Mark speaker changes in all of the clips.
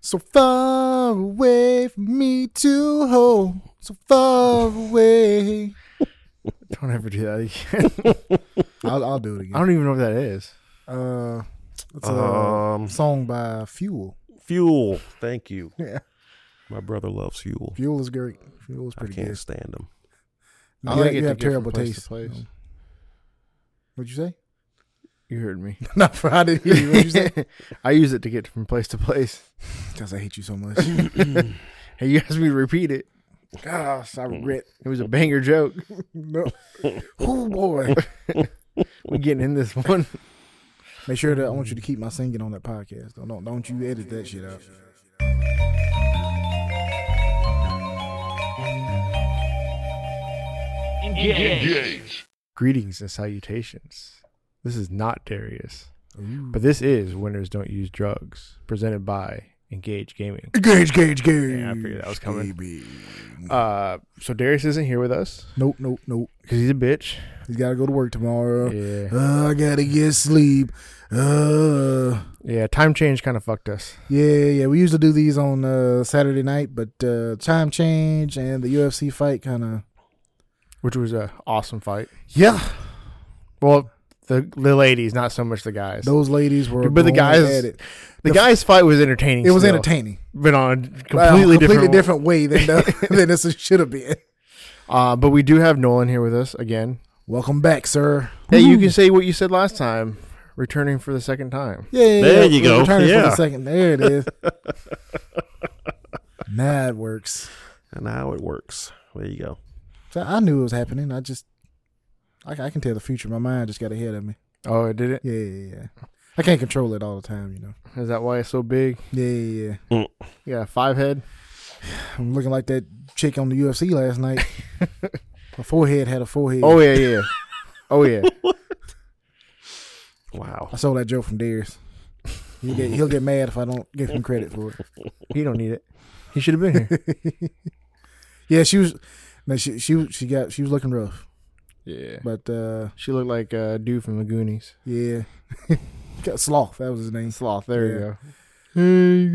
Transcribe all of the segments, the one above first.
Speaker 1: So far away from me to hold. So far away.
Speaker 2: Don't ever do that again.
Speaker 1: I'll, I'll do it
Speaker 2: I
Speaker 1: again.
Speaker 2: don't even know what that is.
Speaker 1: Uh, it's a
Speaker 2: Uh,
Speaker 3: Um,
Speaker 1: song by Fuel.
Speaker 3: Fuel. Thank you.
Speaker 1: Yeah.
Speaker 3: My brother loves Fuel.
Speaker 1: Fuel is great. Fuel is
Speaker 3: I
Speaker 1: pretty
Speaker 3: can't
Speaker 1: good.
Speaker 3: stand him.
Speaker 1: You,
Speaker 2: I like
Speaker 1: have-
Speaker 2: it
Speaker 1: you
Speaker 2: to
Speaker 1: have
Speaker 2: get from
Speaker 1: terrible
Speaker 2: place to
Speaker 1: taste.
Speaker 2: place.
Speaker 1: Um, What'd you say?
Speaker 2: You heard me.
Speaker 1: no, I didn't hear you. What'd you say?
Speaker 2: I use it to get from place to place.
Speaker 1: Because I hate you so much.
Speaker 2: Hey, you asked me to repeat it.
Speaker 1: Gosh, I regret.
Speaker 2: It was a banger joke.
Speaker 1: No. Oh boy.
Speaker 2: We're getting in this one.
Speaker 1: Make sure that I want you to keep my singing on that podcast. Don't don't, don't you edit that shit out.
Speaker 2: Greetings and salutations. This is not Darius, but this is Winners Don't Use Drugs, presented by Engage Gaming.
Speaker 1: Gage, gage, gage.
Speaker 2: Yeah, I figured that was coming.
Speaker 1: Baby.
Speaker 2: Uh, so Darius isn't here with us
Speaker 1: Nope, nope, nope.
Speaker 2: because he's a bitch.
Speaker 1: He's got to go to work tomorrow.
Speaker 2: Yeah,
Speaker 1: Uh, I gotta get sleep. Uh,
Speaker 2: yeah. Time change kind of fucked us.
Speaker 1: yeah, yeah. We used to do these on uh, Saturday night, but uh, time change and the UFC fight kind of.
Speaker 2: which was a awesome fight.
Speaker 1: Yeah,
Speaker 2: Well, the the ladies, not so much the guys.
Speaker 1: those ladies were.
Speaker 2: but the
Speaker 1: going
Speaker 2: guys,
Speaker 1: at it.
Speaker 2: the, guys' fight was entertaining.
Speaker 1: It was
Speaker 2: still,
Speaker 1: entertaining.
Speaker 2: but on a completely,
Speaker 1: Uh,
Speaker 2: different.
Speaker 1: different way than the, than this should have been.
Speaker 2: Uh, but we do have Nolan here with us again. Hmm.
Speaker 1: Welcome back, sir.
Speaker 2: Hey, you can say what you said last time, returning for the second time.
Speaker 1: Yeah, yeah,
Speaker 3: There
Speaker 1: yeah.
Speaker 3: you
Speaker 1: We're
Speaker 3: go.
Speaker 1: Returning for the
Speaker 3: Yeah.
Speaker 1: second. There it is. now it works.
Speaker 3: And now it works. There you go.
Speaker 1: So I knew it was happening. I just, I, I can tell the future. My mind just got ahead of me.
Speaker 2: Oh, it did it.
Speaker 1: Yeah, yeah, yeah. I can't control it all the time, you know.
Speaker 2: Is that why it's so big?
Speaker 1: Yeah, yeah, yeah.
Speaker 2: Yeah, five head.
Speaker 1: I'm looking like that chick on the UFC last night. My forehead had a forehead.
Speaker 2: Oh yeah, yeah. oh yeah.
Speaker 3: Wow.
Speaker 1: I saw that joke from Darius. He'll get, he'll get mad if I don't give him credit for it.
Speaker 2: He don't need it. He should have been here.
Speaker 1: Yeah, she was. No, she she she got she was looking rough,
Speaker 2: yeah.
Speaker 1: but uh,
Speaker 2: She looked like a dude from the Goonies.
Speaker 1: yeah, got sloth. That was his name.
Speaker 2: Sloth. There
Speaker 1: Yeah.
Speaker 2: you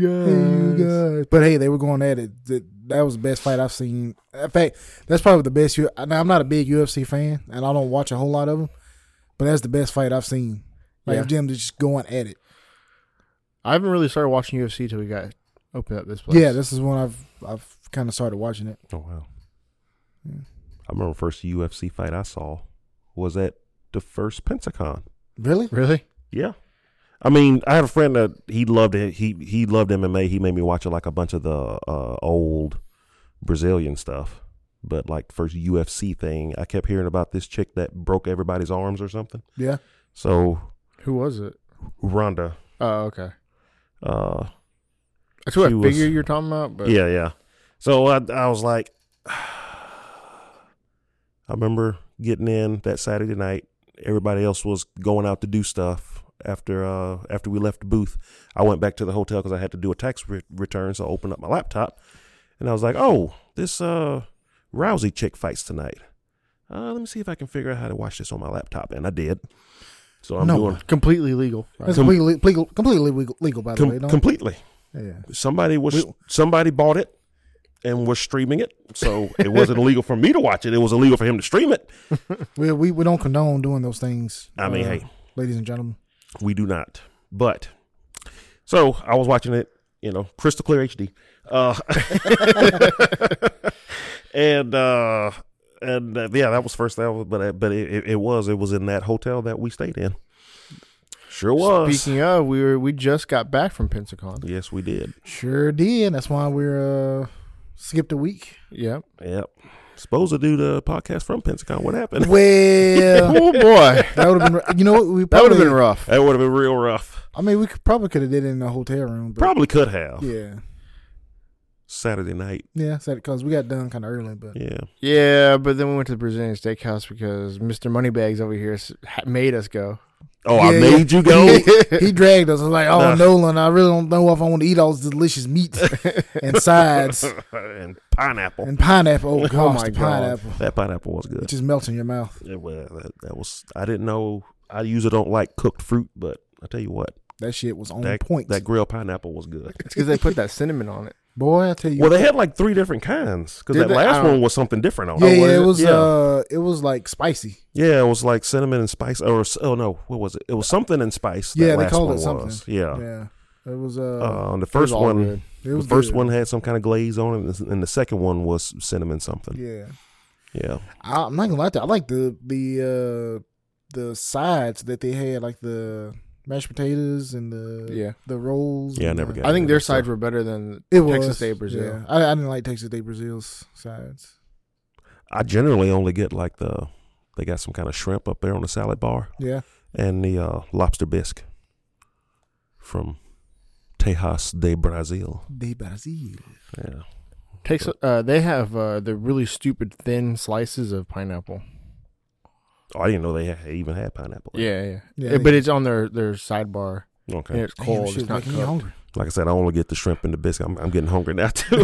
Speaker 1: Hey,
Speaker 2: go.
Speaker 1: you
Speaker 2: Hey, guys.
Speaker 1: guys. But hey, they were going at it. That, that was the best fight I've seen. In fact, that's probably the best. U- now, I'm not a big UFC fan, and I don't watch a whole lot of them, but that's the best fight I've seen. Like
Speaker 2: Yeah.
Speaker 1: if them just going at it.
Speaker 2: I haven't really started watching UFC till we got opened up this place.
Speaker 1: Yeah, this is when I've I've kind of started watching it.
Speaker 3: Oh, wow. I remember the first UFC fight I saw was at the first Pensacon.
Speaker 1: Really?
Speaker 2: really.
Speaker 3: Yeah. I mean, I had a friend that he loved it. He he loved MMA. He made me watch like a bunch of the uh, old Brazilian stuff. But like first UFC thing, I kept hearing about this chick that broke everybody's arms or something.
Speaker 1: Yeah.
Speaker 3: So
Speaker 2: Who was it?
Speaker 3: Ronda,
Speaker 2: Oh, okay.
Speaker 3: uh,
Speaker 2: That's what
Speaker 3: She
Speaker 2: I
Speaker 3: was-
Speaker 2: figure you're talking about. But
Speaker 3: yeah, yeah. So I I was like, I remember getting in that Saturday night. Everybody else was going out to do stuff after uh after we left the booth. I went back to the hotel because I had to do a tax re- return, so I opened up my laptop, and I was like, oh, this uh Rousey chick fights tonight. Uh, let me see if I can figure out how to watch this on my laptop, and I did. So I'm
Speaker 1: No.
Speaker 3: doing
Speaker 2: completely legal.
Speaker 1: That's
Speaker 3: Com-
Speaker 1: completely legal, completely legal, legal by the way.
Speaker 3: com-
Speaker 1: Don't,
Speaker 3: completely.
Speaker 1: yeah.
Speaker 3: somebody was somebody bought it and was streaming it so it wasn't illegal for me to watch it it was illegal for him to stream it
Speaker 1: We, we we don't condone doing those things. uh,
Speaker 3: I mean, hey.
Speaker 1: ladies and gentlemen.
Speaker 3: we do not but so i was watching it you know crystal clear hd uh, and uh and uh, yeah that was first that was, but uh, but it, it, it was it was in that hotel that we stayed in sure was
Speaker 2: Speaking of, we were we just got back from Pensacon.
Speaker 3: yes we did
Speaker 1: Sure did. That's why we're uh skipped a week.
Speaker 2: Yep.
Speaker 3: yep supposed to do the podcast from pensacon what happened
Speaker 1: Well,
Speaker 2: Oh boy,
Speaker 1: that would have been. You know what? We
Speaker 2: that would
Speaker 1: probably-
Speaker 2: have been rough.
Speaker 3: that would have been real rough
Speaker 1: I mean, we could, probably could have did it in a hotel room. But
Speaker 3: probably could have
Speaker 1: Yeah.
Speaker 3: saturday night
Speaker 1: Yeah. Because we got done kind of early, but
Speaker 3: Yeah.
Speaker 2: Yeah, but then we went to the Brazilian steakhouse because Mr. Moneybags over here s- ha- made us go.
Speaker 3: Oh,
Speaker 1: Yeah,
Speaker 3: I made you go.
Speaker 1: he dragged us. I was like, oh,
Speaker 3: Nah.
Speaker 1: Nolan, I really don't know if I want to eat all this delicious meat and sides
Speaker 3: and pineapple.
Speaker 1: and pineapple. Oh, gosh,
Speaker 2: my
Speaker 1: the
Speaker 2: God.
Speaker 1: pineapple.
Speaker 3: that pineapple was good.
Speaker 1: It just melts in your mouth.
Speaker 3: Yeah, well, that, that was. I didn't know. I usually don't like cooked fruit, but I tell you what,
Speaker 1: That shit was on
Speaker 3: That,
Speaker 1: point.
Speaker 3: that grilled pineapple was good.
Speaker 2: It's because they put that cinnamon on it.
Speaker 1: Boy, I tell you.
Speaker 3: Well, they had like three different kinds because
Speaker 2: Did
Speaker 3: that
Speaker 2: they? I
Speaker 3: last
Speaker 2: don't-
Speaker 3: one was something different on
Speaker 1: Oh. yeah,
Speaker 3: Oh, it.
Speaker 1: yeah, it was
Speaker 3: Yeah.
Speaker 1: uh it was like spicy.
Speaker 3: Yeah, it was like cinnamon and spice, or s- oh no, what was it? It was something and spice. That
Speaker 1: Yeah, they
Speaker 3: last
Speaker 1: called
Speaker 3: one
Speaker 1: it something.
Speaker 3: Was. Yeah,
Speaker 1: Yeah. It was uh,
Speaker 3: Oh. Uh, the
Speaker 2: It was
Speaker 3: first
Speaker 2: all
Speaker 3: one,
Speaker 2: good.
Speaker 1: it
Speaker 3: the
Speaker 1: was
Speaker 3: first
Speaker 1: good.
Speaker 3: one had some kind of glaze on it, and the second one was cinnamon something.
Speaker 1: Yeah.
Speaker 3: Yeah,
Speaker 1: I, I'm not gonna lie to you. I like the the uh the sides that they had, like the mashed potatoes and the
Speaker 2: Yeah.
Speaker 1: the rolls.
Speaker 3: Yeah, I
Speaker 1: and
Speaker 3: never
Speaker 1: the-
Speaker 3: got
Speaker 2: I think their
Speaker 3: Yeah, so-
Speaker 2: sides were better than
Speaker 1: It was
Speaker 2: Texas Day Brazil.
Speaker 1: Yeah. I, I didn't like Texas Day Brazil's sides.
Speaker 3: I generally only get like the they got some kind of shrimp up there on the salad bar
Speaker 1: Yeah.
Speaker 3: and the uh, lobster bisque from Tejas de Brazil.
Speaker 1: De Brazil.
Speaker 3: Yeah,
Speaker 2: Takes uh, they have uh, the really stupid thin slices of pineapple.
Speaker 3: oh, I didn't know they ha- even had pineapple.
Speaker 2: Yeah, yeah,
Speaker 1: Yeah,
Speaker 2: Yeah,
Speaker 1: they-
Speaker 2: but it's on their their sidebar
Speaker 3: Okay.
Speaker 2: and it's
Speaker 1: Damn,
Speaker 2: cold.
Speaker 1: shit,
Speaker 2: it's not
Speaker 1: making me
Speaker 2: cooked.
Speaker 1: hungry.
Speaker 3: Like I said, I only get the shrimp and the bisque. I'm, I'm getting hungry now too.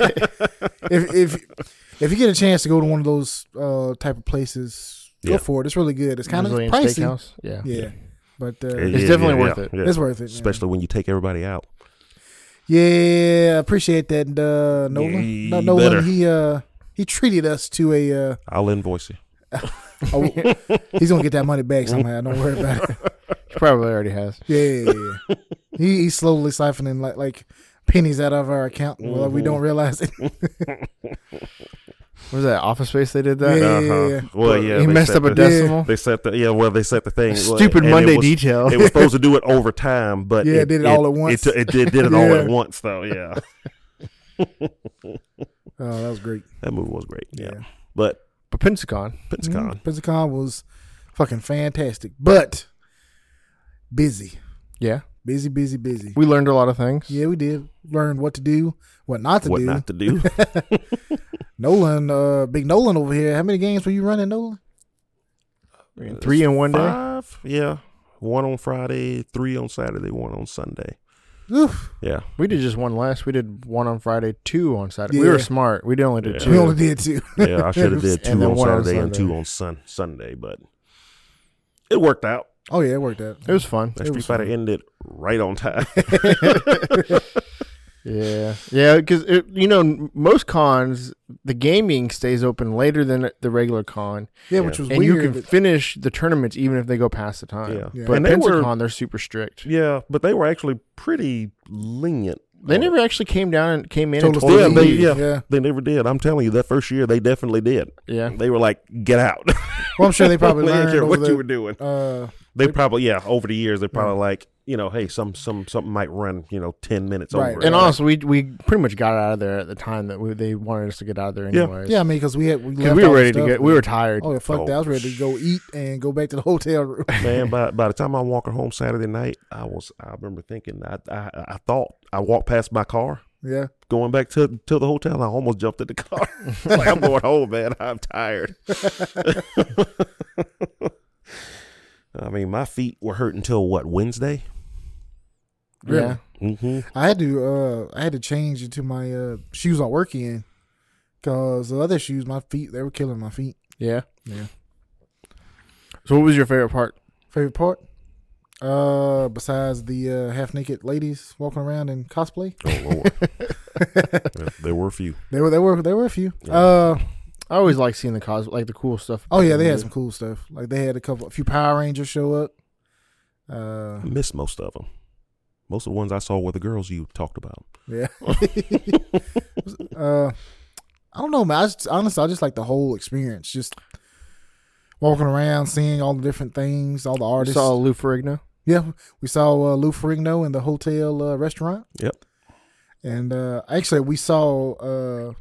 Speaker 1: if if if you get a chance to go to one of those uh type of places, go
Speaker 3: Yeah.
Speaker 1: for it. It's really good. It's kind of
Speaker 2: Brazilian
Speaker 1: pricey.
Speaker 2: steakhouse. Yeah.
Speaker 1: Yeah. But uh,
Speaker 3: Yeah,
Speaker 2: It's
Speaker 3: yeah,
Speaker 2: definitely
Speaker 3: yeah,
Speaker 2: worth
Speaker 3: yeah,
Speaker 2: it.
Speaker 3: yeah.
Speaker 1: it's worth it. man.
Speaker 3: especially when you take everybody out.
Speaker 1: Yeah, I appreciate that. And, uh, Nolan,
Speaker 3: You
Speaker 1: no, Nolan,
Speaker 3: better.
Speaker 1: he uh, he treated us to a. Uh,
Speaker 3: I'll invoice you.
Speaker 1: a- he's gonna get that money back somehow. Don't worry about it.
Speaker 2: She probably already has.
Speaker 1: Yeah, yeah, yeah, yeah. he he's slowly siphoning like like pennies out of our account. Well, we
Speaker 3: Mhm.
Speaker 1: don't realize it.
Speaker 2: What was that Office Space? They did that. uh-huh.
Speaker 1: Yeah.
Speaker 3: Well, yeah,
Speaker 2: he
Speaker 3: they
Speaker 2: messed
Speaker 3: set
Speaker 2: up a
Speaker 3: the-
Speaker 2: decimal.
Speaker 3: They set the yeah. Well, they set the thing.
Speaker 2: Stupid
Speaker 3: and it
Speaker 2: Monday
Speaker 3: was-
Speaker 2: detail.
Speaker 3: It was supposed to do it over time, but
Speaker 1: Yeah, did it all at once.
Speaker 3: It, it did, did it all
Speaker 1: Yeah.
Speaker 3: at once, though. Yeah,
Speaker 1: Oh, that was great.
Speaker 3: that movie was great. Yeah,
Speaker 1: Yeah.
Speaker 3: but
Speaker 2: But Pensacon.
Speaker 3: Pensacon,
Speaker 1: Mhm. Pensacon was fucking fantastic, but busy,
Speaker 2: Yeah.
Speaker 1: busy, busy, busy.
Speaker 2: We learned a lot of things.
Speaker 1: Yeah, we did learn what to do, what not to
Speaker 3: what
Speaker 1: do.
Speaker 3: not to do?
Speaker 1: Nolan, uh, big Nolan over here. How many games were you running, Nolan?
Speaker 2: Three in one day.
Speaker 3: Five. Yeah, one on Friday, three on Saturday, one on Sunday.
Speaker 1: Oof.
Speaker 3: Yeah,
Speaker 2: We did just one last. We did one on Friday, two on Saturday. We were
Speaker 1: Yeah.
Speaker 2: smart. We did only did
Speaker 3: Yeah.
Speaker 1: We
Speaker 2: two.
Speaker 1: only did two.
Speaker 3: yeah. I should have did two
Speaker 2: And then
Speaker 3: on
Speaker 2: one on
Speaker 3: Saturday and
Speaker 2: Sunday.
Speaker 3: two on sun Sunday, but it worked out.
Speaker 1: Oh yeah, it worked out.
Speaker 2: It was fun.
Speaker 3: That
Speaker 1: It
Speaker 3: Street
Speaker 1: was
Speaker 3: Fighter
Speaker 1: fun.
Speaker 3: ended right on time.
Speaker 2: Yeah, yeah, because you know m- most cons the gaming stays open later than the regular con,
Speaker 1: Yeah,
Speaker 3: Yeah.
Speaker 1: which was
Speaker 2: and
Speaker 1: weird.
Speaker 2: you can
Speaker 1: but-
Speaker 2: finish the tournaments even if they go past the time.
Speaker 3: Yeah.
Speaker 1: Yeah.
Speaker 2: But
Speaker 3: And they were-
Speaker 2: Pensacon, they're super strict.
Speaker 3: yeah, but they were actually pretty lenient.
Speaker 2: They
Speaker 3: on it.
Speaker 2: never actually came down and came in.
Speaker 1: Told
Speaker 2: and
Speaker 1: us
Speaker 2: told
Speaker 1: to
Speaker 3: Yeah,
Speaker 2: you
Speaker 3: they-
Speaker 2: to
Speaker 1: leave.
Speaker 2: leave.
Speaker 3: yeah. They never did. I'm telling you, that first year they definitely did.
Speaker 2: yeah.
Speaker 3: They were like, "Get out."
Speaker 1: Well, I'm sure they probably
Speaker 3: they didn't
Speaker 1: learned
Speaker 3: care
Speaker 1: over
Speaker 3: what
Speaker 1: the,
Speaker 3: you were doing.
Speaker 1: uh,
Speaker 3: They probably, yeah, over the years they probably like, you know, hey, some some something might run, you know, ten minutes
Speaker 1: Right.
Speaker 3: over.
Speaker 2: And
Speaker 3: Like,
Speaker 2: honestly, we we pretty much got out of there at the time that we, they wanted us to get out of there
Speaker 3: Yeah.
Speaker 2: anyways.
Speaker 1: yeah. I mean, because we had we,
Speaker 2: because
Speaker 1: left
Speaker 2: we
Speaker 1: all
Speaker 2: were
Speaker 1: the
Speaker 2: ready to
Speaker 1: stuff.
Speaker 2: get. We were tired.
Speaker 1: Oh yeah, fuck
Speaker 3: Oh,
Speaker 1: that! I was ready to go eat and go back to the hotel room.
Speaker 3: man, by by the time I walking home Saturday night, I was I remember thinking I I, I thought I walked past my car.
Speaker 1: yeah,
Speaker 3: Going back to to the hotel, and I almost jumped in the car. like I'm going home, man. I'm tired. I mean, my feet were hurt until what Wednesday.
Speaker 1: really.
Speaker 2: Yeah.
Speaker 3: Mm-hmm.
Speaker 1: I had to uh, I had to change into my uh, shoes I work in because the other shoes, my feet, they were killing my feet.
Speaker 2: Yeah.
Speaker 1: Yeah.
Speaker 2: So, what was your favorite part?
Speaker 1: Favorite part? Uh, besides the uh, half naked ladies walking around in cosplay,
Speaker 3: Oh Lord, there, there were a few.
Speaker 1: there were there were there were a few.
Speaker 3: Yeah.
Speaker 1: Uh,
Speaker 2: I always like seeing the cos, like the cool stuff.
Speaker 1: oh yeah, they
Speaker 2: Yeah.
Speaker 1: had some cool stuff. Like they had a couple, a few Power Rangers show up. Uh,
Speaker 3: I missed most of them. Most of the ones I saw were the girls you talked about.
Speaker 1: yeah. uh, I don't know, man. I just, honestly, I just like the whole experience, just walking around, seeing all the different things, all the
Speaker 2: We
Speaker 1: artists.
Speaker 2: saw Lou Ferrigno.
Speaker 1: Yeah, we saw uh, Lou Ferrigno in the hotel uh, restaurant,
Speaker 3: Yep.
Speaker 1: and uh, actually, we saw uh,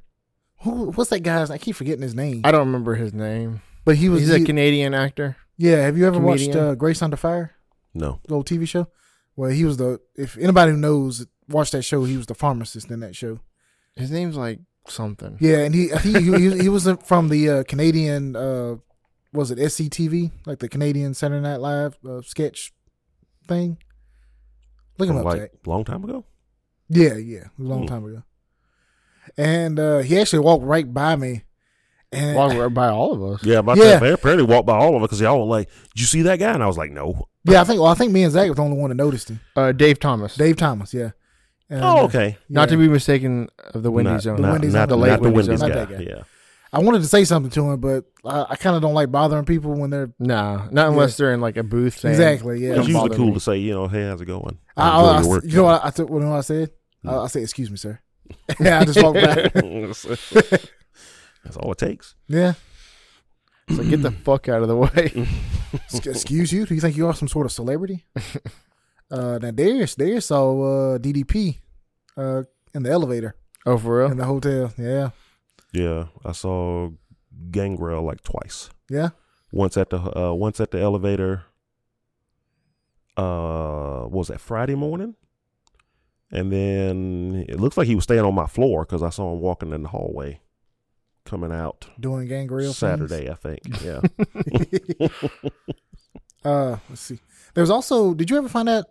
Speaker 1: who? What's that guy's? I keep forgetting his name.
Speaker 2: I don't remember his name.
Speaker 1: but he was.
Speaker 2: He's a
Speaker 1: he-
Speaker 2: Canadian actor.
Speaker 1: yeah, have you ever watched
Speaker 2: comedian.
Speaker 1: uh, Grace Under Fire,
Speaker 3: No.
Speaker 1: the old TV show? Well, he was the. If anybody who knows watched that show, he was the pharmacist in that show.
Speaker 2: His name's like something.
Speaker 1: Yeah, and he he he, he was from the uh, Canadian. Uh, was it SCTV, like the Canadian Saturday Night Live uh, sketch thing? Look him
Speaker 3: From
Speaker 1: up,
Speaker 3: like
Speaker 1: Jack.
Speaker 3: long time ago?
Speaker 1: Yeah, yeah, a long
Speaker 3: Mm.
Speaker 1: time ago. And uh, he actually walked right by me, and
Speaker 2: Walked right by all of us.
Speaker 3: Yeah, about
Speaker 1: Yeah.
Speaker 3: that. Apparently walked by all of it because y'all were like, Did you see that guy? And I was like, No.
Speaker 1: Yeah, I think. Well, I think me and Zach was the only one that noticed him.
Speaker 2: Uh, Dave Thomas.
Speaker 1: Dave Thomas. Yeah. And,
Speaker 3: Oh,
Speaker 1: uh,
Speaker 3: okay.
Speaker 2: Not
Speaker 1: yeah.
Speaker 2: to be mistaken of the Wendy's
Speaker 3: not,
Speaker 2: owner.
Speaker 1: The
Speaker 3: Not,
Speaker 1: Wendy's
Speaker 3: not,
Speaker 1: owner.
Speaker 3: not the
Speaker 2: Late Wendy's
Speaker 3: Wendy's
Speaker 1: owner.
Speaker 3: guy.
Speaker 1: Not that guy.
Speaker 3: Yeah.
Speaker 1: I wanted to say something to him, but I, I kind of don't like bothering people when they're
Speaker 2: Nah, not unless they're in like a booth. Saying,
Speaker 1: exactly. Yeah.
Speaker 2: Don't
Speaker 3: It's usually
Speaker 2: bother
Speaker 3: cool
Speaker 2: me.
Speaker 3: to say, you know, hey, how's it going?
Speaker 1: I, I,
Speaker 3: enjoy
Speaker 1: I,
Speaker 3: your work,
Speaker 1: you know what I, I took, you know what I said? I, I said, "Excuse me, sir." yeah, I just walked back.
Speaker 3: That's all it takes.
Speaker 1: Yeah.
Speaker 2: So get the fuck out of the way.
Speaker 1: Sc- Excuse you? Do you think you are some sort of celebrity? uh, now Darius, Darius saw uh, DDP uh, in the elevator
Speaker 2: Oh, for real?
Speaker 1: in the hotel. Yeah,
Speaker 3: Yeah, I saw Gangrel like twice.
Speaker 1: yeah.
Speaker 3: Once at the uh, once at the elevator. Uh, what was that Friday morning? And then it looks like he was staying on my floor because I saw him walking in the hallway, coming out
Speaker 1: Doing gangrel things.
Speaker 3: Saturday, I think. Yeah,
Speaker 1: Uh, let's see. There was also. Did you ever find out?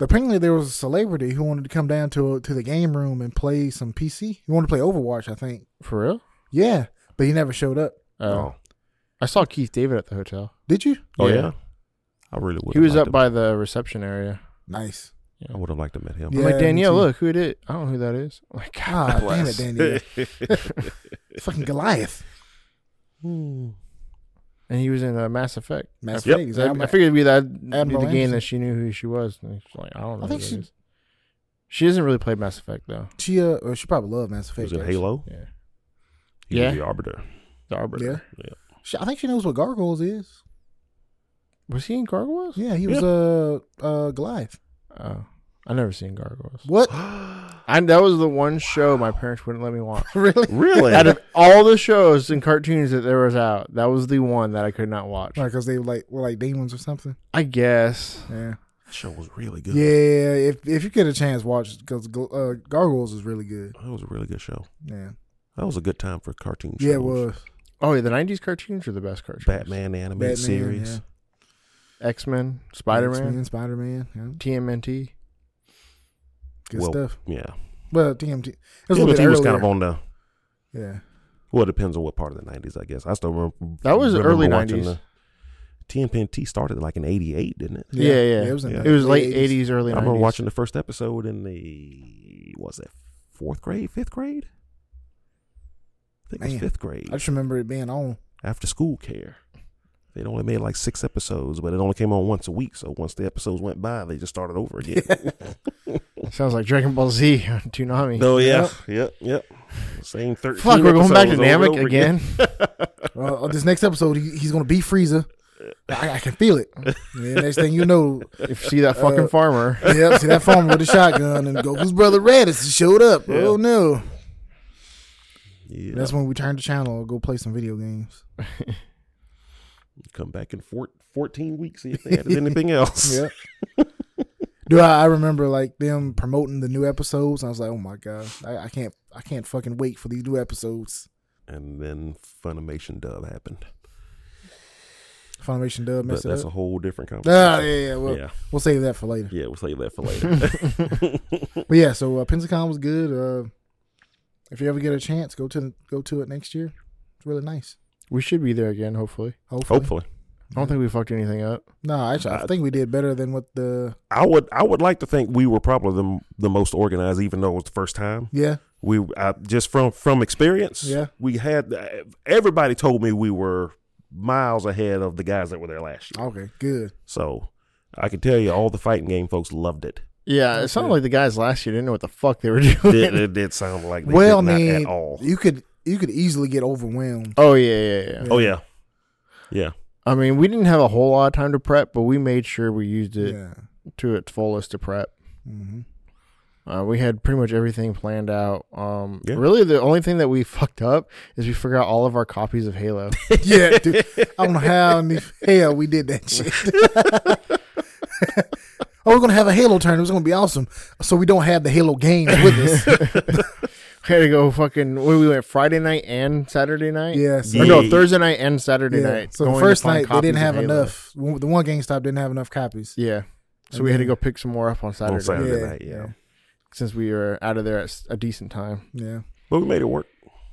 Speaker 1: Apparently, there was a celebrity who wanted to come down to to the game room and play some PC. He wanted to play Overwatch, I think.
Speaker 2: For real?
Speaker 1: Yeah, but he never showed up.
Speaker 2: Oh. I saw Keith David at the hotel.
Speaker 1: Did you?
Speaker 3: oh yeah.
Speaker 2: Yeah.
Speaker 3: I really would.
Speaker 2: he was up by the reception area.
Speaker 1: Nice.
Speaker 3: I would have liked to meet him.
Speaker 1: Yeah,
Speaker 2: I'm like,
Speaker 1: me
Speaker 2: Danielle,
Speaker 1: too.
Speaker 2: look who it is. I don't know who that is. I'm like,
Speaker 1: God
Speaker 2: God,
Speaker 1: Ah, damn it,
Speaker 2: bless.
Speaker 1: Daniel. Fucking Goliath.
Speaker 3: Hmm.
Speaker 2: And he was in uh, Mass Effect.
Speaker 1: Mass
Speaker 3: Yep.
Speaker 1: Effect.
Speaker 2: I, I figured it'd be that it'd be
Speaker 1: Admiral
Speaker 2: the game
Speaker 1: Anderson.
Speaker 2: that she knew who she was. And she's like, I don't know.
Speaker 1: I think
Speaker 2: who
Speaker 1: she-
Speaker 2: that is. she doesn't really play Mass Effect though.
Speaker 1: she uh, or she probably loved Mass Effect.
Speaker 3: was in
Speaker 1: actually.
Speaker 3: Halo.
Speaker 2: Yeah,
Speaker 3: He
Speaker 2: Yeah.
Speaker 3: was the arbiter.
Speaker 2: the Arbiter.
Speaker 1: Yeah.
Speaker 3: Yeah.
Speaker 1: She, I think she knows what gargoyles is.
Speaker 2: Was he in Gargoyles?
Speaker 1: Yeah, he was uh uh Goliath.
Speaker 2: Oh, I never seen Gargoyles.
Speaker 1: What?
Speaker 2: I that was the one show my parents wouldn't let me watch.
Speaker 1: really?
Speaker 3: Really?
Speaker 2: out of all the shows and cartoons that there was out, that was the one that I could not watch.
Speaker 1: Right, because they were like were like demons or something.
Speaker 2: I guess.
Speaker 1: Yeah.
Speaker 3: That show was really good.
Speaker 1: Yeah. If if you get a chance, watch because uh, gargoyles is really good.
Speaker 3: That was a really good show.
Speaker 1: Yeah.
Speaker 3: That was a good time for cartoon shows.
Speaker 1: Yeah, it was.
Speaker 2: Oh yeah, the '90s cartoons were the best cartoons.
Speaker 3: Batman the animated
Speaker 1: Batman,
Speaker 3: series.
Speaker 1: yeah.
Speaker 2: X Men, Spider Man,
Speaker 1: Spider Man. Yeah.
Speaker 2: TMNT.
Speaker 1: Good
Speaker 3: Well,
Speaker 1: stuff.
Speaker 3: Yeah.
Speaker 1: Well, TMT. It was, a little bit
Speaker 3: TMNT was kind of
Speaker 1: earlier.
Speaker 3: on the.
Speaker 1: Yeah.
Speaker 3: Well, it depends on what part of the nineties, I guess. I still remember.
Speaker 2: That was
Speaker 3: remember
Speaker 2: early
Speaker 3: watching
Speaker 2: '90s.
Speaker 3: the- TMNT started like in '88, didn't it?
Speaker 2: Yeah, yeah.
Speaker 1: was, in
Speaker 3: Yeah.
Speaker 1: the
Speaker 2: It was late
Speaker 1: late
Speaker 2: '80s, early
Speaker 3: I
Speaker 2: '90s.
Speaker 3: remember watching the first episode in the what was that fourth grade, fifth grade? I think it
Speaker 1: Man.
Speaker 3: was fifth grade.
Speaker 1: I just remember it being on.
Speaker 3: after school care. They'd only made like six episodes, but it only came on once a week. So once the episodes went by, they just started over again.
Speaker 2: Sounds like Dragon Ball Z on Toonami.
Speaker 3: oh yeah, yep, yep. Same thirteen.
Speaker 2: Fuck, we're going back to
Speaker 3: episodes over and
Speaker 2: Namek
Speaker 3: over
Speaker 2: again.
Speaker 1: Uh, this next episode, he, he's gonna be Frieza. I, I can feel it. And next thing you know,
Speaker 2: if you see that fucking farmer,
Speaker 1: yep, see that farmer with a shotgun and Goku's brother Raditz showed up. Oh no!
Speaker 3: Yeah,
Speaker 1: That's when we turned the channel and go play some video games.
Speaker 3: come back in four, 14 weeks. See if they added anything else.
Speaker 1: Yep. Do I, I remember like them promoting the new episodes? I was like, oh my god, I, I can't, I can't fucking wait for these new episodes.
Speaker 3: And then Funimation dub happened,
Speaker 1: Funimation dub
Speaker 3: but
Speaker 1: messed it
Speaker 3: that's a
Speaker 1: up.
Speaker 3: whole different
Speaker 1: Ah, yeah,
Speaker 3: conversation.
Speaker 1: yeah, we'll,
Speaker 3: yeah,
Speaker 1: we'll save that for later.
Speaker 3: yeah. We'll save that for later.
Speaker 1: But yeah, so uh, Pensacon was good. Uh, if you ever get a chance, go to go to it next year. It's really nice.
Speaker 2: we should be there again. Hopefully,
Speaker 1: Hopefully.
Speaker 3: Hopefully,
Speaker 2: I don't think we fucked anything up.
Speaker 1: No, actually, I think we did better than what the
Speaker 3: I would. I would like to think we were probably the the most organized, even though it was the first time.
Speaker 1: yeah.
Speaker 3: we I, just from from experience
Speaker 1: Yeah.
Speaker 3: we had everybody told me we were miles ahead of the guys that were there last year
Speaker 1: Okay, good.
Speaker 3: so i can tell you all the fighting game folks loved it
Speaker 2: Yeah, it sounded like the guys last year didn't know what the fuck they were doing.
Speaker 3: it, it did sound like they
Speaker 1: well, I
Speaker 3: did not
Speaker 1: mean,
Speaker 3: at all
Speaker 1: you could you could easily get overwhelmed.
Speaker 2: Oh yeah, yeah, yeah.
Speaker 3: oh yeah yeah
Speaker 2: I mean, we didn't have a whole lot of time to prep, but we made sure we used it
Speaker 1: Yeah.
Speaker 2: to its fullest to prep.
Speaker 1: hmm
Speaker 2: Uh, we had pretty much everything planned out. Um,
Speaker 3: Yeah.
Speaker 2: Really, the only thing that we fucked up is we forgot all of our copies of Halo.
Speaker 1: yeah, dude. I don't know how in the hell we did that shit. oh, we're gonna have a Halo tournament. It's gonna be awesome. So we don't have the Halo games with us.
Speaker 2: we had to go fucking. Where we went Friday night and Saturday night.
Speaker 1: yeah. So,
Speaker 2: Or no,
Speaker 3: Yeah.
Speaker 2: Thursday night and Saturday
Speaker 1: yeah.
Speaker 2: night.
Speaker 1: So the
Speaker 2: going
Speaker 1: first
Speaker 2: to find
Speaker 1: night they
Speaker 2: copies
Speaker 1: didn't
Speaker 2: of
Speaker 1: have
Speaker 2: Halo.
Speaker 1: enough. The one GameStop didn't have enough copies.
Speaker 2: Yeah. So we had to go pick some more up on Saturday,
Speaker 3: on saturday
Speaker 1: Yeah.
Speaker 3: night yeah.
Speaker 1: Yeah.
Speaker 2: since we were out of there at s- a decent time.
Speaker 1: Yeah.
Speaker 3: but we made it work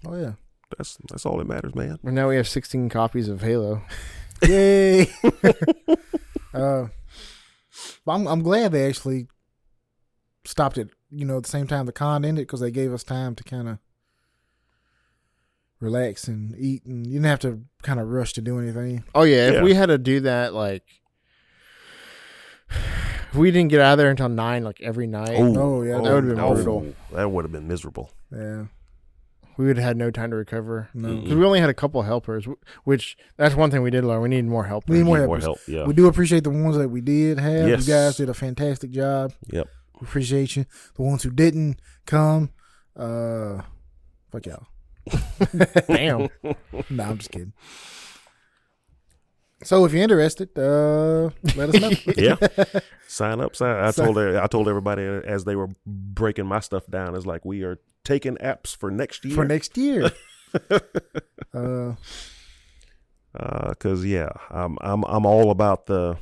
Speaker 1: Oh yeah.
Speaker 3: that's that's all that matters man
Speaker 2: And now we have 16 copies of Halo.
Speaker 1: Yay! uh, but I'm I'm glad they actually stopped it. You know, at the same time the con ended because they gave us time to kind of relax and eat, and you didn't have to kind of rush to do anything.
Speaker 2: Oh yeah, if
Speaker 3: Yeah.
Speaker 2: we had to do that, like, if we didn't get out of there until nine, like every night,
Speaker 3: Ooh.
Speaker 1: Oh, yeah, that
Speaker 3: Oh,
Speaker 2: would've been
Speaker 3: no.
Speaker 2: brutal.
Speaker 3: That would have been miserable.
Speaker 1: Yeah,
Speaker 2: we would have had no time to recover.
Speaker 1: no.
Speaker 3: Mm.
Speaker 2: Because we only had a couple helpers, wh- which that's one thing we did learn. We need more helpers.
Speaker 1: We need more
Speaker 3: Need
Speaker 1: helpers.
Speaker 3: help. Yeah.
Speaker 1: We do appreciate the ones that we did have.
Speaker 3: Yes.
Speaker 1: You guys did a fantastic job.
Speaker 3: Yep.
Speaker 1: We appreciate you. The ones who didn't come, uh, fuck y'all.
Speaker 2: Damn.
Speaker 1: No, I'm just kidding. So if you're interested, uh, let us know.
Speaker 3: yeah. Sign up. Sign. I
Speaker 1: Sign-
Speaker 3: told her. I told everybody uh, as they were breaking my stuff down. It's like we are taking apps for next year.
Speaker 1: for next year. uh,
Speaker 3: because Uh, yeah, I'm I'm I'm all about the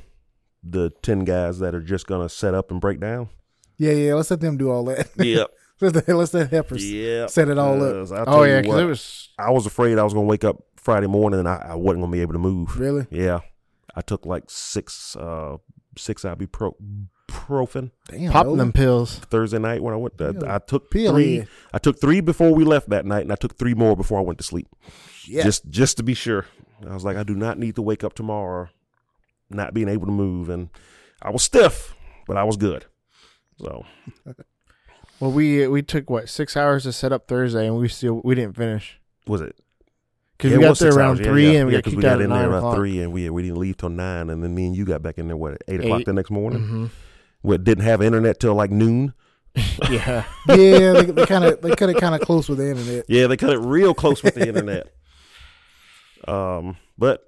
Speaker 3: the ten guys that are just gonna set up and break down.
Speaker 1: yeah, yeah. Let's let them do all that.
Speaker 3: Yep.
Speaker 1: let's let, let's let helpers
Speaker 3: yep.
Speaker 1: set it all up.
Speaker 2: oh yeah, because it was.
Speaker 3: I was afraid I was gonna wake up Friday morning and I, I wasn't gonna be able to move.
Speaker 1: Really?
Speaker 3: Yeah, I took like six uh six ibuprofen
Speaker 1: Damn.
Speaker 2: Popping
Speaker 1: Nolan.
Speaker 2: them pills.
Speaker 3: Thursday night when I went. To,
Speaker 1: Yeah.
Speaker 3: I took
Speaker 2: E.
Speaker 1: Pill
Speaker 3: three.
Speaker 1: head.
Speaker 3: I took three before we left that night, and I took three more before I went to sleep.
Speaker 1: Yeah.
Speaker 3: Just just to be sure. I was like, I do not need to wake up tomorrow not being able to move. And I was stiff, but I was good. So
Speaker 2: Well, we we took what six hours to set up Thursday, and we still we didn't finish
Speaker 3: was it?
Speaker 2: because
Speaker 3: Yeah,
Speaker 2: we
Speaker 3: it
Speaker 2: got
Speaker 3: was
Speaker 2: there
Speaker 3: six
Speaker 2: around
Speaker 3: hours. Yeah,
Speaker 2: three,
Speaker 3: yeah,
Speaker 2: and we
Speaker 3: yeah,
Speaker 2: got
Speaker 3: 'cause
Speaker 2: kicked out
Speaker 3: in
Speaker 2: at nine
Speaker 3: there around
Speaker 2: o'clock.
Speaker 3: three, and we we didn't leave till nine, and then me and you got back in there what at eight, o'clock
Speaker 2: Eight.
Speaker 3: the next morning.
Speaker 2: Mhm.
Speaker 3: We didn't have internet till like noon.
Speaker 2: Yeah,
Speaker 1: yeah. They, they kind of they cut it kind of close with the internet.
Speaker 3: Yeah, they cut it real close with the internet. Um, but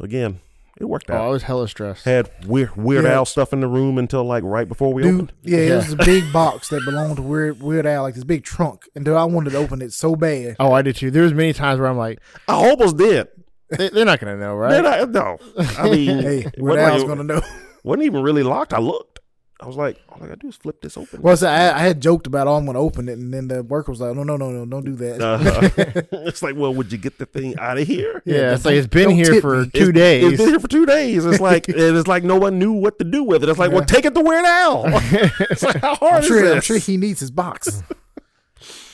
Speaker 3: again, it worked
Speaker 2: oh, I
Speaker 3: out.
Speaker 2: was hella stressed.
Speaker 3: Had weird Weird
Speaker 1: Yeah.
Speaker 3: Al stuff in the room until like right before we
Speaker 1: Dude,
Speaker 3: opened.
Speaker 1: yeah,
Speaker 2: Yeah.
Speaker 1: it was a big box that belonged to Weird Weird Al, like this big trunk, and dude, I wanted to open it so bad.
Speaker 3: Uh,
Speaker 2: Oh, I did too. There was many times where I'm like,
Speaker 3: I almost did.
Speaker 2: they, they're not gonna know,
Speaker 3: Then
Speaker 2: right?
Speaker 3: I, no, I mean,
Speaker 1: Hey, Weird
Speaker 3: wasn't
Speaker 1: Al's
Speaker 3: like-
Speaker 1: gonna know.
Speaker 3: wasn't even really locked. I looked. I was like, all I gotta do is flip this open.
Speaker 1: Well, so I, I had joked about, oh, I'm gonna open it, and then the worker was like, oh, no, no, no, no, don't do that.
Speaker 3: Uh, it's like, well, would you get the thing out of here?
Speaker 2: yeah,
Speaker 1: Yeah,
Speaker 2: it's like it's been
Speaker 1: don't
Speaker 2: here
Speaker 1: tip
Speaker 2: for
Speaker 1: me.
Speaker 2: two
Speaker 3: It's-
Speaker 2: days.
Speaker 3: It's been here for two days. It's like, and it's like no one knew what to do with it. It's like, well,
Speaker 1: Yeah.
Speaker 3: take it to Weird Al. it's like, how
Speaker 1: I'm
Speaker 3: hard
Speaker 1: sure, I'm
Speaker 3: is
Speaker 1: sure
Speaker 3: this?
Speaker 1: he needs his box.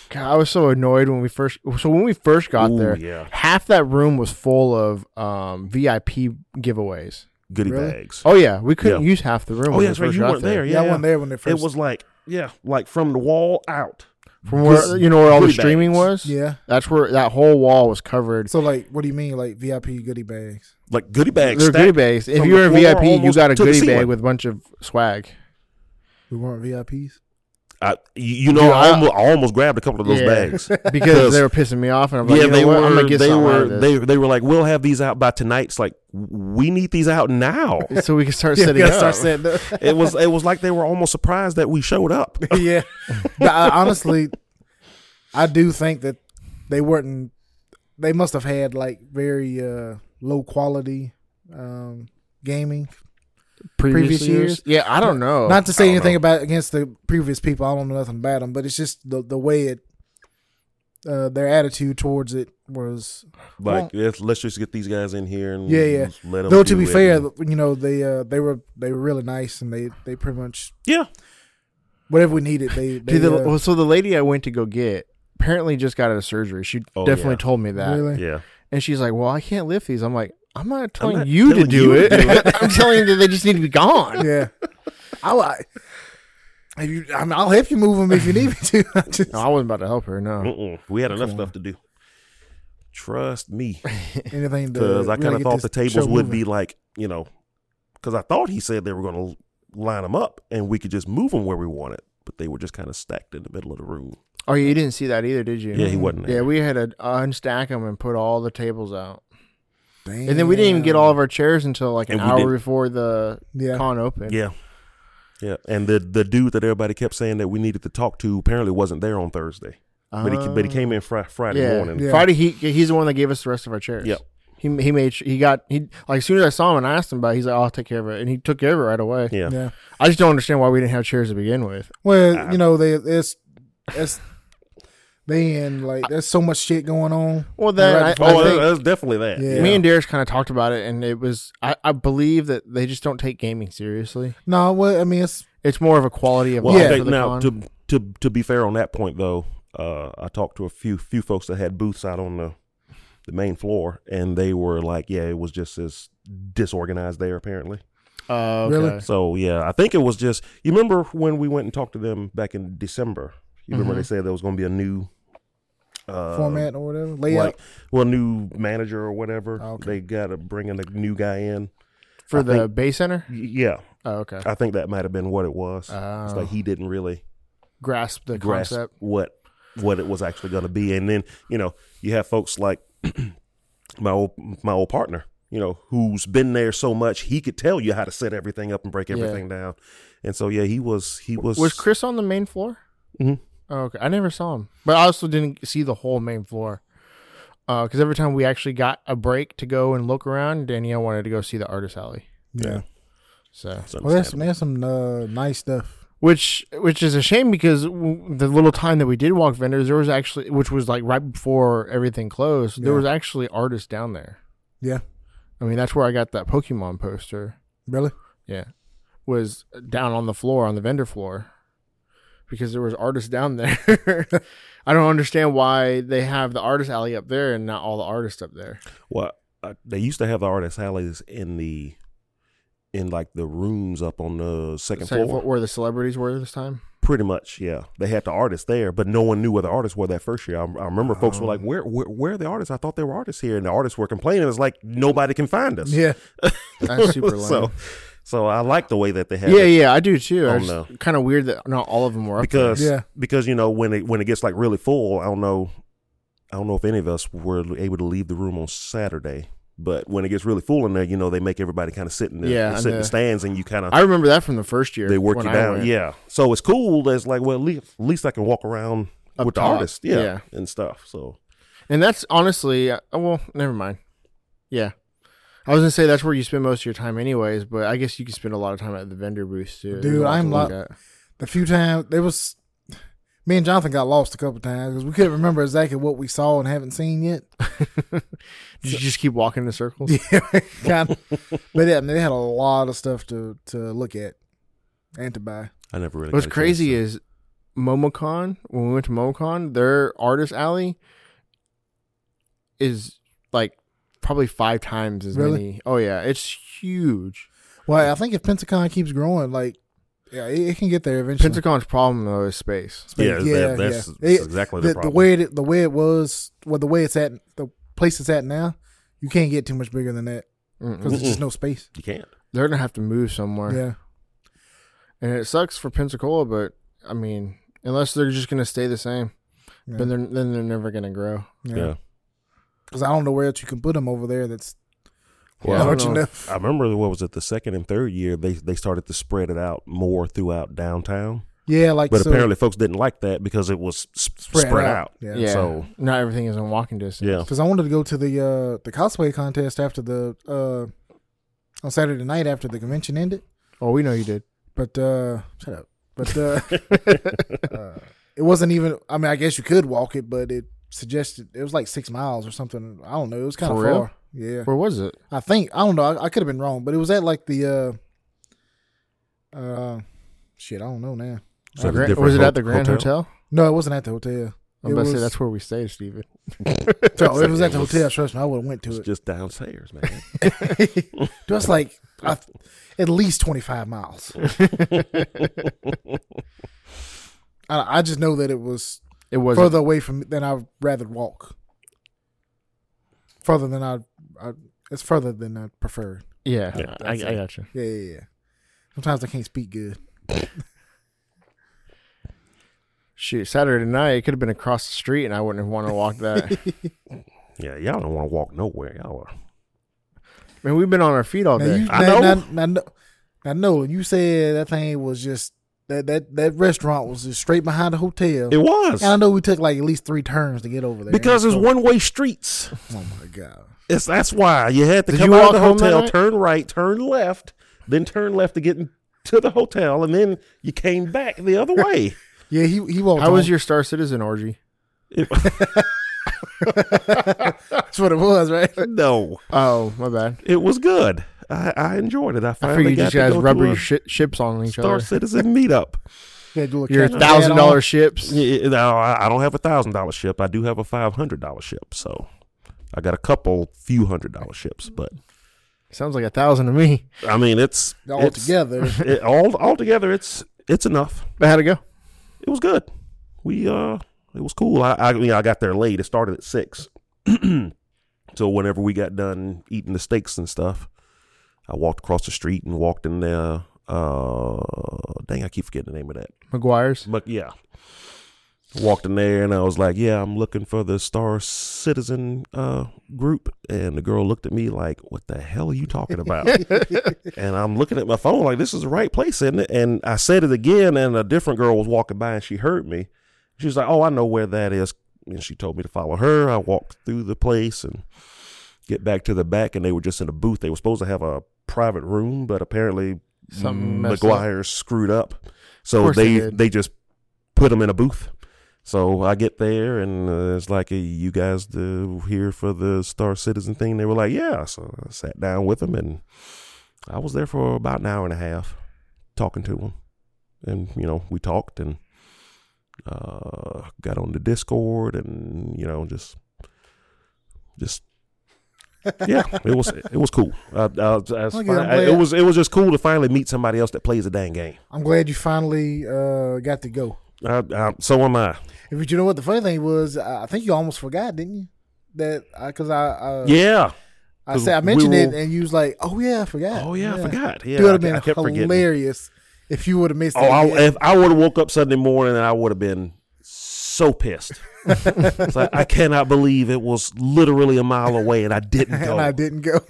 Speaker 2: God, I was so annoyed when we first. So when we first got
Speaker 3: Ooh,
Speaker 2: there,
Speaker 3: yeah,
Speaker 2: half that room was full of um, VIP giveaways.
Speaker 3: goodie
Speaker 1: Really?
Speaker 3: bags.
Speaker 2: Oh yeah, we couldn't
Speaker 3: Yeah.
Speaker 2: use half the room.
Speaker 3: Oh,
Speaker 2: when we
Speaker 3: yeah, that's right.
Speaker 2: first
Speaker 3: You
Speaker 2: got
Speaker 3: weren't there.
Speaker 1: yeah,
Speaker 3: Yeah,
Speaker 1: I
Speaker 3: yeah.
Speaker 1: wasn't there when they
Speaker 3: It
Speaker 1: first.
Speaker 3: was like, yeah, like from the wall out.
Speaker 2: From where you know where all the
Speaker 3: goodie bags.
Speaker 2: streaming was.
Speaker 1: yeah.
Speaker 2: That's where that whole wall was covered.
Speaker 1: So like, what do you mean, like VIP goodie bags?
Speaker 3: Like goodie bags.
Speaker 2: They're goodie
Speaker 3: stacked.
Speaker 2: bags. If
Speaker 3: from
Speaker 2: you were
Speaker 3: the
Speaker 2: a
Speaker 3: floor
Speaker 2: VIP, you
Speaker 3: almost
Speaker 2: got a
Speaker 3: to the
Speaker 2: goodie bag
Speaker 3: ceiling.
Speaker 2: with a bunch of swag.
Speaker 1: We weren't VIPs.
Speaker 3: I, you you know,
Speaker 2: Dude,
Speaker 3: I,
Speaker 2: I-
Speaker 3: almost, I almost grabbed a couple of those
Speaker 2: Yeah.
Speaker 3: bags.
Speaker 2: Because they were pissing me off, and I'm like,
Speaker 3: yeah,
Speaker 2: you know
Speaker 3: they
Speaker 2: what?
Speaker 3: were.
Speaker 2: I'm gonna get
Speaker 3: they
Speaker 2: something out
Speaker 3: were.
Speaker 2: of
Speaker 3: They they were like, we'll have these out by tonight. It's like we need these out now.
Speaker 2: this. so we can start
Speaker 1: Yeah, we
Speaker 2: setting
Speaker 1: gotta
Speaker 2: up.
Speaker 1: start setting up.
Speaker 3: it was it was like they were almost surprised that we showed up.
Speaker 1: yeah. No, I, honestly, I do think that they weren't. They must have had like very uh, low quality um, gaming. previous years?
Speaker 2: Yeah, I don't know.
Speaker 1: Not to
Speaker 3: Oh, I
Speaker 1: say
Speaker 3: don't
Speaker 1: anything
Speaker 3: know.
Speaker 1: about against the previous people. I don't know nothing about them, but it's just the the way it. Uh, their attitude towards it was
Speaker 3: Like let's, let's just get these guys in here and
Speaker 1: Yeah, yeah.
Speaker 3: Let them
Speaker 1: though to be fair
Speaker 3: and,
Speaker 1: you know they uh they were they were really nice and they they pretty much
Speaker 3: yeah.
Speaker 1: whatever we needed they, they
Speaker 2: Dude, the,
Speaker 1: uh,
Speaker 2: well, so the lady I went to go get apparently just got out of surgery. She
Speaker 3: Oh,
Speaker 2: definitely
Speaker 3: yeah.
Speaker 2: told me that,
Speaker 1: really
Speaker 3: Yeah,
Speaker 2: and she's like, "Well, I can't lift these." I'm like, "I'm not telling
Speaker 3: not
Speaker 2: you to
Speaker 3: telling
Speaker 2: do
Speaker 3: you to
Speaker 2: it.
Speaker 3: do it.
Speaker 2: I'm telling you that they just need to be gone."
Speaker 1: yeah. I like. If you, I mean, I'll help you move them if you need me to. I just,
Speaker 2: No, I wasn't about to help her. No,
Speaker 3: Mm-mm. we had enough stuff to do. Trust me,
Speaker 1: anything to.
Speaker 3: because I
Speaker 1: really
Speaker 3: kind of
Speaker 1: get
Speaker 3: thought
Speaker 1: this
Speaker 3: the
Speaker 1: show
Speaker 3: tables would
Speaker 1: moving.
Speaker 3: be like you know, because I thought he said they were going to line them up and we could just move them where we wanted, but they were just kind of stacked in the middle of the room.
Speaker 2: Oh, you didn't see that either, did you?
Speaker 3: Yeah, he wasn't.
Speaker 2: Yeah,
Speaker 3: There.
Speaker 2: we had to unstack them and put all the tables out, and then we didn't even get all of our chairs until like an
Speaker 3: And we
Speaker 2: hour
Speaker 3: didn't-
Speaker 2: before the
Speaker 1: Yeah.
Speaker 2: con opened.
Speaker 3: yeah. Yeah, and the the dude that everybody kept saying that we needed to talk to apparently wasn't there on Thursday, but he but he came in fri- Friday
Speaker 2: Oh. yeah.
Speaker 3: morning.
Speaker 1: Yeah.
Speaker 2: Friday, he he's the one that gave us the rest of our chairs.
Speaker 3: Yep.
Speaker 2: He he made sure- he got he like as soon as I saw him and I asked him about, it, he's like, "Oh, "I'll take care of it," and he took care of it right away.
Speaker 3: Yeah.
Speaker 1: Yeah.
Speaker 2: I just don't understand why we didn't have chairs to begin with.
Speaker 1: Well, you know, they it's it's They in like there's so much shit going on.
Speaker 2: Well, then
Speaker 1: Right
Speaker 2: I,
Speaker 1: before-
Speaker 2: I
Speaker 3: Oh,
Speaker 2: think
Speaker 3: that's definitely that.
Speaker 1: Yeah.
Speaker 2: me and Darius kind of talked about it, and it was I, I believe that they just don't take gaming seriously.
Speaker 1: No, well, I mean it's
Speaker 2: It's more of a quality of
Speaker 3: Well,
Speaker 1: Yeah.
Speaker 2: life
Speaker 3: I
Speaker 2: for
Speaker 3: think
Speaker 2: the
Speaker 3: now
Speaker 2: con.
Speaker 3: to to to be fair on that point though, uh, I talked to a few few folks that had booths out on the the main floor, and they were like, "Yeah, it was just as disorganized there apparently."
Speaker 2: Oh,
Speaker 1: Really?
Speaker 2: okay.
Speaker 3: So yeah, I think it was just. You remember when we went and talked to them back in December? You remember
Speaker 2: Mhm.
Speaker 3: they said there was going to be a new uh,
Speaker 1: format or whatever layout.
Speaker 3: like well, new manager or whatever.
Speaker 1: Okay.
Speaker 3: They got to bring in a new guy in.
Speaker 2: for
Speaker 3: I
Speaker 2: the
Speaker 3: think-
Speaker 2: Bay Center.
Speaker 3: Y- Yeah,
Speaker 2: Oh, okay.
Speaker 3: I think that might have been what it was.
Speaker 2: Oh.
Speaker 3: It's like he didn't really
Speaker 2: grasp the
Speaker 3: grasp
Speaker 2: concept.
Speaker 3: what what it was actually going to be. And then you know you have folks like my old my old partner, you know, who's been there so much he could tell you how to set everything up and break
Speaker 2: Yeah.
Speaker 3: everything down. And so yeah, he was he was
Speaker 2: Was Chris on the main floor?
Speaker 3: Mhm.
Speaker 2: Oh, okay, I never saw him, but I also didn't see the whole main floor. Because every time we actually got a break to go and look around, Danielle wanted to go see the artist alley.
Speaker 1: yeah.
Speaker 2: So,
Speaker 3: it's
Speaker 1: Well, there's
Speaker 3: understandable.
Speaker 1: there's some uh, nice stuff.
Speaker 2: which which is a shame because w- the little time that we did walk vendors, there was actually which was like right before everything closed. There
Speaker 1: Yeah.
Speaker 2: was actually artists down there.
Speaker 1: Yeah.
Speaker 2: I mean that's where I got that Pokemon poster.
Speaker 1: Really?
Speaker 2: Yeah. Was down on the floor, on the vendor floor. Because there was artists down there. I don't understand why they have the artist alley up there and not all the artists up there.
Speaker 3: well, uh, they used to have the artist alleys in the in like the rooms up on the second,
Speaker 2: Second
Speaker 3: floor.
Speaker 2: floor where the celebrities were this time.
Speaker 3: Pretty much, yeah. They had the artists there, but no one knew where the artists were that first year. I, I remember folks were like, where, "Where, where are the artists? I thought there were artists here," and the artists were complaining. It was like nobody can find us.
Speaker 1: Yeah.
Speaker 2: That's super lame.
Speaker 3: so, so I like the way that they have
Speaker 2: yeah,
Speaker 3: it
Speaker 2: yeah, I do too.
Speaker 3: Oh,
Speaker 2: It's
Speaker 3: no.
Speaker 2: kind of weird that not all of them were up
Speaker 3: because
Speaker 1: Yeah.
Speaker 3: because you know when it when it gets like really full, I don't know, I don't know if any of us were able to leave the room on Saturday. But when it gets really full in there, you know they make everybody kind of sit in the
Speaker 2: Yeah,
Speaker 3: sit in
Speaker 2: and
Speaker 3: the
Speaker 2: the-
Speaker 3: stands, and you kind of
Speaker 2: I remember that from the first year.
Speaker 3: they work
Speaker 2: when
Speaker 3: you
Speaker 2: I
Speaker 3: down.
Speaker 2: went.
Speaker 3: Yeah, so it's cool. that It's like well, at least, at least I can walk around
Speaker 2: Up
Speaker 3: with
Speaker 2: top.
Speaker 3: the artist, yeah,
Speaker 2: Yeah.
Speaker 3: and stuff. So
Speaker 2: And that's honestly, uh, well, never mind. Yeah. I was going to say that's where you spend most of your time, anyways, but I guess you can spend a lot of time at the vendor booth, too. There's
Speaker 1: Dude,
Speaker 2: a lot
Speaker 1: I'm
Speaker 2: to look
Speaker 1: lo-
Speaker 2: at.
Speaker 1: The few times there was, me and Jonathan got lost a couple times because we couldn't remember exactly what we saw and haven't seen yet.
Speaker 2: Did you just keep walking in circles?
Speaker 1: Yeah, kind of. But yeah, I mean, they had a lot of stuff to to look at and to buy.
Speaker 3: I never really.
Speaker 2: What's
Speaker 3: got a chance
Speaker 2: crazy
Speaker 3: to-
Speaker 2: is MomoCon, when we went to MomoCon, their artist alley is like probably five times as
Speaker 1: Really?
Speaker 2: many. Oh, yeah. It's huge.
Speaker 1: Well, I think if Pensacon keeps growing, like, yeah, it, it can get there eventually.
Speaker 2: Pentagon's problem, though, is space.
Speaker 3: yeah,
Speaker 1: yeah,
Speaker 3: that- that's,
Speaker 1: yeah.
Speaker 3: that's
Speaker 1: It-
Speaker 3: exactly the,
Speaker 1: the, the
Speaker 3: problem.
Speaker 1: way it, the way it was, well, the way it's at, the place it's at now, you can't get too much bigger than that because
Speaker 2: Mm-mm.
Speaker 1: there's just no space.
Speaker 3: you can't.
Speaker 2: They're going to have to move somewhere.
Speaker 1: Yeah,
Speaker 2: And it sucks for Pensacola, but I mean, unless they're just going to stay the same,
Speaker 1: Yeah.
Speaker 2: then they're then they're never going to grow.
Speaker 1: yeah.
Speaker 3: Yeah.
Speaker 1: Because I don't know where else you can put them over there. That's
Speaker 3: Well, I
Speaker 2: don't
Speaker 1: large
Speaker 2: know.
Speaker 1: enough.
Speaker 3: I remember what was it the second and third year they they started to spread it out more throughout downtown.
Speaker 1: Yeah, like
Speaker 3: But
Speaker 1: so
Speaker 3: apparently, folks didn't like that because it was s- spread, out.
Speaker 1: Yeah.
Speaker 2: Yeah.
Speaker 3: So-
Speaker 2: not everything is in walking distance.
Speaker 3: Yeah.
Speaker 1: Because I wanted to go to the uh, the cosplay contest after the uh, on Saturday night after the convention ended.
Speaker 2: Oh, we know you did.
Speaker 1: But uh, shut up. But uh, uh, it wasn't even. I mean, I guess you could walk it, but it suggested it was like six miles or something. I don't know. It was kind of
Speaker 2: For real?
Speaker 1: far. Yeah,
Speaker 2: Where was it?
Speaker 1: I think I don't know. I, I could have been wrong, but it was at like the uh, uh, shit. I don't know now.
Speaker 3: So
Speaker 2: Uh,
Speaker 3: the
Speaker 2: Gran-
Speaker 3: different
Speaker 2: was it
Speaker 3: ho-
Speaker 2: at the Grand Hotel?
Speaker 1: No, it wasn't at the hotel.
Speaker 2: I'm
Speaker 1: It
Speaker 2: about to say
Speaker 1: was-
Speaker 2: that's where we stayed, Steven.
Speaker 1: No, it was at the hotel. Trust me, I would have went to
Speaker 3: It's
Speaker 1: it.
Speaker 3: just downstairs, man.
Speaker 1: That's like I, at least twenty five miles. I, I just know that it was
Speaker 2: It was
Speaker 1: further away from than I'd rather walk. Further than I'd, I, it's further than I prefer.
Speaker 2: Yeah, Uh,
Speaker 3: Yeah,
Speaker 2: I, I got you.
Speaker 1: Yeah, yeah, yeah. Sometimes I can't speak good.
Speaker 2: Shoot, Saturday night it could have been across the street, and I wouldn't have wanted to walk that.
Speaker 3: yeah, y'all don't want to walk nowhere. Y'all are.
Speaker 2: Man, we've been on our feet all
Speaker 1: Now,
Speaker 2: day.
Speaker 1: you,
Speaker 3: I
Speaker 1: now,
Speaker 3: know.
Speaker 1: Now, now, no- now, Nolan, you said that thing was just that that that restaurant was just straight behind the hotel.
Speaker 3: It was
Speaker 1: and I know we took like at least three turns to get over there
Speaker 3: because it's
Speaker 1: So-
Speaker 3: one way streets.
Speaker 1: Oh my god!
Speaker 3: It's that's why you had to
Speaker 2: Did
Speaker 3: come
Speaker 2: you
Speaker 3: out of
Speaker 2: walk
Speaker 3: the
Speaker 2: home that
Speaker 3: hotel,
Speaker 2: night?
Speaker 3: turn right, turn left, then turn left to get in- to the hotel, and then you came back the other way.
Speaker 1: Yeah, he he walked.
Speaker 2: How was
Speaker 1: home.
Speaker 2: your Star Citizen orgy?
Speaker 1: That's what it was, right?
Speaker 3: no,
Speaker 2: Oh, my bad.
Speaker 3: it was good. I, I enjoyed it. I
Speaker 2: I
Speaker 3: finally
Speaker 2: figured you
Speaker 3: got
Speaker 2: just
Speaker 3: to
Speaker 2: guys
Speaker 3: go
Speaker 2: rub
Speaker 3: to
Speaker 2: your
Speaker 3: a
Speaker 2: shi ships on each
Speaker 3: Star
Speaker 2: other.
Speaker 3: Citizen meetup.
Speaker 1: Yeah, do a
Speaker 2: Your
Speaker 1: cat- cat
Speaker 2: thousand
Speaker 1: on.
Speaker 2: dollar ships.
Speaker 3: Yeah, yeah, no, I I don't have a thousand dollar ship. I do have a five hundred dollar ship. So I got a couple few hundred dollar ships, but
Speaker 2: Sounds like a thousand to me.
Speaker 3: I mean it's
Speaker 1: all
Speaker 3: it's-
Speaker 1: together.
Speaker 3: It, all all together, it's it's enough.
Speaker 2: But how'd it go?
Speaker 3: It was good. We uh, it was cool. I I mean I got there late. It started at six, so whenever we got done eating the steaks and stuff, I walked across the street and walked in there. Uh, dang, I keep forgetting the name of that.
Speaker 2: McGuire's.
Speaker 3: But yeah. Walked in there and I was like, Yeah, I'm looking for the Star Citizen uh, group. And the girl looked at me like, What the hell are you talking about? and I'm looking at my phone like, This is the right place, isn't it? And I said it again, and a different girl was walking by and she heard me. She was like, Oh, I know where that is. And she told me to follow her. I walked through the place and get back to the back, and they were just in a booth. They were supposed to have a private room, but apparently
Speaker 2: Something messed up.
Speaker 3: Mm, McGuire screwed up. So
Speaker 2: course
Speaker 3: they
Speaker 2: they
Speaker 3: they,
Speaker 2: did.
Speaker 3: just put him in a booth. So I get there and uh, it's like, hey, you guys the, here for the Star Citizen thing? They were like, yeah. So I sat down with them and I was there for about an hour and a half talking to them. And, you know, we talked and uh, got on the Discord and, you know, just, just, yeah, it was, it was cool. I, I, I,
Speaker 1: I'm
Speaker 3: it
Speaker 1: glad-
Speaker 3: was, it was just cool to finally meet somebody else that plays a dang game.
Speaker 1: I'm glad you finally uh, got to go.
Speaker 3: I, I, so am I.
Speaker 1: But you know what? The funny thing was, I I think you almost forgot, didn't you? That because I, uh,
Speaker 3: Yeah.
Speaker 1: I
Speaker 3: 'cause
Speaker 1: said I
Speaker 3: we
Speaker 1: mentioned it,
Speaker 3: were-
Speaker 1: and you was like, "Oh yeah, I forgot."
Speaker 3: Oh yeah, I forgot. Yeah,
Speaker 1: it would
Speaker 3: I,
Speaker 1: have been
Speaker 3: I kept forgetting.
Speaker 1: hilarious if you would have missed.
Speaker 3: Oh, I,
Speaker 1: it.
Speaker 3: if I would have woke up Sunday morning, I would have been so pissed. It's like, I cannot believe it was literally a mile away and I didn't go.
Speaker 1: and I
Speaker 3: I
Speaker 1: didn't go.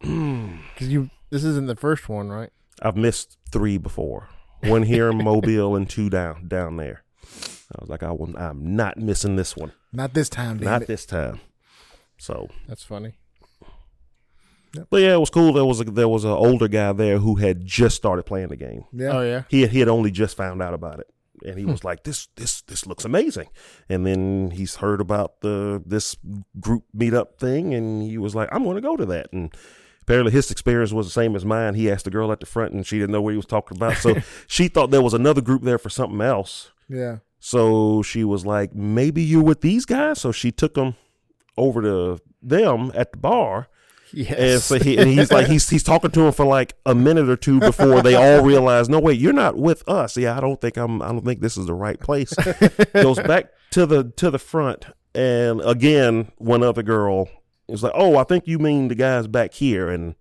Speaker 2: Because you, this isn't the first one, right?
Speaker 3: have missed three before. One here in Mobile and two down down there. I was like, I will, I'm not missing this one.
Speaker 1: Not this time, damn
Speaker 3: Not
Speaker 1: it.
Speaker 3: this time. So,
Speaker 2: That's funny.
Speaker 3: but yeah, it was cool. There was a, there was an older guy there who had just started playing the game.
Speaker 1: Yeah.
Speaker 2: Oh yeah.
Speaker 3: he he had only just found out about it and he was like this this this looks amazing and then he's heard about the this group meetup thing and he was like i'm going to go to that and apparently his experience was the same as mine he asked the girl at the front and she didn't know what he was talking about so she thought there was another group there for something else
Speaker 1: yeah.
Speaker 3: so she was like maybe you're with these guys so she took him over to them at the bar and
Speaker 2: Yes.
Speaker 3: so he, and he's like he's he's talking to him for like a minute or two before they all realize, no wait, you're not with us. Yeah, I don't think I'm. I don't think this is the right place. Goes back to the to the front, and again one other girl is like, oh, I think you mean the guys back here, and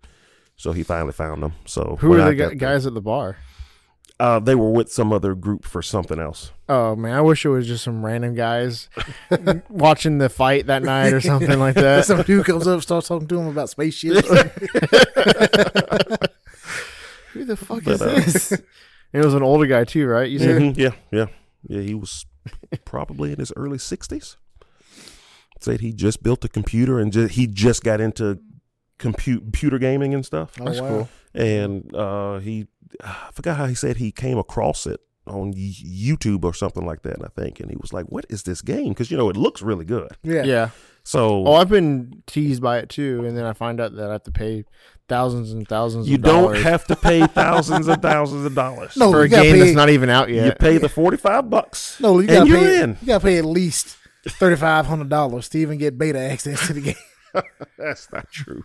Speaker 3: so he finally found them. So
Speaker 2: Who
Speaker 3: when
Speaker 2: are
Speaker 3: I
Speaker 2: the
Speaker 3: got
Speaker 2: gu- guys at the bar?
Speaker 3: there, Uh, they were with some other group for something else.
Speaker 2: Oh man, I wish it was just some random guys watching the fight that night or something like that.
Speaker 1: Some dude comes up, starts talking to him about spaceships.
Speaker 2: Who the fuck
Speaker 3: But,
Speaker 2: is
Speaker 3: uh,
Speaker 2: this? Mm-hmm. it was an older guy too, right? You said
Speaker 3: Mhm, yeah, yeah, yeah. He was probably in his early sixties. Said he just built a computer and ju- he just got into compute computer gaming and stuff.
Speaker 1: Oh,
Speaker 2: that's
Speaker 1: wow.
Speaker 2: cool.
Speaker 3: And uh, he, I forgot how he said he came across it on Y- YouTube or something like that. I think, and he was like, "What is this game?" Because you know it looks really good.
Speaker 1: Yeah.
Speaker 2: yeah.
Speaker 3: So
Speaker 2: Oh, I've been teased by it too, and then I find out that I have to pay thousands and thousands.
Speaker 3: you
Speaker 2: of
Speaker 3: don't
Speaker 2: dollars
Speaker 3: have to pay thousands and thousands of dollars.
Speaker 1: No,
Speaker 2: for a
Speaker 1: you gotta
Speaker 2: game
Speaker 1: pay-
Speaker 2: that's not even out
Speaker 3: you
Speaker 2: yet.
Speaker 3: pay the forty-five bucks.
Speaker 1: No, you
Speaker 3: and
Speaker 1: gotta
Speaker 3: you're
Speaker 1: pay.
Speaker 3: in.
Speaker 1: You gotta pay at least thirty five hundred dollars to even get beta access to the game.
Speaker 3: That's not true.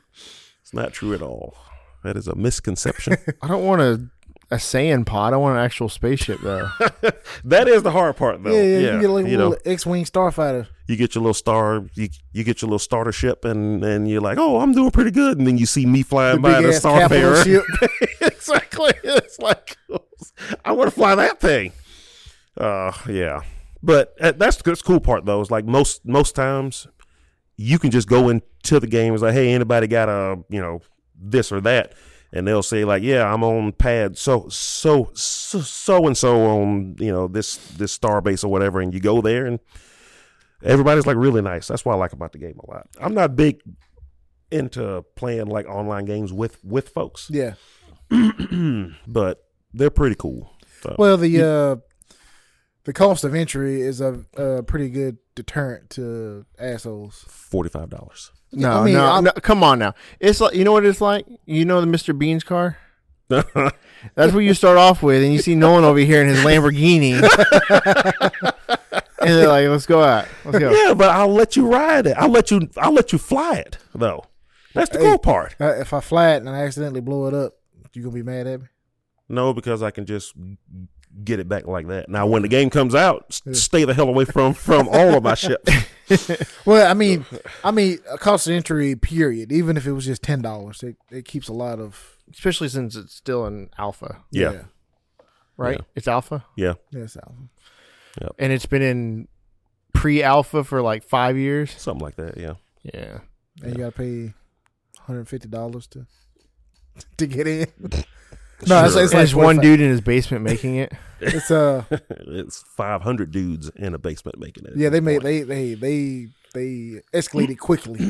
Speaker 3: It's not true at all. That is a misconception.
Speaker 2: I don't want a a sand pod. I want an actual spaceship though.
Speaker 3: that is the hard part, though.
Speaker 1: yeah, yeah, You can get like a
Speaker 3: you know,
Speaker 1: little X wing starfighter.
Speaker 3: you get your little star, you, you get your little starter ship, and and you're like, oh, I'm doing pretty good, and then you see me
Speaker 1: The
Speaker 3: flying
Speaker 1: big
Speaker 3: by in a
Speaker 1: ass capital
Speaker 3: starfarer.
Speaker 1: ship.
Speaker 3: exactly. It's like I want to fly that thing. Uh, yeah. But uh, that's the that's the cool part though. Is like most most times you can just go into the game. It's like, hey, anybody got a you know this or that, and they'll say like, yeah, I'm on pad so so so so and so on you know this this star base or whatever, and you go there and everybody's like really nice. That's what I like about the game a lot. I'm not big into playing like online games with with folks
Speaker 1: Yeah.
Speaker 3: but they're pretty cool. So,
Speaker 1: Well, the uh, the cost of entry is a, a pretty good deterrent to assholes.
Speaker 3: Forty-five dollars.
Speaker 2: No,
Speaker 1: I mean,
Speaker 2: no,
Speaker 1: I'll-
Speaker 2: no, come on now. It's like you know what it's like. You know the Mr. Bean's car. That's what you start off with, and you see Nolan over here in his Lamborghini, and they're like, "Let's go out, let's go."
Speaker 3: Yeah, but I'll let you ride it. I'll let you. I'll let you fly it though. That's the cool part.
Speaker 1: Uh, If I fly it and I accidentally blow it up, you gonna be mad at me?
Speaker 3: No, because I can just get it back like that. Now, when the game comes out, s- stay the hell away from from all of my shit.
Speaker 1: Well, I mean, I mean, a cost of entry period. Even if it was just ten dollars, it, it keeps a lot of
Speaker 2: Especially since it's still in alpha,
Speaker 3: Yeah,
Speaker 1: yeah.
Speaker 2: right?
Speaker 3: Yeah.
Speaker 2: It's alpha,
Speaker 3: yeah.
Speaker 1: Yes, Alvin.
Speaker 2: and it's been in pre-alpha for like five years.
Speaker 3: something like that. Yeah,
Speaker 2: Yeah,
Speaker 1: and you gotta pay one hundred fifty dollars to to get in. no, it's,
Speaker 3: Sure.
Speaker 1: it's
Speaker 2: and
Speaker 1: like
Speaker 2: there's one
Speaker 1: 45.
Speaker 2: dude in his basement making it.
Speaker 1: It's uh,
Speaker 3: it's five hundred dudes in a basement making it. at
Speaker 1: yeah, they
Speaker 3: this
Speaker 1: made
Speaker 3: point.
Speaker 1: they they they they escalated quickly.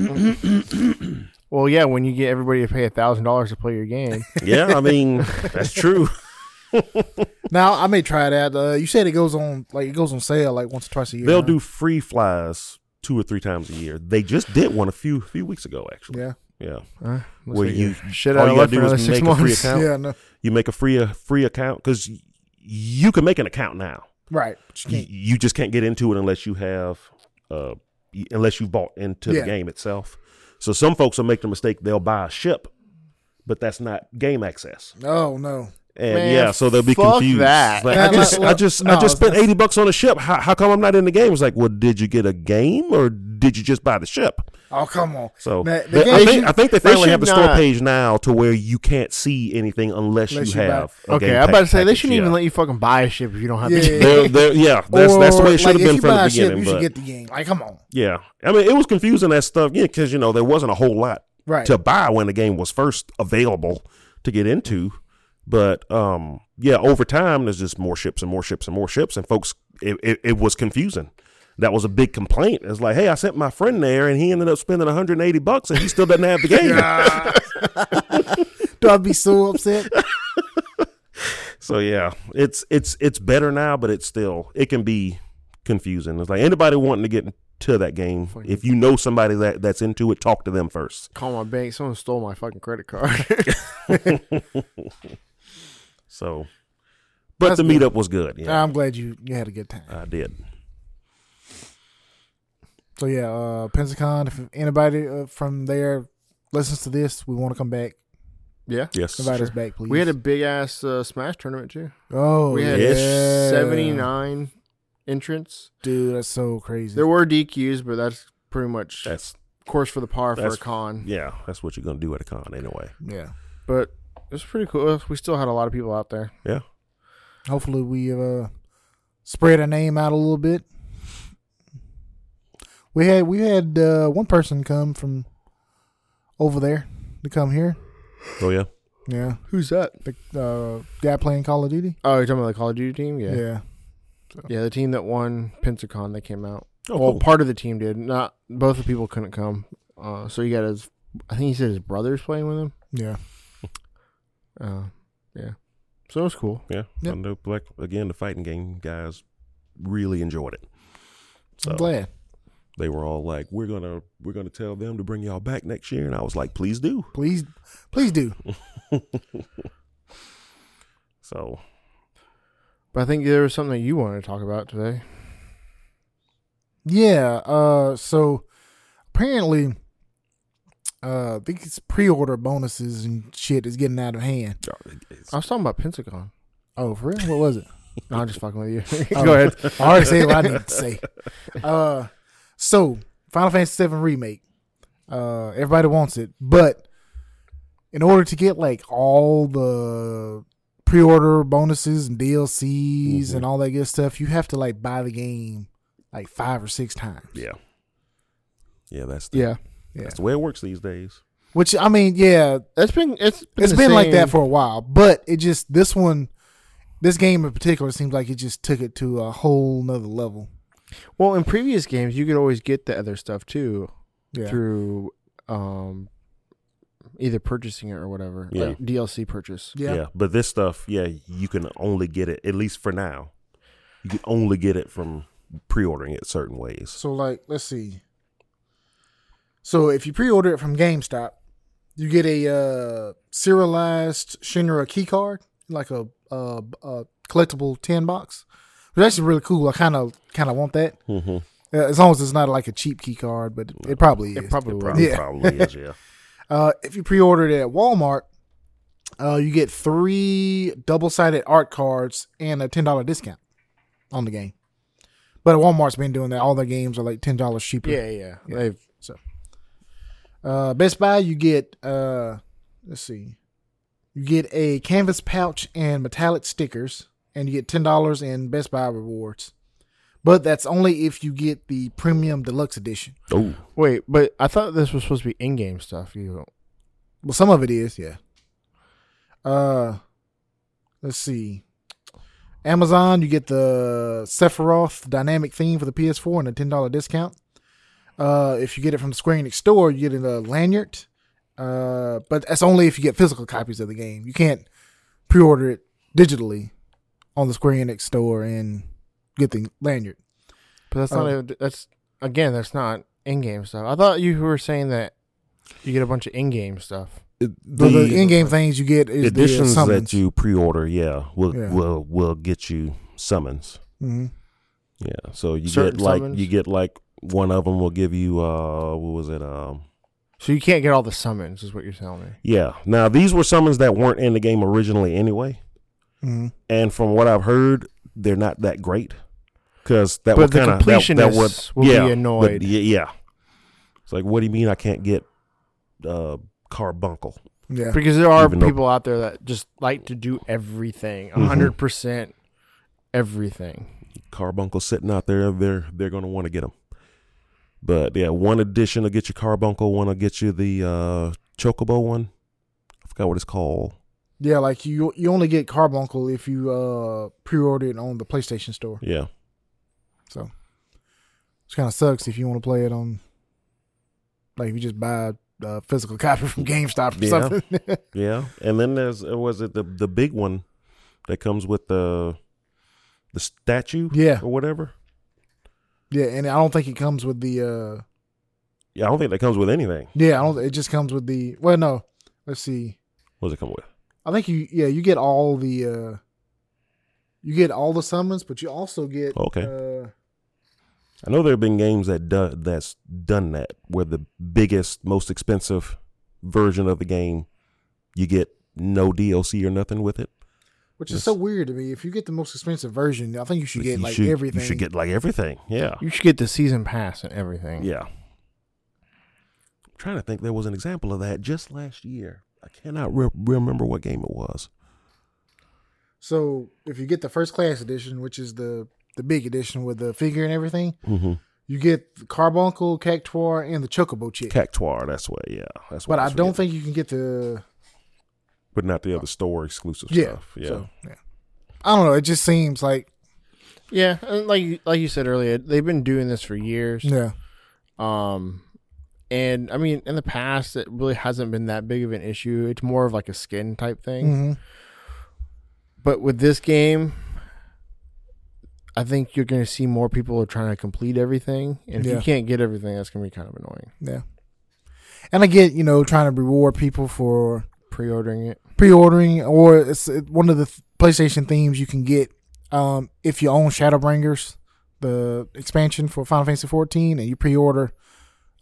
Speaker 2: Well, yeah, when you get everybody to pay a thousand dollars to play your game,
Speaker 3: Yeah, I mean that's true.
Speaker 1: now I may try that. Uh, you said it goes on like it goes on sale like once or twice a year.
Speaker 3: They'll
Speaker 1: huh?
Speaker 3: do free flies two or three times a year. They just did one a few few weeks ago actually.
Speaker 1: Yeah,
Speaker 3: Yeah,
Speaker 2: uh, looks
Speaker 3: Where
Speaker 2: like
Speaker 3: you-
Speaker 2: you're shit
Speaker 3: all
Speaker 2: out of
Speaker 3: you
Speaker 2: luck for
Speaker 3: gotta do
Speaker 2: another
Speaker 3: is
Speaker 2: six
Speaker 3: make a free
Speaker 2: months.
Speaker 3: account.
Speaker 1: yeah, no,
Speaker 3: You make a free a free account because you can make an account now.
Speaker 1: right.
Speaker 3: Y- you just can't get into it unless you have uh y- unless you bought into
Speaker 1: Yeah.
Speaker 3: the game itself so some folks will make the mistake they'll buy a ship but that's not game access
Speaker 1: Oh no,
Speaker 3: and
Speaker 2: Man,
Speaker 3: yeah so they'll be
Speaker 2: fuck
Speaker 3: confused
Speaker 2: that.
Speaker 3: Like,
Speaker 1: Yeah,
Speaker 3: i just
Speaker 1: like,
Speaker 3: i just
Speaker 1: no,
Speaker 3: i just
Speaker 1: it's not-
Speaker 3: spent 80 bucks on a ship how, how come i'm not in the game it's like well did you get a game or did you just buy the ship
Speaker 1: oh come on.
Speaker 3: so
Speaker 1: Now, the
Speaker 3: they-
Speaker 1: game
Speaker 3: I, think,
Speaker 1: should-
Speaker 3: I think they
Speaker 2: they
Speaker 3: finally
Speaker 2: should
Speaker 3: have a store
Speaker 2: not-
Speaker 3: page now to where you can't see anything unless,
Speaker 1: Unless
Speaker 3: you
Speaker 1: you buy-
Speaker 3: have a
Speaker 2: Okay,
Speaker 3: game
Speaker 2: I'm
Speaker 3: pack-
Speaker 2: about to say they
Speaker 3: package,
Speaker 2: shouldn't even
Speaker 3: yeah.
Speaker 2: let you fucking buy a ship if you don't have.
Speaker 1: Yeah.
Speaker 2: The game.
Speaker 3: They're- they're- yeah that's, that's the way
Speaker 1: Or,
Speaker 3: it should have
Speaker 1: like, if
Speaker 3: been
Speaker 1: you
Speaker 3: from
Speaker 1: buy
Speaker 3: the
Speaker 1: a ship,
Speaker 3: beginning
Speaker 1: you
Speaker 3: but
Speaker 1: should get the game. Like, come on,
Speaker 3: Yeah, I mean it was confusing that stuff. Yeah, because you know there wasn't a whole lot
Speaker 1: right?
Speaker 3: to buy when the game was first available to get into. But um, yeah, over time there's just more ships and more ships and more ships, and folks, it, it, it was confusing. That was a big complaint. It's like, hey, I sent my friend there, and he ended up spending 180 bucks, and he still doesn't have the game.
Speaker 1: Do I be so upset?
Speaker 3: So yeah, it's it's it's better now, but it's still it can be confusing. It's like anybody wanting to get into that game, if you know somebody that that's into it, talk to them first.
Speaker 2: Call my bank. Someone stole my fucking credit card.
Speaker 3: So, but
Speaker 1: That's
Speaker 3: the
Speaker 1: good.
Speaker 3: meetup was good. Yeah,
Speaker 1: I'm glad you you had a good time.
Speaker 3: I did.
Speaker 1: So yeah, uh, Pensacon. If anybody uh, from there listens to this, we want to come back.
Speaker 2: yeah.
Speaker 3: Yes,
Speaker 1: Invite us back, please.
Speaker 2: We had a big ass uh, Smash tournament too.
Speaker 1: oh
Speaker 2: We had
Speaker 1: yeah.
Speaker 3: Yes.
Speaker 2: 79 entrants.
Speaker 1: dude. That's so crazy.
Speaker 2: There were DQs, but that's pretty much
Speaker 3: that's
Speaker 2: course for the par for a
Speaker 3: that's-
Speaker 2: con.
Speaker 3: yeah. That's what you're gonna do at a con anyway.
Speaker 1: yeah.
Speaker 2: But it was pretty cool. We still had a lot of people out there.
Speaker 3: Yeah,
Speaker 1: Hopefully we uh spread our name out a little bit. We had we had uh, one person come from over there to come here.
Speaker 3: oh yeah.
Speaker 1: Yeah,
Speaker 2: Who's that?
Speaker 1: the uh, guy playing Call of Duty.
Speaker 2: Oh, you're talking about the Call of Duty team? Yeah. Yeah,
Speaker 1: yeah.
Speaker 2: the team that won Pensacon that came out.
Speaker 3: Oh,
Speaker 2: well,
Speaker 3: cool.
Speaker 2: part of the team did. Not both the people couldn't come. Uh, so you got his I think he said his brother's playing with him.
Speaker 1: yeah.
Speaker 2: Uh, yeah. So it was cool.
Speaker 3: yeah.
Speaker 1: Yep.
Speaker 3: I know Black again. The fighting game guys really enjoyed it. So
Speaker 1: I'm glad.
Speaker 3: they were all like, "We're gonna we're gonna tell them to bring y'all back next year," and I was like, "Please do."
Speaker 1: Please, please do.
Speaker 3: So
Speaker 2: But I think there was something that you wanted to talk about today.
Speaker 1: Yeah. Uh. So apparently, uh, these pre-order bonuses and shit is getting out of hand.
Speaker 2: I was talking about Pensacon.
Speaker 1: Oh, for real? What was it?
Speaker 2: No, I'm just fucking with you.
Speaker 1: Oh.
Speaker 2: Go ahead.
Speaker 1: I already said what I needed to say. Uh, so Final Fantasy VII remake. Uh, everybody wants it, but in order to get like all the pre-order bonuses and DLCs
Speaker 2: Mm-hmm.
Speaker 1: and all that good stuff, you have to like buy the game like five or six times.
Speaker 3: yeah, yeah. That's the,
Speaker 2: Yeah,
Speaker 3: that's the way it works these days.
Speaker 1: Which I mean, yeah,
Speaker 2: that's been it's been
Speaker 1: it's
Speaker 2: the
Speaker 1: been like
Speaker 2: same-
Speaker 1: that for a while, but it just this one, this game in particular seems like it just took it to a whole nother level.
Speaker 2: well in previous games. You could always get the other stuff too
Speaker 1: Yeah,
Speaker 2: through um either purchasing it or whatever,
Speaker 3: Yeah.
Speaker 2: like DLC purchase.
Speaker 1: yeah,
Speaker 3: yeah, but this stuff, yeah, you can only get it at least for now. You can only get it from pre-ordering it certain ways.
Speaker 1: So like, let's see. So if you pre-order it from GameStop, you get a uh, serialized Shinra key card, like a, a, a collectible tin box. But that's really cool. I kind of kind of want that.
Speaker 3: Mm-hmm.
Speaker 1: Uh, as long as it's not like a cheap key card, but it probably is.
Speaker 2: It probably will.
Speaker 3: Probably,
Speaker 1: Yeah.
Speaker 3: probably is. Yeah.
Speaker 1: Uh, if you pre-order it at Walmart, uh, you get three double-sided art cards and a ten dollar discount on the game. But Walmart's been doing that. All their games are like ten dollars cheaper.
Speaker 2: Yeah, yeah.
Speaker 1: Yeah.
Speaker 2: They've
Speaker 1: Uh, Best Buy, you get uh, let's see, you get a canvas pouch and metallic stickers, and you get ten dollars in Best Buy rewards. But that's only if you get the premium deluxe edition.
Speaker 3: Oh,
Speaker 2: wait, but I thought this was supposed to be in-game stuff. You
Speaker 1: Well, some of it is, yeah. Uh, let's see. Amazon, you get the Sephiroth dynamic theme for the PS4 and a ten dollar discount. Uh, if you get it from the Square Enix store, you get a lanyard. Uh, but that's only if you get physical copies of the game. You can't pre-order it digitally on the Square Enix store and get the lanyard.
Speaker 2: But that's not
Speaker 1: Oh.
Speaker 2: a, that's again that's not in-game stuff. I thought you were saying that you get a bunch of in-game stuff.
Speaker 3: the,
Speaker 1: The, the in-game things you get is the uh,
Speaker 3: editions
Speaker 1: summons.
Speaker 3: that you pre-order, yeah, will
Speaker 1: Yeah.
Speaker 3: will will get you summons.
Speaker 1: Mhm.
Speaker 3: Yeah, so you
Speaker 2: Certain
Speaker 3: get like
Speaker 2: summons.
Speaker 3: you get like one of them will give you uh what was it um
Speaker 2: So you can't get all the summons, is what you're telling me.
Speaker 3: yeah. Now these were summons that weren't in the game originally anyway,
Speaker 1: Mhm.
Speaker 3: and from what I've heard, they're not that great because that
Speaker 2: But
Speaker 3: would
Speaker 2: the
Speaker 3: kind of that, that would
Speaker 2: completionists will be
Speaker 3: yeah, but
Speaker 2: annoyed.
Speaker 3: y- yeah, it's like what do you mean I can't get uh carbuncle?
Speaker 1: Yeah.
Speaker 2: Because there are
Speaker 3: Even though-
Speaker 2: people out there that just like to do everything, a
Speaker 3: Mhm.
Speaker 2: 100 percent everything.
Speaker 3: carbuncle sitting out there, they're they're gonna want to get them. But yeah, one edition will get you carbuncle. One will get you the uh, chocobo one. I forgot what it's called.
Speaker 1: Yeah, like you you only get Carbuncle if you uh pre-order it on the PlayStation Store.
Speaker 3: Yeah,
Speaker 1: So which kind of sucks if you want to play it on like if you just buy a physical copy from GameStop or
Speaker 3: Yeah.
Speaker 1: something.
Speaker 3: yeah. And then there's uh, was it the the big one that comes with the the statue
Speaker 1: yeah.
Speaker 3: or whatever.
Speaker 1: Yeah, and I don't think it comes with the uh
Speaker 3: Yeah, I don't think that comes with anything.
Speaker 1: yeah, I don't it just comes with the well no. Let's see.
Speaker 3: What does it come with?
Speaker 1: I think you yeah, you get all the uh you get all the summons, but you also get
Speaker 3: Okay.
Speaker 1: uh
Speaker 3: I know there have been games that do, that's done that where the biggest, most expensive version of the game, you get no DLC or nothing with it.
Speaker 1: which is so weird to me. If you get the most expensive version, I think you should get like
Speaker 3: should,
Speaker 1: everything.
Speaker 3: You should get like everything. Yeah.
Speaker 2: You should get the season pass and everything.
Speaker 3: Yeah. I'm trying to think there was an example of that just last year. I cannot re- remember what game it was.
Speaker 1: So if you get the first class edition, which is the the big edition with the figure and everything,
Speaker 3: Mm-hmm.
Speaker 1: you get the Carbuncle, Cactuar, and the Chocobo chick.
Speaker 3: Cactuar, that's what, yeah. That's what
Speaker 1: but I
Speaker 3: was
Speaker 1: don't
Speaker 3: forgetting.
Speaker 1: think you can get the
Speaker 3: But not the other store exclusive
Speaker 1: yeah.
Speaker 3: stuff. Yeah.
Speaker 1: so, yeah. I don't know. It just seems like
Speaker 2: yeah. And like like you said earlier, they've been doing this for years.
Speaker 1: yeah,
Speaker 2: Um, and I mean, in the past, it really hasn't been that big of an issue. It's more of like a skin type thing.
Speaker 1: hmm
Speaker 2: But with this game, I think you're going to see more people are trying to complete everything, and if you
Speaker 1: Yeah.
Speaker 2: can't get everything, that's going to be kind of annoying.
Speaker 1: yeah. And I get you know trying to reward people for
Speaker 2: Pre-ordering it,
Speaker 1: pre-ordering or it's it- one of the th- PlayStation themes you can get um, if you own Shadowbringers, the expansion for Final Fantasy 14, and you pre-order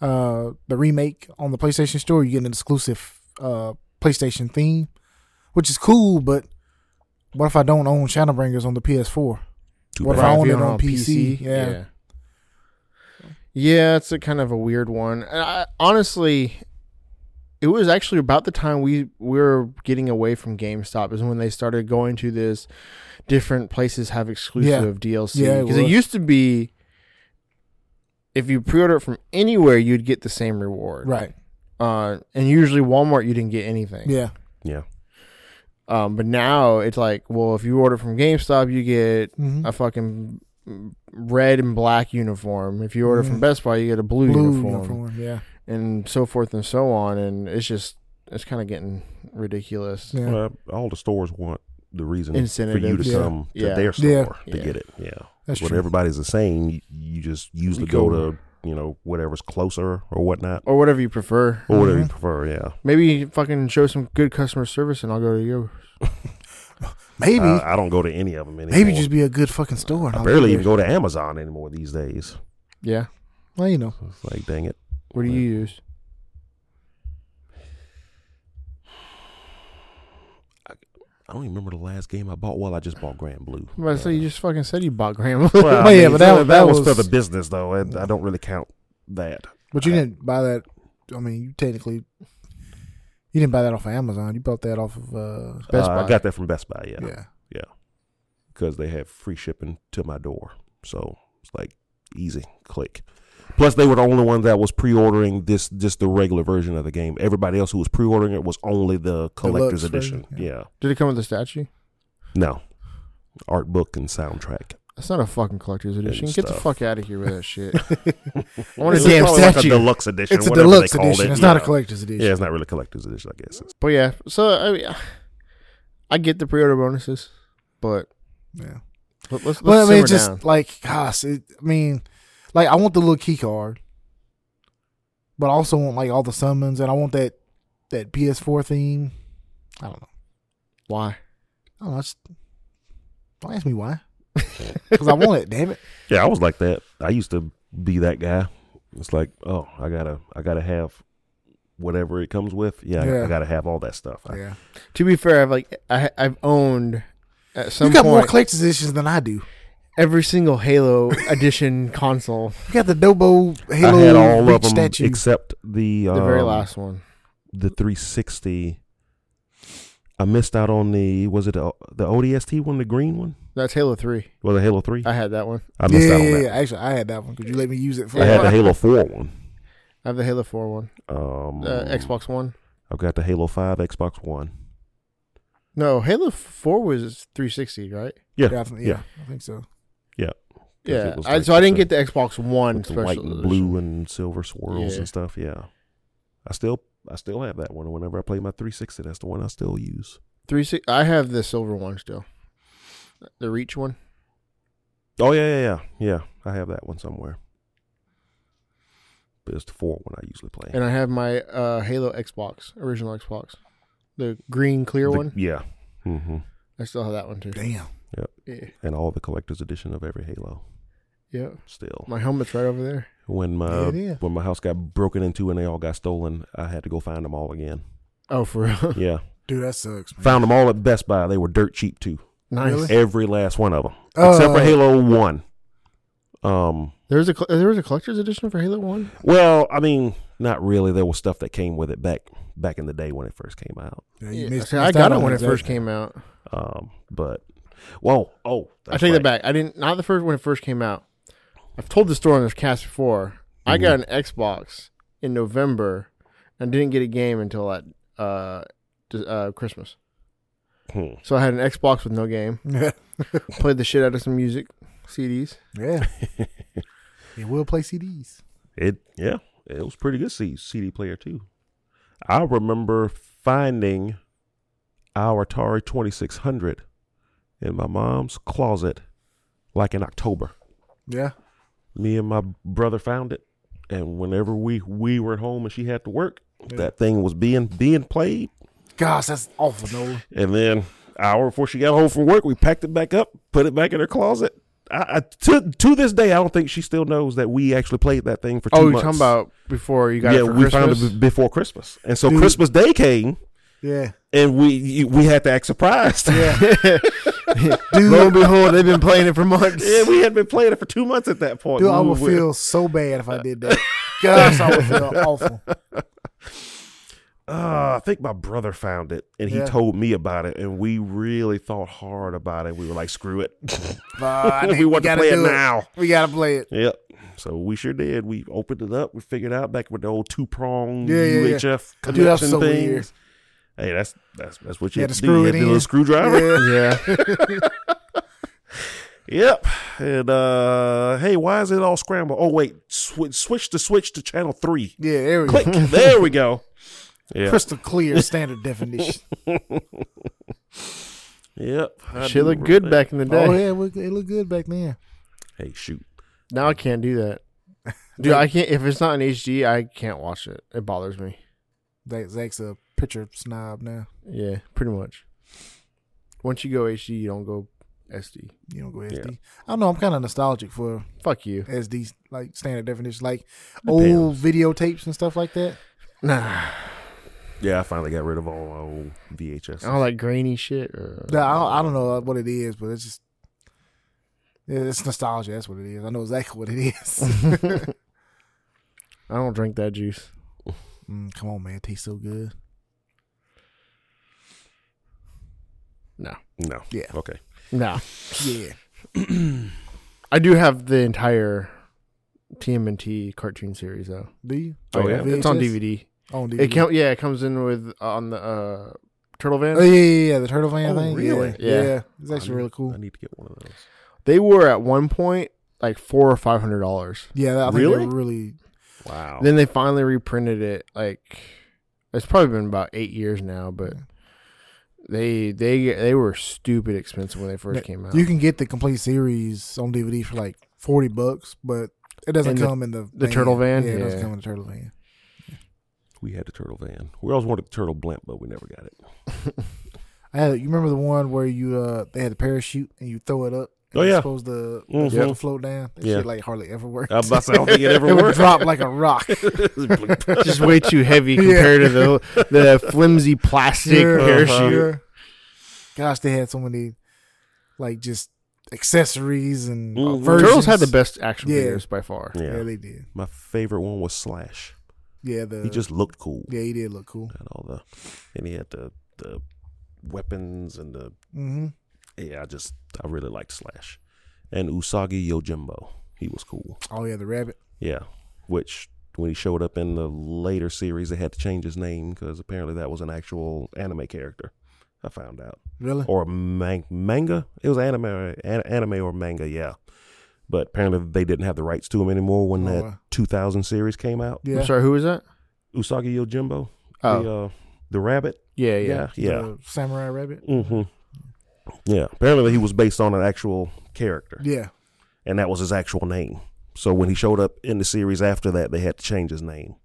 Speaker 1: uh, the remake on the PlayStation Store, you get an exclusive uh, PlayStation theme, which is cool. But what if I don't own Shadowbringers on the PS4?
Speaker 3: Too
Speaker 1: What
Speaker 3: bad.
Speaker 1: if I
Speaker 2: Right, if
Speaker 1: own
Speaker 2: you
Speaker 1: it
Speaker 2: don't
Speaker 1: on
Speaker 2: own
Speaker 1: PC, yeah.
Speaker 2: yeah, yeah, it's a kind of a weird one. And I, honestly, it was actually about the time we we were getting away from GameStop is when they started going to this different places have exclusive DLC
Speaker 1: Yeah, it
Speaker 2: because it,
Speaker 1: was.
Speaker 2: used to be if you pre-order it from anywhere you'd get the same reward
Speaker 1: Right.
Speaker 2: uh, and usually Walmart you didn't get anything.
Speaker 1: Yeah.
Speaker 3: Yeah.
Speaker 2: Um, but now it's like, well, if you order from GameStop, you get
Speaker 1: Mhm.
Speaker 2: a fucking red and black uniform. If you order from
Speaker 1: Mhm.
Speaker 2: Best Buy, you get a blue,
Speaker 1: Blue
Speaker 2: uniform,
Speaker 1: uniform. Yeah.
Speaker 2: and so forth and so on. And it's just it's kind of getting ridiculous.
Speaker 1: Yeah.
Speaker 3: Well, all the stores want the reason
Speaker 2: Incentive.
Speaker 3: for you to
Speaker 1: Yeah.
Speaker 3: come to
Speaker 2: Yeah.
Speaker 3: their store
Speaker 1: Yeah.
Speaker 3: to
Speaker 2: Yeah.
Speaker 3: get it. Yeah,
Speaker 1: That's
Speaker 3: when
Speaker 1: true.
Speaker 3: everybody's the same, you, you just usually
Speaker 2: You
Speaker 3: go,
Speaker 2: go-
Speaker 3: to you know whatever's closer or whatnot
Speaker 2: or whatever you prefer.
Speaker 3: or whatever you
Speaker 1: Mhm.
Speaker 3: prefer. Yeah,
Speaker 2: Maybe fucking show some good customer service, and I'll go to yours.
Speaker 1: Maybe,
Speaker 3: I, I don't go to any of them anymore.
Speaker 1: maybe just be a good fucking store. and
Speaker 3: Uh, I
Speaker 1: I'll
Speaker 3: barely
Speaker 1: be
Speaker 3: even
Speaker 1: there.
Speaker 3: go to Amazon anymore these days.
Speaker 2: Yeah.
Speaker 1: Well, you know,
Speaker 3: It's like, dang it,
Speaker 2: What do you use?
Speaker 3: I don't even remember the last game I bought. Well, I just bought Grand Blue.
Speaker 2: I'm about to say you just fucking said you bought Graham.
Speaker 3: Well,
Speaker 1: Well, yeah, but that-
Speaker 3: that,
Speaker 1: that
Speaker 3: was,
Speaker 1: was-
Speaker 3: for the business though, and I don't really count that.
Speaker 1: but you
Speaker 3: I-
Speaker 1: didn't buy that. I mean, you technically, you didn't buy that off of Amazon. You bought that off of uh,
Speaker 2: Best
Speaker 3: Uh,
Speaker 2: Buy.
Speaker 3: I got that from Best Buy, yeah,
Speaker 1: yeah.
Speaker 3: because they have free shipping to my door, so it's like easy click. Plus, they were the only ones that was pre-ordering this just the regular version of the game. Everybody else who was pre-ordering it was only the collector's
Speaker 1: version,
Speaker 3: edition.
Speaker 1: yeah.
Speaker 3: yeah,
Speaker 2: Did it come with a statue?
Speaker 3: no art book and soundtrack.
Speaker 2: That's not a fucking collector's edition. Get the
Speaker 3: stuff.
Speaker 2: fuck out of here with that shit. I
Speaker 1: It's
Speaker 2: want
Speaker 1: a
Speaker 2: to
Speaker 1: damn
Speaker 3: probably like a
Speaker 1: statue.
Speaker 3: deluxe edition.
Speaker 1: It's a
Speaker 3: whatever
Speaker 1: deluxe
Speaker 3: they called
Speaker 1: edition.
Speaker 3: It.
Speaker 1: It's not a
Speaker 3: Yeah.
Speaker 1: collector's edition.
Speaker 3: Yeah, it's not really collector's edition, I guess. It's-
Speaker 2: But yeah, so I, mean, I get the pre-order bonuses, but
Speaker 1: Yeah.
Speaker 2: let- let's let's
Speaker 1: Well, I mean,
Speaker 2: simmer
Speaker 1: it's just
Speaker 2: down.
Speaker 1: like, gosh, it, I mean, like I want the little key card, but I also want like all the summons, and I want that that PS4 theme. I don't know.
Speaker 2: Why?
Speaker 1: I don't, know, it's- don't ask me why, because I want it. Damn it.
Speaker 3: Yeah, I was like that. I used to be that guy. It's like, oh, I gotta, I gotta have whatever it comes with. Yeah, I- I,
Speaker 1: Yeah.
Speaker 3: gotta have all that stuff. I-
Speaker 1: Yeah,
Speaker 2: To be fair, I've like I, I've owned at some
Speaker 1: you got more
Speaker 2: point
Speaker 1: collector's editions than I do. You
Speaker 2: every single Halo edition console,
Speaker 1: got the Dobo
Speaker 3: I,
Speaker 1: Halo
Speaker 3: had all
Speaker 1: Reach
Speaker 3: of them
Speaker 1: statue.
Speaker 3: except the
Speaker 2: the very
Speaker 3: um,
Speaker 2: last one.
Speaker 3: the 360. I missed out on the was it the, the ODST one, the green one,
Speaker 2: That's Halo Three.
Speaker 3: or the Halo Three?
Speaker 2: I had that one.
Speaker 3: I
Speaker 1: yeah,
Speaker 3: missed out on
Speaker 1: yeah,
Speaker 3: that.
Speaker 1: yeah. Actually, I had that one because you let me use it for.
Speaker 3: I had the
Speaker 2: Yeah.
Speaker 3: Halo Four one.
Speaker 2: I have the Halo Four one.
Speaker 3: Um,
Speaker 2: Uh, Xbox One.
Speaker 3: I've got the Halo Five Xbox One.
Speaker 2: No, Halo Four was 360, right?
Speaker 1: Yeah, I think, yeah,
Speaker 3: Yeah.
Speaker 1: I think so.
Speaker 3: 'Cause
Speaker 2: Yeah.
Speaker 3: it was
Speaker 2: I,
Speaker 3: like
Speaker 2: so I didn't
Speaker 3: the-
Speaker 2: get the Xbox One
Speaker 3: with the
Speaker 2: special
Speaker 3: white and
Speaker 2: edition.
Speaker 3: blue and silver swirls
Speaker 2: Yeah.
Speaker 3: and stuff. Yeah, I still I still have that one. Whenever I play my 360, that's the one I still use.
Speaker 2: Three six. I have the silver one still. The Reach one.
Speaker 3: Oh yeah, yeah, yeah, yeah. I have that one somewhere. But it's the four one I usually play.
Speaker 2: and I have my uh, Halo Xbox, original Xbox, the green clear
Speaker 3: The-
Speaker 2: one.
Speaker 3: Yeah. hmm
Speaker 2: I still have that one too.
Speaker 1: Damn.
Speaker 2: Yeah,
Speaker 3: And all the collector's edition of every Halo
Speaker 2: yeah.
Speaker 3: still.
Speaker 2: My helmet's right over there.
Speaker 3: when
Speaker 1: Yeah,
Speaker 3: my
Speaker 1: it is.
Speaker 3: when my house got broken into and they all got stolen, I had to go find them all again.
Speaker 2: Oh, for real?
Speaker 3: Yeah,
Speaker 1: Dude, that sucks. Man.
Speaker 3: found them all at Best Buy. They were dirt cheap too.
Speaker 2: nice.
Speaker 1: Really?
Speaker 3: Every last one of them, except for
Speaker 1: Uh,
Speaker 3: Halo One. Um,
Speaker 2: There was a cl- there was a collector's edition for Halo One.
Speaker 3: Well, I mean, not really. There was stuff that came with it back back in the day when it first came out.
Speaker 1: Yeah, you
Speaker 2: Yeah,
Speaker 1: missed-
Speaker 2: see, I
Speaker 1: missed out
Speaker 2: got it
Speaker 1: on
Speaker 2: when it
Speaker 1: that.
Speaker 2: first came out.
Speaker 3: Um, but whoa, oh,
Speaker 2: I take that back. I didn't. Not the first when it first came out. I've told the story on this cast before.
Speaker 1: Mm-hmm.
Speaker 2: I got an Xbox in November and didn't get a game until at uh, d- uh, Christmas.
Speaker 3: Hmm.
Speaker 2: So I had an Xbox with no game.
Speaker 1: Yeah.
Speaker 2: Played the shit out of some music CDs.
Speaker 1: Yeah. yeah, we'll play CDs.
Speaker 3: It yeah, it was pretty good C- CD player too. I remember finding our Atari twenty six hundred in my mom's closet, like in October.
Speaker 1: Yeah.
Speaker 3: Me and my brother found it, and whenever we we were at home and she had to work, that thing was being being played.
Speaker 1: Gosh, that's awful, Nolan.
Speaker 3: And then hour before she got home from work, we packed it back up, put it back in her closet. I, I to to this day, I don't think she still knows that we actually played that thing for two
Speaker 2: Oh, you're
Speaker 3: months.
Speaker 2: talking about before you got
Speaker 3: yeah,
Speaker 2: it for
Speaker 3: we
Speaker 2: Christmas? Mm-hmm.
Speaker 3: found it b- before Christmas, and so
Speaker 1: Dude.
Speaker 3: Christmas Day came,
Speaker 1: Yeah.
Speaker 3: and we we had to act surprised.
Speaker 1: Yeah.
Speaker 2: Dude. Lo and behold, they've been playing it for months.
Speaker 3: Yeah, we had been playing it for two months at that point.
Speaker 1: Dude, I
Speaker 3: We
Speaker 1: would
Speaker 3: were-
Speaker 1: feel so bad if I did that. Gosh, I would feel awful.
Speaker 3: Uh, I think my brother found it, and he
Speaker 1: Yeah.
Speaker 3: told me about it, and we really thought hard about it. We were like, "Screw it,
Speaker 1: But
Speaker 3: we want to play it now."
Speaker 1: We gotta play it.
Speaker 3: Yep. So we sure did. We opened it up. We figured out back with the old two prong
Speaker 1: Yeah, yeah, yeah.
Speaker 3: UHF
Speaker 1: Dude,
Speaker 3: connection
Speaker 1: that's so
Speaker 3: things.
Speaker 1: weird.
Speaker 3: Hey, that's that's that's what you,
Speaker 1: You
Speaker 3: had
Speaker 1: had
Speaker 3: to
Speaker 1: to
Speaker 3: do.
Speaker 1: screw
Speaker 3: You
Speaker 1: it
Speaker 3: had the
Speaker 1: in.
Speaker 3: little screwdriver.
Speaker 1: Yeah.
Speaker 2: Yeah.
Speaker 3: Yep. And uh, hey, why is it all scrambled? Oh wait, sw- switch to switch to channel three.
Speaker 1: Yeah, there we
Speaker 3: Click.
Speaker 1: go.
Speaker 3: there we go. Yeah.
Speaker 1: Crystal clear standard definition.
Speaker 3: Yep. I
Speaker 2: Shit
Speaker 3: do
Speaker 2: looked good
Speaker 3: remember
Speaker 2: back in the day.
Speaker 1: Oh yeah, it looked, it looked good back then.
Speaker 3: that. Hey, shoot.
Speaker 2: Now I can't do that. Dude, I can't. If it's not in HD, I can't watch it. It bothers me.
Speaker 1: Zach, Zach's a picture snob now.
Speaker 2: Yeah, pretty much. Once you go HD, you don't go SD.
Speaker 1: You don't go
Speaker 3: Yeah.
Speaker 1: SD. I don't know. I'm kind of nostalgic for
Speaker 2: Fuck you.
Speaker 1: SD, like standard definition, like old videotapes and stuff like that.
Speaker 2: Nah,
Speaker 3: Yeah, I finally got rid of all my old VHS.
Speaker 2: all that grainy shit. uh,
Speaker 1: Nah, I, don't, I don't know what it is, but it's just yeah, it's nostalgia. That's what it is. I know exactly what it is.
Speaker 2: Mm-hmm. I don't drink that juice.
Speaker 1: mm, come on, man, it tastes so good.
Speaker 2: No,
Speaker 3: No.
Speaker 1: Yeah.
Speaker 3: Okay.
Speaker 2: no.
Speaker 1: Yeah,
Speaker 2: I do have the entire TMNT cartoon series though.
Speaker 1: do you?
Speaker 3: Oh, yeah.
Speaker 2: It's on
Speaker 1: VHS?
Speaker 2: DVD.
Speaker 1: On DVD.
Speaker 2: It count. Yeah, it comes in with on the uh, turtle van.
Speaker 1: Oh yeah, yeah, yeah, the turtle van
Speaker 3: Oh,
Speaker 1: thing.
Speaker 3: really?
Speaker 1: Yeah,
Speaker 2: Yeah. Oh,
Speaker 1: yeah. it's actually
Speaker 3: I
Speaker 1: really cool.
Speaker 3: I need to get one of those.
Speaker 2: They were at one point like four or five hundred dollars.
Speaker 1: Yeah, I think
Speaker 3: Really?
Speaker 1: really, really.
Speaker 3: Wow.
Speaker 2: Then they finally reprinted it. Like it's probably been about eight years now, but they they they were stupid expensive when they first
Speaker 1: Yeah,
Speaker 2: came out.
Speaker 1: You can get the complete series on DVD for like forty bucks, but it doesn't
Speaker 2: And the-
Speaker 1: come in the
Speaker 2: the turtle van?
Speaker 1: Yeah, it doesn't
Speaker 2: Yeah.
Speaker 1: come in the turtle van.
Speaker 3: we had the turtle van. We always wanted the turtle blimp, but we never got it.
Speaker 1: I had, you remember the one where you uh they had a parachute and you throw it up. and
Speaker 3: Oh,
Speaker 1: it's
Speaker 3: yeah.
Speaker 1: supposed to, it's
Speaker 3: Mhm.
Speaker 1: supposed to float down. That
Speaker 3: Yeah.
Speaker 1: shit like hardly ever works.
Speaker 3: I, was about to say, I don't think it ever
Speaker 1: it would
Speaker 3: worked.
Speaker 1: drop like a rock.
Speaker 2: It's just way too heavy compared to the the flimsy plastic
Speaker 1: Yeah,
Speaker 2: parachute.
Speaker 1: yeah. Uh-huh. Gosh, they had so many like just accessories and uh,
Speaker 3: Mhm.
Speaker 1: versions.
Speaker 2: Turtles had the best action
Speaker 1: Yeah.
Speaker 2: figures by far.
Speaker 1: Yeah,
Speaker 3: yeah.
Speaker 1: they did.
Speaker 3: My favorite one was Slash.
Speaker 1: Yeah, the
Speaker 3: He just looked cool.
Speaker 1: Uh, yeah he did look cool.
Speaker 3: Had all the, and he had the the weapons and the
Speaker 1: Mm-hmm.
Speaker 3: yeah. I just I really liked Slash, and Usagi Yojimbo. He was cool.
Speaker 1: Oh yeah, the rabbit.
Speaker 3: Yeah, which when he showed up in the later series, they had to change his name because apparently that was an actual anime character. I found out,
Speaker 1: Really?
Speaker 3: or a man- manga. It was anime, or, an- anime or manga. Yeah, but apparently they didn't have the rights to him anymore when
Speaker 1: Oh,
Speaker 3: that
Speaker 1: wow.
Speaker 3: 2000 series came out.
Speaker 1: Yeah.
Speaker 2: I'm sorry, who was that?
Speaker 3: Usagi Yojimbo,
Speaker 2: Oh,
Speaker 3: the uh, the rabbit.
Speaker 2: yeah, yeah.
Speaker 3: yeah.
Speaker 1: The samurai rabbit.
Speaker 3: Mm-hmm. Yeah. Apparently, he was based on an actual character,
Speaker 1: Yeah.
Speaker 3: and that was his actual name. So when he showed up in the series after that, they had to change his name.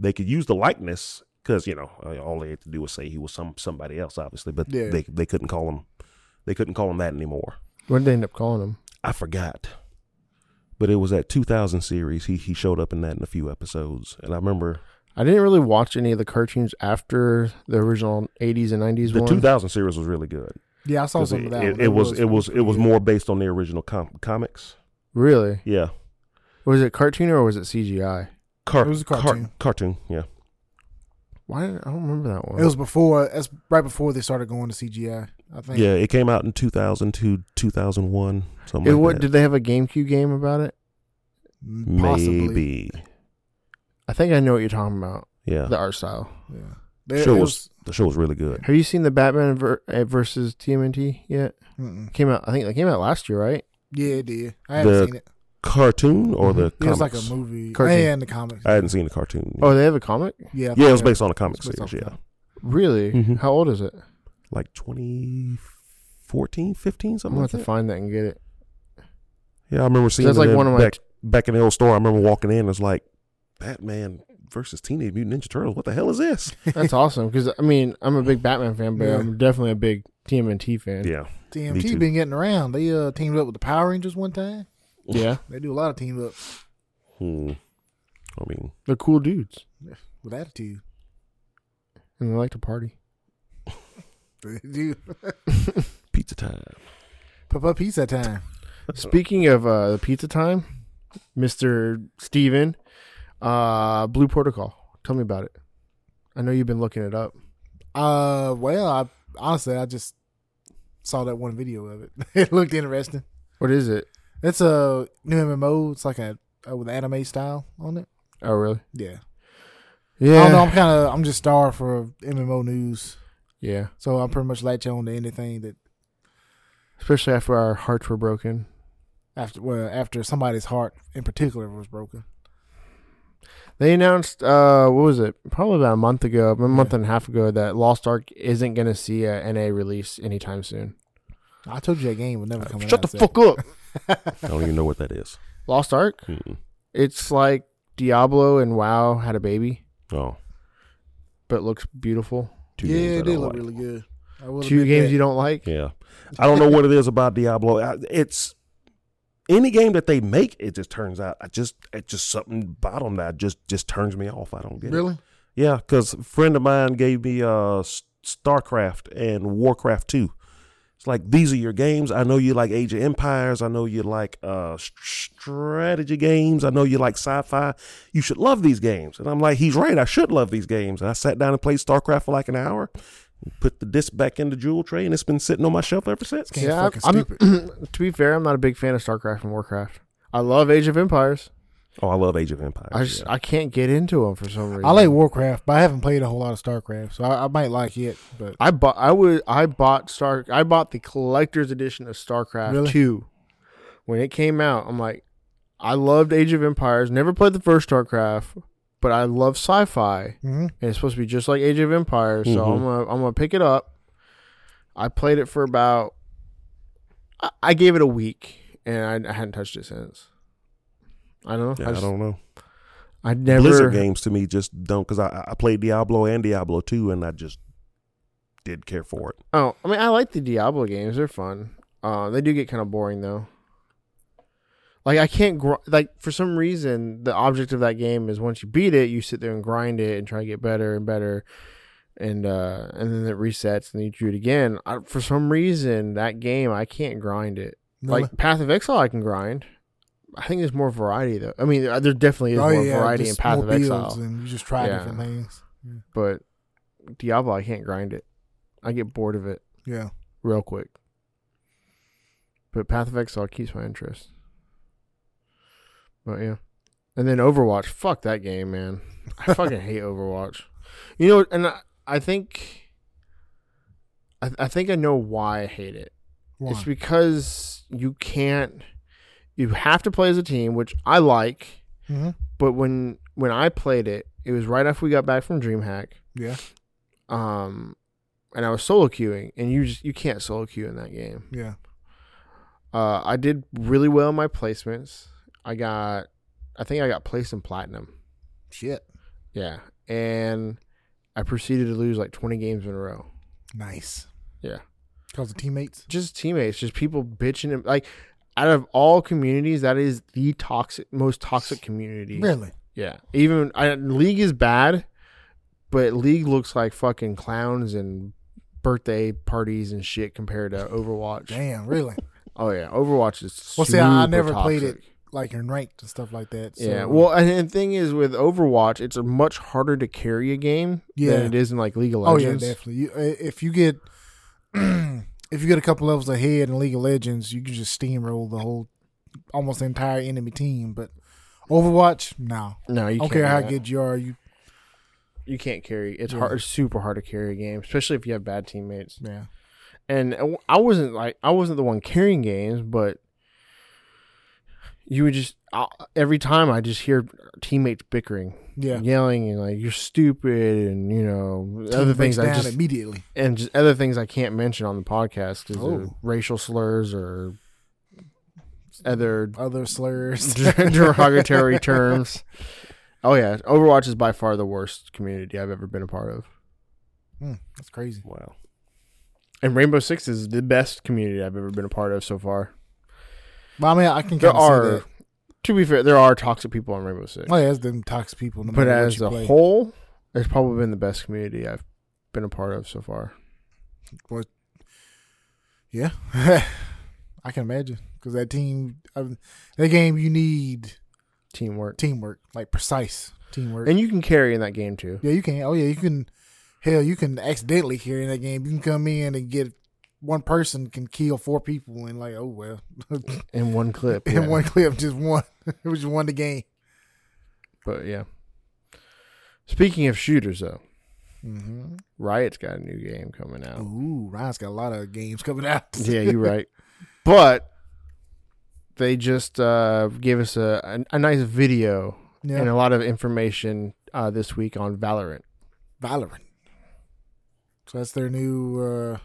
Speaker 3: They could use the likeness because you know uh, all they had to do was say he was some somebody else, obviously, but
Speaker 1: Yeah.
Speaker 3: they they couldn't call him they couldn't call him that anymore.
Speaker 2: What did they end up calling him?
Speaker 3: I forgot. But it was that 2000 series. He he showed up in that in a few episodes, and I remember
Speaker 2: I didn't really watch any of the cartoons after the original 80s and 90s
Speaker 3: the
Speaker 2: one.
Speaker 3: 2000 series was really good.
Speaker 1: Yeah, I saw
Speaker 3: 'Cause
Speaker 1: some
Speaker 3: it,
Speaker 1: of that.
Speaker 3: it-
Speaker 1: one.
Speaker 3: it was it was it was
Speaker 1: pretty
Speaker 3: more based on the original com- comics.
Speaker 2: Really?
Speaker 3: Yeah,
Speaker 2: Was it cartoon or was it CGI?
Speaker 3: Car-
Speaker 1: It was a
Speaker 3: car-
Speaker 1: cartoon.
Speaker 3: cartoon, yeah.
Speaker 2: Why did, I don't remember that
Speaker 1: good.
Speaker 2: one.
Speaker 1: It was before. That's right before they started going to CGI. I think.
Speaker 3: Yeah, it came out in 2002, 2001, something
Speaker 2: It-
Speaker 3: like
Speaker 2: what
Speaker 3: that.
Speaker 2: did they have a GameCube game about it?
Speaker 1: Mm, Possibly.
Speaker 3: Maybe.
Speaker 2: I think I know what you're talking about.
Speaker 3: Yeah.
Speaker 2: The art style.
Speaker 1: Yeah.
Speaker 3: The
Speaker 1: There,
Speaker 3: show
Speaker 1: it
Speaker 3: was, the show was really good.
Speaker 2: Have you seen the Batman ver- uh, versus TMNT yet?
Speaker 1: mm-mm.
Speaker 2: Came out. I think it came out last year, right?
Speaker 1: Yeah, it did. I haven't
Speaker 3: The
Speaker 1: seen it.
Speaker 3: Cartoon or the
Speaker 1: It was
Speaker 3: comics?
Speaker 1: like a movie.
Speaker 2: Cartoon.
Speaker 1: And the comics.
Speaker 3: I hadn't seen the cartoon.
Speaker 2: Oh, they have a comic.
Speaker 1: yeah. I
Speaker 3: yeah,
Speaker 1: thought
Speaker 3: it was based on a comic
Speaker 1: It's based off
Speaker 3: series, yeah.
Speaker 1: comic.
Speaker 2: Really?
Speaker 3: Mhm.
Speaker 2: How old is it?
Speaker 3: Like 2014, 15,
Speaker 2: I'm
Speaker 3: something
Speaker 2: gonna have
Speaker 3: like
Speaker 2: to
Speaker 3: that.
Speaker 2: find that and get it.
Speaker 3: Yeah, I remember seeing
Speaker 2: that's
Speaker 3: it
Speaker 2: like
Speaker 3: in-
Speaker 2: one of my-
Speaker 3: back, back in the old store. I remember walking in, it was like, Batman versus Teenage Mutant Ninja Turtles. What the hell is this?
Speaker 2: That's awesome. Because I mean, I'm a big Batman fan, but
Speaker 1: Yeah.
Speaker 2: I'm definitely a big TMNT fan.
Speaker 3: Yeah. Me
Speaker 1: TMT
Speaker 3: too.
Speaker 1: been getting around. They uh, teamed up with the Power Rangers one time.
Speaker 2: Yeah.
Speaker 1: They do a lot of team up
Speaker 3: Hmm. I mean,
Speaker 2: They're cool dudes,
Speaker 1: with attitude.
Speaker 2: and they like to party.
Speaker 1: They do.
Speaker 3: pizza time.
Speaker 1: Pop up pizza time.
Speaker 2: Speaking of uh, the pizza time, Mister Steven, uh, Blue Protocol. Tell me about it. I know you've been looking it up.
Speaker 1: Uh, well, I honestly I just saw that one video of it. it looked interesting.
Speaker 2: What is it?
Speaker 1: It's a new MMO. It's like a uh, with anime style on it.
Speaker 2: Oh, really?
Speaker 1: Yeah. I
Speaker 2: Yeah.
Speaker 1: don't know. I'm kind of I'm just starved for MMO news,
Speaker 2: Yeah.
Speaker 1: so I'm pretty much latch on to anything that
Speaker 2: Especially after our hearts were broken.
Speaker 1: after well after somebody's heart in particular was broken.
Speaker 2: They announced, uh, what was it? Probably about a month ago, a month and a half ago, that Lost Ark isn't going to see a NA release anytime soon.
Speaker 1: I told you that game would never come out.
Speaker 2: Uh, Shut the
Speaker 1: so-
Speaker 2: fuck up.
Speaker 3: I don't even know what that is. Hmm.
Speaker 2: Lost Ark.
Speaker 3: Mm-mm.
Speaker 2: It's like Diablo and WoW had a baby,
Speaker 3: Oh,
Speaker 2: but looks beautiful.
Speaker 3: two
Speaker 1: yeah,
Speaker 3: games
Speaker 1: it
Speaker 3: I don't
Speaker 1: did look
Speaker 3: like.
Speaker 1: really good. I will
Speaker 2: Two
Speaker 1: admit
Speaker 2: games
Speaker 1: that.
Speaker 2: you don't like.
Speaker 3: Yeah, I don't know what it is about Diablo. I, it's any game that they make, it just turns out I just it's just something bottom that just just turns me off. I don't get it.
Speaker 1: Really?
Speaker 3: Yeah, because a friend of mine gave me uh S- StarCraft and Warcraft two. It's like these are your games. I know you like Age of Empires. I know you like uh s- strategy games. I know you like sci-fi. You should love these games. And I'm like, he's right. I should love these games. And I sat down and played StarCraft for like an hour. Put the disc back in the jewel tray, and it's been sitting on my shelf ever since.
Speaker 1: Game's
Speaker 2: Yeah,
Speaker 1: fucking
Speaker 2: I'm-
Speaker 1: stupid.
Speaker 2: to be fair, I'm not a big fan of StarCraft and Warcraft. I love Age of Empires.
Speaker 3: Oh, I love Age of Empires.
Speaker 2: I just
Speaker 3: yeah.
Speaker 2: I can't get into them for some reason.
Speaker 1: I like Warcraft, but I haven't played a whole lot of Starcraft, so I, I might like it. But
Speaker 2: I bought I would I bought Star I bought the collector's edition of StarCraft
Speaker 1: Really?
Speaker 2: 2 when it came out. I'm like I loved Age of Empires, never played the first StarCraft, but I love sci-fi
Speaker 1: Mhm.
Speaker 2: and it's supposed to be just like Age of Empires,
Speaker 3: Mm-hmm.
Speaker 2: so I'm gonna, I'm going to pick it up. I played it for about I, I gave it a week and I, I hadn't touched it since. I don't know.
Speaker 3: Yeah,
Speaker 2: I,
Speaker 3: I,
Speaker 2: just,
Speaker 3: don't know.
Speaker 2: I never
Speaker 3: Blizzard games to me just don't because I, I played Diablo and Diablo two, and I just did care for it.
Speaker 2: Oh, I mean, I like the Diablo games. They're fun. Uh, they do get kind of boring though. Like I can't gr- like for some reason the object of that game is once you beat it, you sit there and grind it and try to get better and better, and uh, and then it resets and you do it again. I, for some reason, that game I can't grind it.
Speaker 1: Really?
Speaker 2: Like Path of Exile, I can grind. I think there's more variety though. I mean, uh, there there definitely is more variety in
Speaker 1: Oh, just
Speaker 2: Path
Speaker 1: more
Speaker 2: of
Speaker 1: builds
Speaker 2: Exile
Speaker 1: and you just try
Speaker 2: Yeah.
Speaker 1: different things.
Speaker 2: but Diablo, I can't grind it. I get bored of it
Speaker 1: Yeah,
Speaker 2: real quick. But Path of Exile keeps my interest. But yeah, and then Overwatch, fuck that game, man. I fucking hate Overwatch. You know, and I, I think, I, I think I know why I hate it.
Speaker 1: Why?
Speaker 2: It's because you can't. You have to play as a team, which I like.
Speaker 1: Mhm.
Speaker 2: But when when I played it, it was right after we got back from DreamHack.
Speaker 1: Yeah.
Speaker 2: Um, and I was solo queuing, and you just you can't solo queue in that game.
Speaker 1: yeah.
Speaker 2: Uh, I did really well in my placements. I got, I think I got placed in platinum.
Speaker 1: Shit,
Speaker 2: Yeah, and I proceeded to lose like twenty games in a row.
Speaker 1: nice.
Speaker 2: Yeah.
Speaker 1: because of teammates.
Speaker 2: Just teammates, just people bitching. and- Like, out of all communities, that is the toxic, most toxic community.
Speaker 1: Really?
Speaker 2: Yeah. Even I, league is bad, but league looks like fucking clowns and birthday parties and shit compared to Overwatch.
Speaker 1: Damn, really?
Speaker 2: Oh yeah, Overwatch is.
Speaker 1: Well, see, I- I
Speaker 2: super
Speaker 1: never played
Speaker 2: toxic.
Speaker 1: like in ranked and stuff like that. So.
Speaker 2: Yeah. Well, and the thing is with Overwatch, it's a much harder to carry a game
Speaker 1: Yeah.
Speaker 2: than it is in like League of
Speaker 1: oh yeah,
Speaker 2: Legends.
Speaker 1: definitely. You, i- if you get if you get a couple levels ahead in League of Legends, you can just steamroll the whole almost entire enemy team. But Overwatch, no.
Speaker 2: No, you
Speaker 1: I don't
Speaker 2: can't.
Speaker 1: care
Speaker 2: do
Speaker 1: how
Speaker 2: that.
Speaker 1: good you are. You
Speaker 2: you can't carry. It's
Speaker 1: Yeah.
Speaker 2: hard. It's super hard to carry a game, especially if you have bad teammates.
Speaker 1: yeah.
Speaker 2: and I wasn't like I wasn't the one carrying games, but you would just I, every time I just hear teammates bickering,
Speaker 1: Yeah.
Speaker 2: yelling, and like you're stupid, and you know other
Speaker 1: Team breaks
Speaker 2: things I
Speaker 1: down
Speaker 2: just
Speaker 1: immediately.
Speaker 2: and just other things I can't mention on the podcast because
Speaker 1: Oh.
Speaker 2: racial slurs or other
Speaker 1: Other slurs.
Speaker 2: derogatory terms. Oh yeah, Overwatch is by far the worst community I've ever been a part of,
Speaker 1: Mm, that's crazy.
Speaker 3: Wow.
Speaker 2: and Rainbow Six is the best community I've ever been a part of so far.
Speaker 1: But I mean, I can
Speaker 2: there
Speaker 1: kind of see
Speaker 2: are
Speaker 1: that.
Speaker 2: to be fair there are toxic people on rainbow six
Speaker 1: Oh yeah, it's them toxic people. No
Speaker 2: but
Speaker 1: matter what
Speaker 2: as
Speaker 1: you
Speaker 2: a
Speaker 1: play.
Speaker 2: whole it's probably been the best community i've been a part of so far
Speaker 1: Yeah, I can imagine because that team, I mean, that game, you need
Speaker 2: teamwork
Speaker 1: teamwork, like precise teamwork.
Speaker 2: and you can carry in that game too
Speaker 1: yeah, you can. Oh yeah, you can. Hell, you can accidentally carry in that game. You can come in and get one person can kill four people and like, oh well,
Speaker 2: in one clip
Speaker 1: in
Speaker 2: yeah.
Speaker 1: one clip, just one, which won the game.
Speaker 2: but yeah speaking of shooters though Mm-hmm.
Speaker 1: hmm
Speaker 2: riot's got a new game coming out
Speaker 1: Ooh, Ryan's got a lot of games coming out.
Speaker 2: yeah you're right but they just uh, gave us a, a, a nice video
Speaker 1: Yeah.
Speaker 2: and a lot of information uh, this week on valorant
Speaker 1: Valorant. So that's their new uh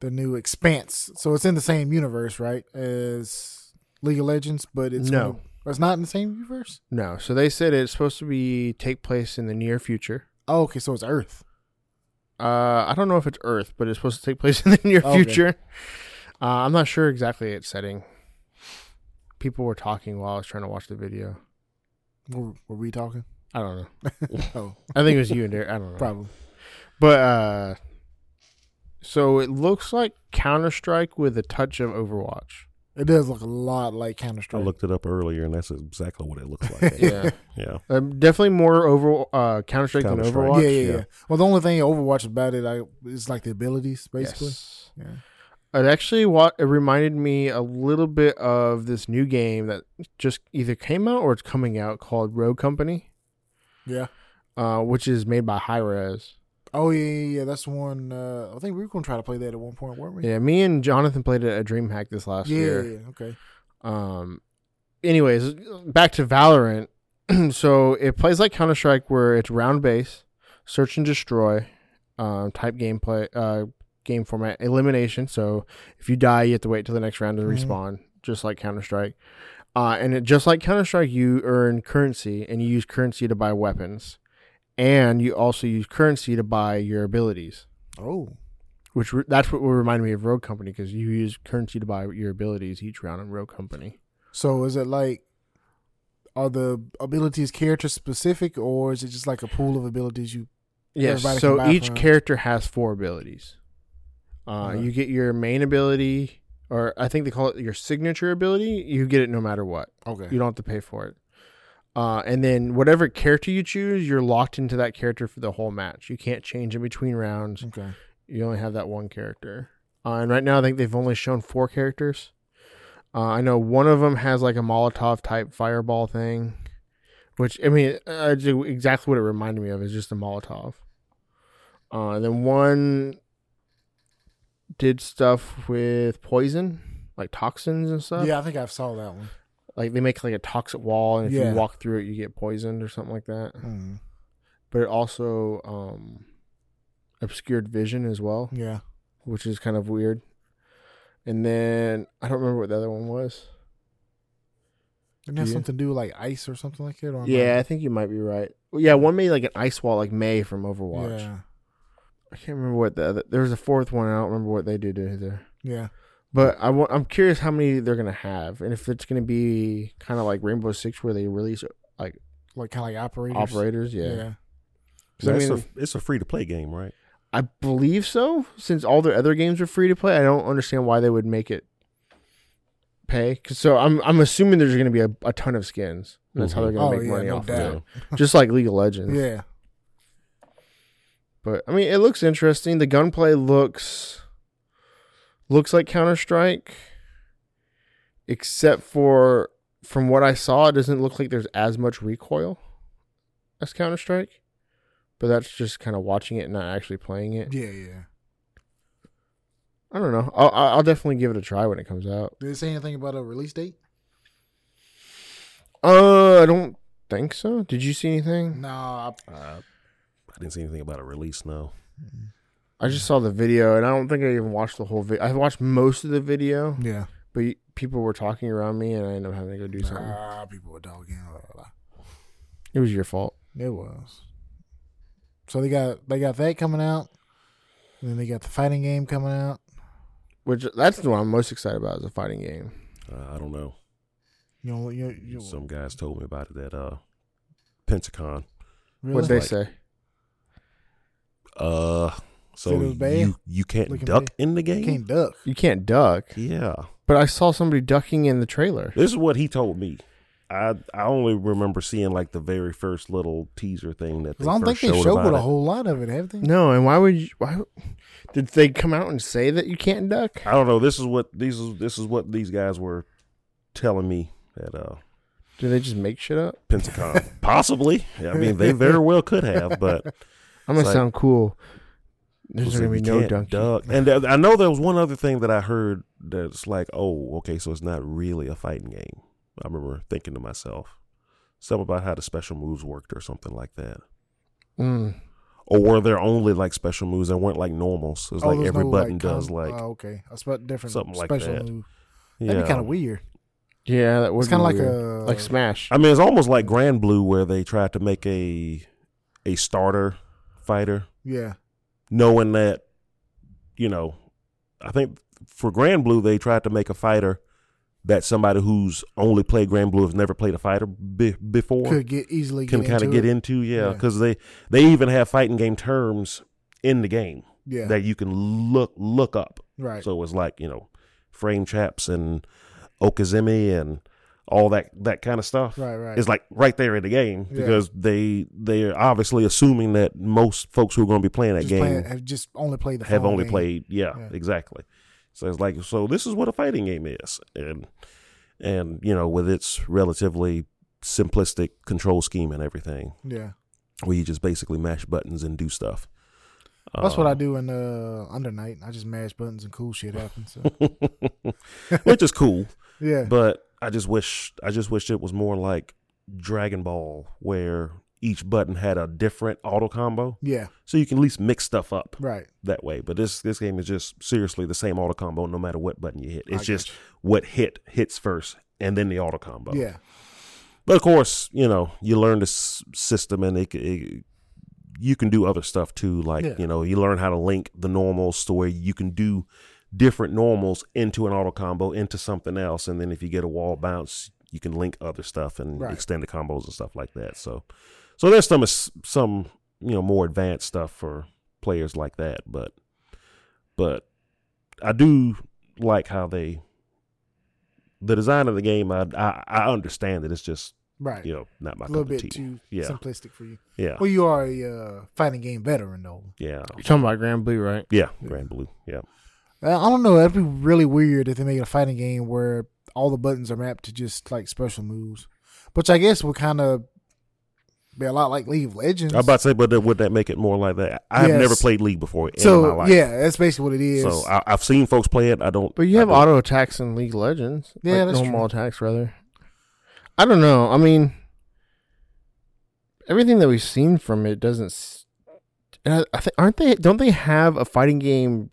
Speaker 1: the new Expanse. So it's in the same universe, right, as League of Legends, but it's
Speaker 2: No.
Speaker 1: gonna- it's not in the same universe.
Speaker 2: No, so they said it's supposed to be take place in the near future.
Speaker 1: Oh, okay, so it's Earth.
Speaker 2: Uh, I don't know if it's Earth, but it's supposed to take place in the near
Speaker 1: Okay.
Speaker 2: future. Uh, I'm not sure exactly its setting. People were talking while I was trying to watch the video.
Speaker 1: Were, were we talking?
Speaker 2: I don't know.
Speaker 1: Oh,
Speaker 2: I think it was you and Derek. I don't know.
Speaker 1: probably.
Speaker 2: But uh, so it looks like Counter Strike with a touch of Overwatch.
Speaker 1: It does look a lot like Counter
Speaker 3: I
Speaker 1: Strike.
Speaker 3: looked it up earlier, and that's exactly what it looks like.
Speaker 2: Yeah,
Speaker 3: yeah,
Speaker 2: um, definitely more over uh, Counter Strike than
Speaker 3: Counter-Strike.
Speaker 2: Overwatch.
Speaker 1: yeah, yeah, yeah,
Speaker 3: yeah.
Speaker 1: Well, the only thing Overwatch about it I, is like the abilities, basically.
Speaker 2: Yes.
Speaker 1: Yeah.
Speaker 2: It actually wa- it reminded me a little bit of this new game that just either came out or it's coming out called Rogue Company,
Speaker 1: Yeah.
Speaker 2: uh, which is made by High Res.
Speaker 1: Oh yeah, yeah, yeah. That's the one. Uh, I think we were gonna try to play that at one point, weren't we?
Speaker 2: Yeah, me and Jonathan played it at DreamHack this last
Speaker 1: yeah,
Speaker 2: year.
Speaker 1: yeah, Okay.
Speaker 2: Um, anyways, back to Valorant. so it plays like Counter Strike, where it's round based, search and destroy, um, type gameplay, uh, game format, elimination. So if you die, you have to wait till the next round to
Speaker 1: Mhm.
Speaker 2: respawn, just like Counter Strike. Uh, and it, just like Counter Strike, you earn currency, and you use currency to buy weapons, and you also use currency to buy your abilities.
Speaker 1: Oh,
Speaker 2: Which re- that's what will remind me of Rogue Company because you use currency to buy your abilities each round in Rogue Company.
Speaker 1: so is it like? Are the abilities character specific, or is it just like a pool of abilities you?
Speaker 2: Yes.
Speaker 1: Everybody can
Speaker 2: So
Speaker 1: buy
Speaker 2: each
Speaker 1: from-
Speaker 2: character has four abilities. Uh,
Speaker 1: Okay.
Speaker 2: You get your main ability, or I think they call it your signature ability. You get it no matter what.
Speaker 1: Okay.
Speaker 2: You don't have to pay for it. Uh, and then whatever character you choose, you're locked into that character for the whole match. You can't change in between rounds.
Speaker 1: Okay.
Speaker 2: You only have that one character. Uh, and right now, I think they've only shown four characters. Uh, I know one of them has like a Molotov type fireball thing, which I mean, uh, ju- exactly what it reminded me of is just a Molotov. Uh, and then one did stuff with poison, like toxins and stuff.
Speaker 1: Yeah, I think I saw that one.
Speaker 2: Like they make like a toxic wall, and if
Speaker 1: Yeah.
Speaker 2: you walk through it, you get poisoned or something like that.
Speaker 1: Mm.
Speaker 2: But it also um, obscured vision as well
Speaker 1: Hmm, Yeah.
Speaker 2: which is kind of weird. And then I don't remember what the other one was.
Speaker 1: Didn't have
Speaker 2: Yeah.
Speaker 1: something to do with like ice or something like that. Or am I-
Speaker 2: Yeah, I think you might be right. Well, yeah, one made like an ice wall, like May from Overwatch.
Speaker 1: Yeah.
Speaker 2: I can't remember what the other. There was a fourth one. I don't remember what they did either.
Speaker 1: Yeah.
Speaker 2: But I want. I'm curious how many they're gonna have, and if it's gonna be kind of like Rainbow Six, where they release
Speaker 1: Like kind of like operators.
Speaker 2: operators. Yeah,
Speaker 1: Yeah.
Speaker 2: 'Cause I
Speaker 3: That's
Speaker 2: mean,
Speaker 3: a- it's a free to play game, right?
Speaker 2: I believe so. Since all their other games are free to play, I don't understand why they would make it pay. 'Cause- so I'm I'm assuming there's gonna be a, a ton of skins. and That's how they're gonna
Speaker 1: Oh,
Speaker 2: make
Speaker 1: yeah,
Speaker 2: money
Speaker 1: no
Speaker 2: off
Speaker 1: doubt.
Speaker 2: of it. just like League of Legends.
Speaker 1: Yeah.
Speaker 2: But I mean, it looks interesting. The gunplay looks looks like Counter Strike, except for from what I saw, it doesn't look like there's as much recoil as Counter Strike. But that's just kind of watching it, and not actually playing it.
Speaker 1: Yeah. Yeah.
Speaker 2: I don't know. I'll, I'll I'll definitely give it a try when it comes out.
Speaker 1: Did it say anything about a release date?
Speaker 2: Uh, I don't think so. Did you see anything?
Speaker 1: No. I,
Speaker 3: Uh, I didn't see anything about a release. No,
Speaker 1: Mm-hmm.
Speaker 2: I just saw the video, and I don't think I even watched the whole video. I watched most of the video,
Speaker 1: yeah.
Speaker 2: but y- people were talking around me, and I ended up having to go do something.
Speaker 1: Ah, people were dogging. Blah, blah, blah.
Speaker 2: It was your fault.
Speaker 1: It was. So they got they got that coming out, and then they got the fighting game coming out.
Speaker 2: Which that's the one I'm most excited about is a fighting game.
Speaker 3: uh, I don't know.
Speaker 1: You know, you, you,
Speaker 3: Some guys told me about it at uh, Pentacon.
Speaker 1: really?
Speaker 2: What'd they
Speaker 3: Like-
Speaker 2: say?
Speaker 3: Uh,
Speaker 1: Said
Speaker 3: so
Speaker 1: it was bad?
Speaker 3: you you can't
Speaker 1: Looking
Speaker 3: duck
Speaker 1: bad?
Speaker 3: in the game.
Speaker 1: can't duck.
Speaker 2: You can't duck.
Speaker 3: Yeah,
Speaker 2: But I saw somebody ducking in the trailer.
Speaker 3: this is what he told me. I I only remember seeing like the very first little teaser thing that
Speaker 1: 'Cause
Speaker 3: they
Speaker 1: I don't think
Speaker 3: first
Speaker 1: they
Speaker 3: showed
Speaker 1: showed
Speaker 3: about
Speaker 1: with a
Speaker 3: it.
Speaker 1: whole lot of it, have they?
Speaker 2: No, and why would you why did they come out and say that you can't duck?
Speaker 3: I don't know. This is what these is this is what these guys were telling me at uh
Speaker 2: Did they just make shit up?
Speaker 3: Pentacon. Possibly. Yeah, I mean, they very well could have, but
Speaker 2: I'm gonna
Speaker 3: It's like-
Speaker 2: sound cool. There's
Speaker 3: was
Speaker 2: gonna
Speaker 3: like,
Speaker 2: be
Speaker 3: you
Speaker 2: no
Speaker 3: can't
Speaker 2: dunking.
Speaker 3: duck. And th- I know there was one other thing that I heard that's like, oh, okay, so it's not really a fighting game. I remember thinking to myself, something about how the special moves worked or something like that.
Speaker 2: Mm.
Speaker 3: Or were there only like special moves that weren't like normals? It was like
Speaker 1: there's
Speaker 3: every
Speaker 1: no,
Speaker 3: button
Speaker 1: Oh, like,
Speaker 3: does
Speaker 1: com-
Speaker 3: like
Speaker 1: oh, okay, a spe- different
Speaker 3: Something like
Speaker 1: special
Speaker 3: that.
Speaker 1: move. That'd
Speaker 3: yeah.
Speaker 1: be kind of weird.
Speaker 2: Yeah, that was
Speaker 1: It's kind of like
Speaker 2: weird.
Speaker 1: a
Speaker 2: like Smash.
Speaker 3: I mean, it's almost like Grand Blue where they tried to make a a starter fighter,
Speaker 1: yeah,
Speaker 3: knowing that you know, I think for Grand Blue they tried to make a fighter that somebody who's only played Grand Blue has never played a fighter be- before
Speaker 1: could get easily
Speaker 3: can kind of get
Speaker 1: into it.
Speaker 3: into. Yeah,
Speaker 1: Yeah.
Speaker 3: because they they even have fighting game terms in the game
Speaker 1: Yeah,
Speaker 3: that you can look look up.
Speaker 1: right.
Speaker 3: So it's like you know, frame chaps and okazemi and all that that kind of stuff.
Speaker 1: Right, right.
Speaker 3: It's like right there in the game
Speaker 1: Yeah.
Speaker 3: because they they're obviously assuming that most folks who are going to be playing that
Speaker 1: just
Speaker 3: game
Speaker 1: playing, have just only played the
Speaker 3: have
Speaker 1: phone
Speaker 3: only
Speaker 1: game.
Speaker 3: played yeah,
Speaker 1: Yeah.
Speaker 3: exactly so it's like so this is what a fighting game is and and you know with its relatively simplistic control scheme and everything
Speaker 1: Yeah,
Speaker 3: where you just basically mash buttons and do stuff
Speaker 1: that's
Speaker 3: Um,
Speaker 1: what I do in uh, Under Night. I just mash buttons and cool shit happens. So.
Speaker 3: do which is cool
Speaker 1: yeah,
Speaker 3: but i just wish i just wish it was more like dragon ball where each button had a different auto combo
Speaker 1: yeah,
Speaker 3: so you can at least mix stuff up
Speaker 1: right.
Speaker 3: that way but this this game is just seriously the same auto combo no matter what button you hit it's
Speaker 1: I
Speaker 3: just uh,
Speaker 1: got
Speaker 3: what hit hits first and then the auto combo.
Speaker 1: you. yeah,
Speaker 3: But of course, you know, you learn the s- system and it, c- it you can do other stuff too like,
Speaker 1: Yeah.
Speaker 3: you know, you learn how to link the normals to where you can do different normals into an auto combo into something else and then if you get a wall bounce, you can link other stuff and
Speaker 1: Right.
Speaker 3: extend the combos and stuff like that. So so there's some s- some, you know, more advanced stuff for players like that, but but I do like how they the design of the game. I I, I understand that it's just
Speaker 1: right.
Speaker 3: you know not my
Speaker 1: a little
Speaker 3: cup of
Speaker 1: bit
Speaker 3: tea.
Speaker 1: too Oh,
Speaker 3: Yeah.
Speaker 1: simplistic for you.
Speaker 3: yeah,
Speaker 1: Well, you are a uh, fighting game veteran though.
Speaker 3: yeah,
Speaker 2: You're talking about Grand Blue, right?
Speaker 3: yeah. Grand Blue. Yeah,
Speaker 1: Uh, I don't know. That'd be really weird if they make a fighting game where all the buttons are mapped to just like special moves, which I guess would kind of be a lot like League of Legends.
Speaker 3: I'm about to say, but then would that make it more like that? I have
Speaker 1: Yes.
Speaker 3: never played League before in my
Speaker 1: so
Speaker 3: life.
Speaker 1: yeah, that's basically what it is.
Speaker 3: So I, I've seen folks play it. I don't.
Speaker 2: But you
Speaker 3: I
Speaker 2: have
Speaker 3: don't-
Speaker 2: auto attacks in League of Legends.
Speaker 1: Yeah,
Speaker 2: like
Speaker 1: that's
Speaker 2: normal attacks rather. I don't know. I mean, everything that we've seen from it doesn't. s- And I, I think aren't they? Don't they have a fighting game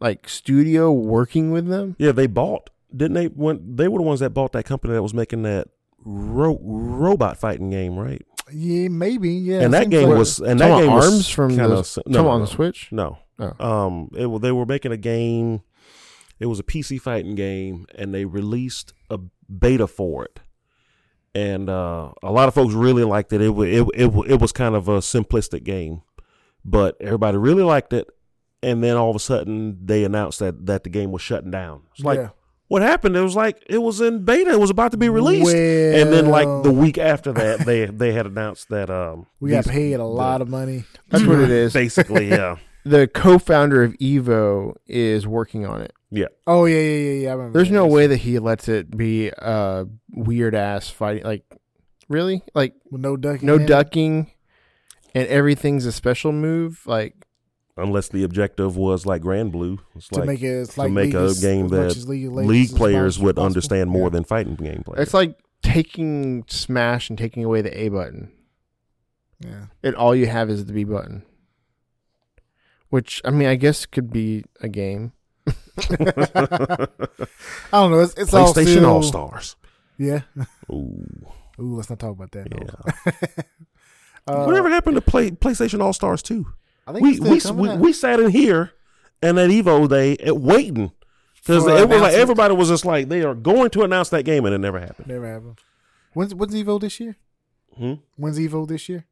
Speaker 2: like studio working with them?
Speaker 3: Yeah, they bought. Didn't they? When they were the ones that bought that company that was making that ro- robot fighting game, right?
Speaker 1: yeah, maybe. Yeah,
Speaker 3: and
Speaker 1: it
Speaker 3: that
Speaker 1: seems
Speaker 3: game
Speaker 1: like-
Speaker 3: was and that
Speaker 2: Talking
Speaker 3: game
Speaker 2: about
Speaker 3: was
Speaker 2: arms from
Speaker 3: kinda
Speaker 2: the,
Speaker 3: s-
Speaker 2: talking about on the Switch.
Speaker 3: No.
Speaker 2: Oh.
Speaker 3: Um, it, wa- they were making a game. It was a PC fighting game, and they released a beta for it. And uh, a lot of folks really liked it. It, wa- it. it wa- it was kind of a simplistic game, but everybody really liked it. And then all of a sudden, they announced that that the game was shutting down. It's like,
Speaker 1: Yeah.
Speaker 3: what happened? It was like it was in beta. It was about to be released, and then like the
Speaker 1: Well,
Speaker 3: week after that, they they had announced that um
Speaker 1: we got
Speaker 3: these-
Speaker 1: paid a
Speaker 3: the-
Speaker 1: lot of money.
Speaker 2: That's what it is.
Speaker 3: basically yeah
Speaker 2: The co-founder of Evo is working on it.
Speaker 1: Oh yeah, yeah, yeah, yeah. I remember
Speaker 2: There's
Speaker 1: that.
Speaker 2: no way that he lets it be a weird ass fighting. Like, really? Like
Speaker 1: With no ducking.
Speaker 2: no
Speaker 1: in it.
Speaker 2: ducking, and everything's a special move. Like,
Speaker 3: unless the objective was like Grand Blue. It's
Speaker 1: to
Speaker 3: like
Speaker 1: make it it's like
Speaker 3: make
Speaker 1: League
Speaker 3: a
Speaker 1: as-
Speaker 3: game
Speaker 1: as much
Speaker 3: that
Speaker 1: as League, of Legends as
Speaker 3: league
Speaker 1: possible.
Speaker 3: players would
Speaker 1: Possible.
Speaker 3: understand more
Speaker 1: Yeah.
Speaker 3: than fighting game players.
Speaker 2: it's like taking Smash and taking away the A button,
Speaker 1: Yeah.
Speaker 2: and all you have is the B button. Which I mean, I guess could be a game.
Speaker 1: I don't know. It's, it's all
Speaker 3: PlayStation
Speaker 1: still,
Speaker 3: All Stars.
Speaker 1: Yeah.
Speaker 3: Ooh,
Speaker 1: Ooh, let's not talk about that.
Speaker 3: yeah.
Speaker 1: No. Uh,
Speaker 3: Whatever happened to play PlayStation All Stars two?
Speaker 1: I think
Speaker 3: We
Speaker 1: it's still
Speaker 3: we
Speaker 1: coming
Speaker 3: we,
Speaker 1: out.
Speaker 3: we sat in here and at Evo day at waiting because
Speaker 1: For
Speaker 3: it was like
Speaker 1: announcement.
Speaker 3: everybody was just like they are going to announce that game and it never happened.
Speaker 1: never happened. When's when's Evo this year?
Speaker 3: Hmm?
Speaker 1: When's Evo this year?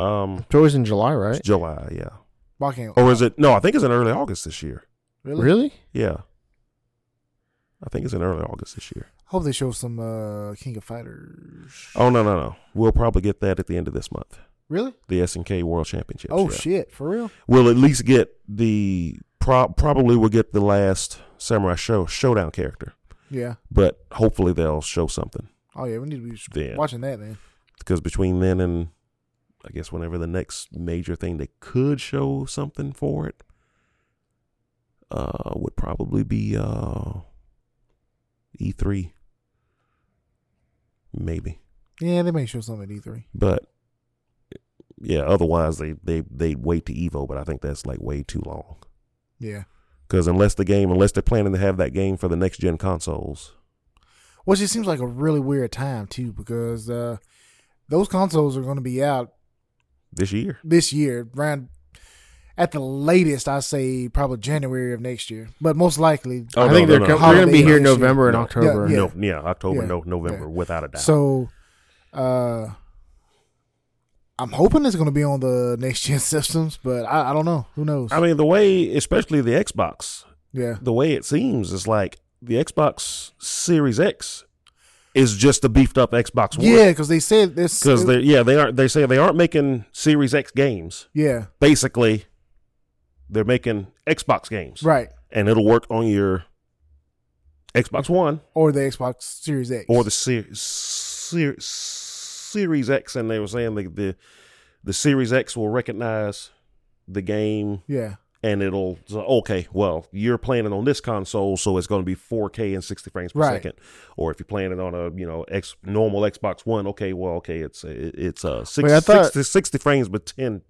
Speaker 3: Um,
Speaker 2: It's always in July,
Speaker 3: it's
Speaker 2: right?
Speaker 3: July, yeah,
Speaker 1: Well, I can't.
Speaker 3: or is it? No, I think it's in early August this year.
Speaker 1: really?
Speaker 2: Really?
Speaker 3: Yeah, I think it's in early August this year.
Speaker 1: I hope they show some uh, King of Fighters.
Speaker 3: Oh no no no! We'll probably get that at the end of this month.
Speaker 1: Really?
Speaker 3: The S and K World Championships.
Speaker 1: Oh
Speaker 3: yeah.
Speaker 1: shit! For real?
Speaker 3: We'll at least get the pro- probably we'll get the last Samurai Show Showdown character,
Speaker 1: Yeah.
Speaker 3: but hopefully they'll show something
Speaker 1: Oh yeah. We need to be
Speaker 3: then.
Speaker 1: watching that then.
Speaker 3: Because between then and I guess whenever the next major thing they could show something for it uh, would probably be uh, E E3, maybe.
Speaker 1: Yeah, they may show something at E3.
Speaker 3: But yeah, otherwise they they they wait to Evo, but I think that's like way too long.
Speaker 1: Yeah.
Speaker 3: Because unless the game, unless they're planning to have that game for the next gen consoles,
Speaker 1: Which it seems like a really weird time too, because uh, those consoles are going to be out
Speaker 3: this year.
Speaker 1: this year, around at the latest, I say probably January of next year, but most likely.
Speaker 3: Oh,
Speaker 2: I
Speaker 3: no,
Speaker 2: think
Speaker 3: no,
Speaker 2: they're,
Speaker 3: no.
Speaker 2: co- they're going to be
Speaker 1: Holiday
Speaker 2: here in
Speaker 1: this year.
Speaker 2: November and
Speaker 3: No.
Speaker 2: October.
Speaker 1: Yeah.
Speaker 3: No, yeah, October,
Speaker 1: Yeah.
Speaker 3: no November, without a doubt.
Speaker 1: So, uh, I'm hoping it's going to be on the next gen systems, but I, I don't know. Who knows?
Speaker 3: I mean, the way, especially the Xbox,
Speaker 1: yeah,
Speaker 3: the way it seems is like the Xbox Series X is just a beefed up Xbox One.
Speaker 1: yeah, because they said this.
Speaker 3: Because they yeah they aren't they say they aren't making Series X games.
Speaker 1: yeah,
Speaker 3: Basically, they're making Xbox games,
Speaker 1: right,
Speaker 3: and it'll work on your Xbox One
Speaker 1: or the Xbox Series X,
Speaker 3: or the ser- ser- Series X. And they were saying the, the the Series X will recognize the game,
Speaker 1: yeah,
Speaker 3: and it'll so, okay. Well, you're playing it on this console, so it's going to be 4K and 60 frames per
Speaker 1: Right.
Speaker 3: second. Or if you're playing it on a you know X normal Xbox One, okay, well, okay, it's it, it's uh six,
Speaker 2: Wait, I thought-
Speaker 3: 60, 60 frames, but 10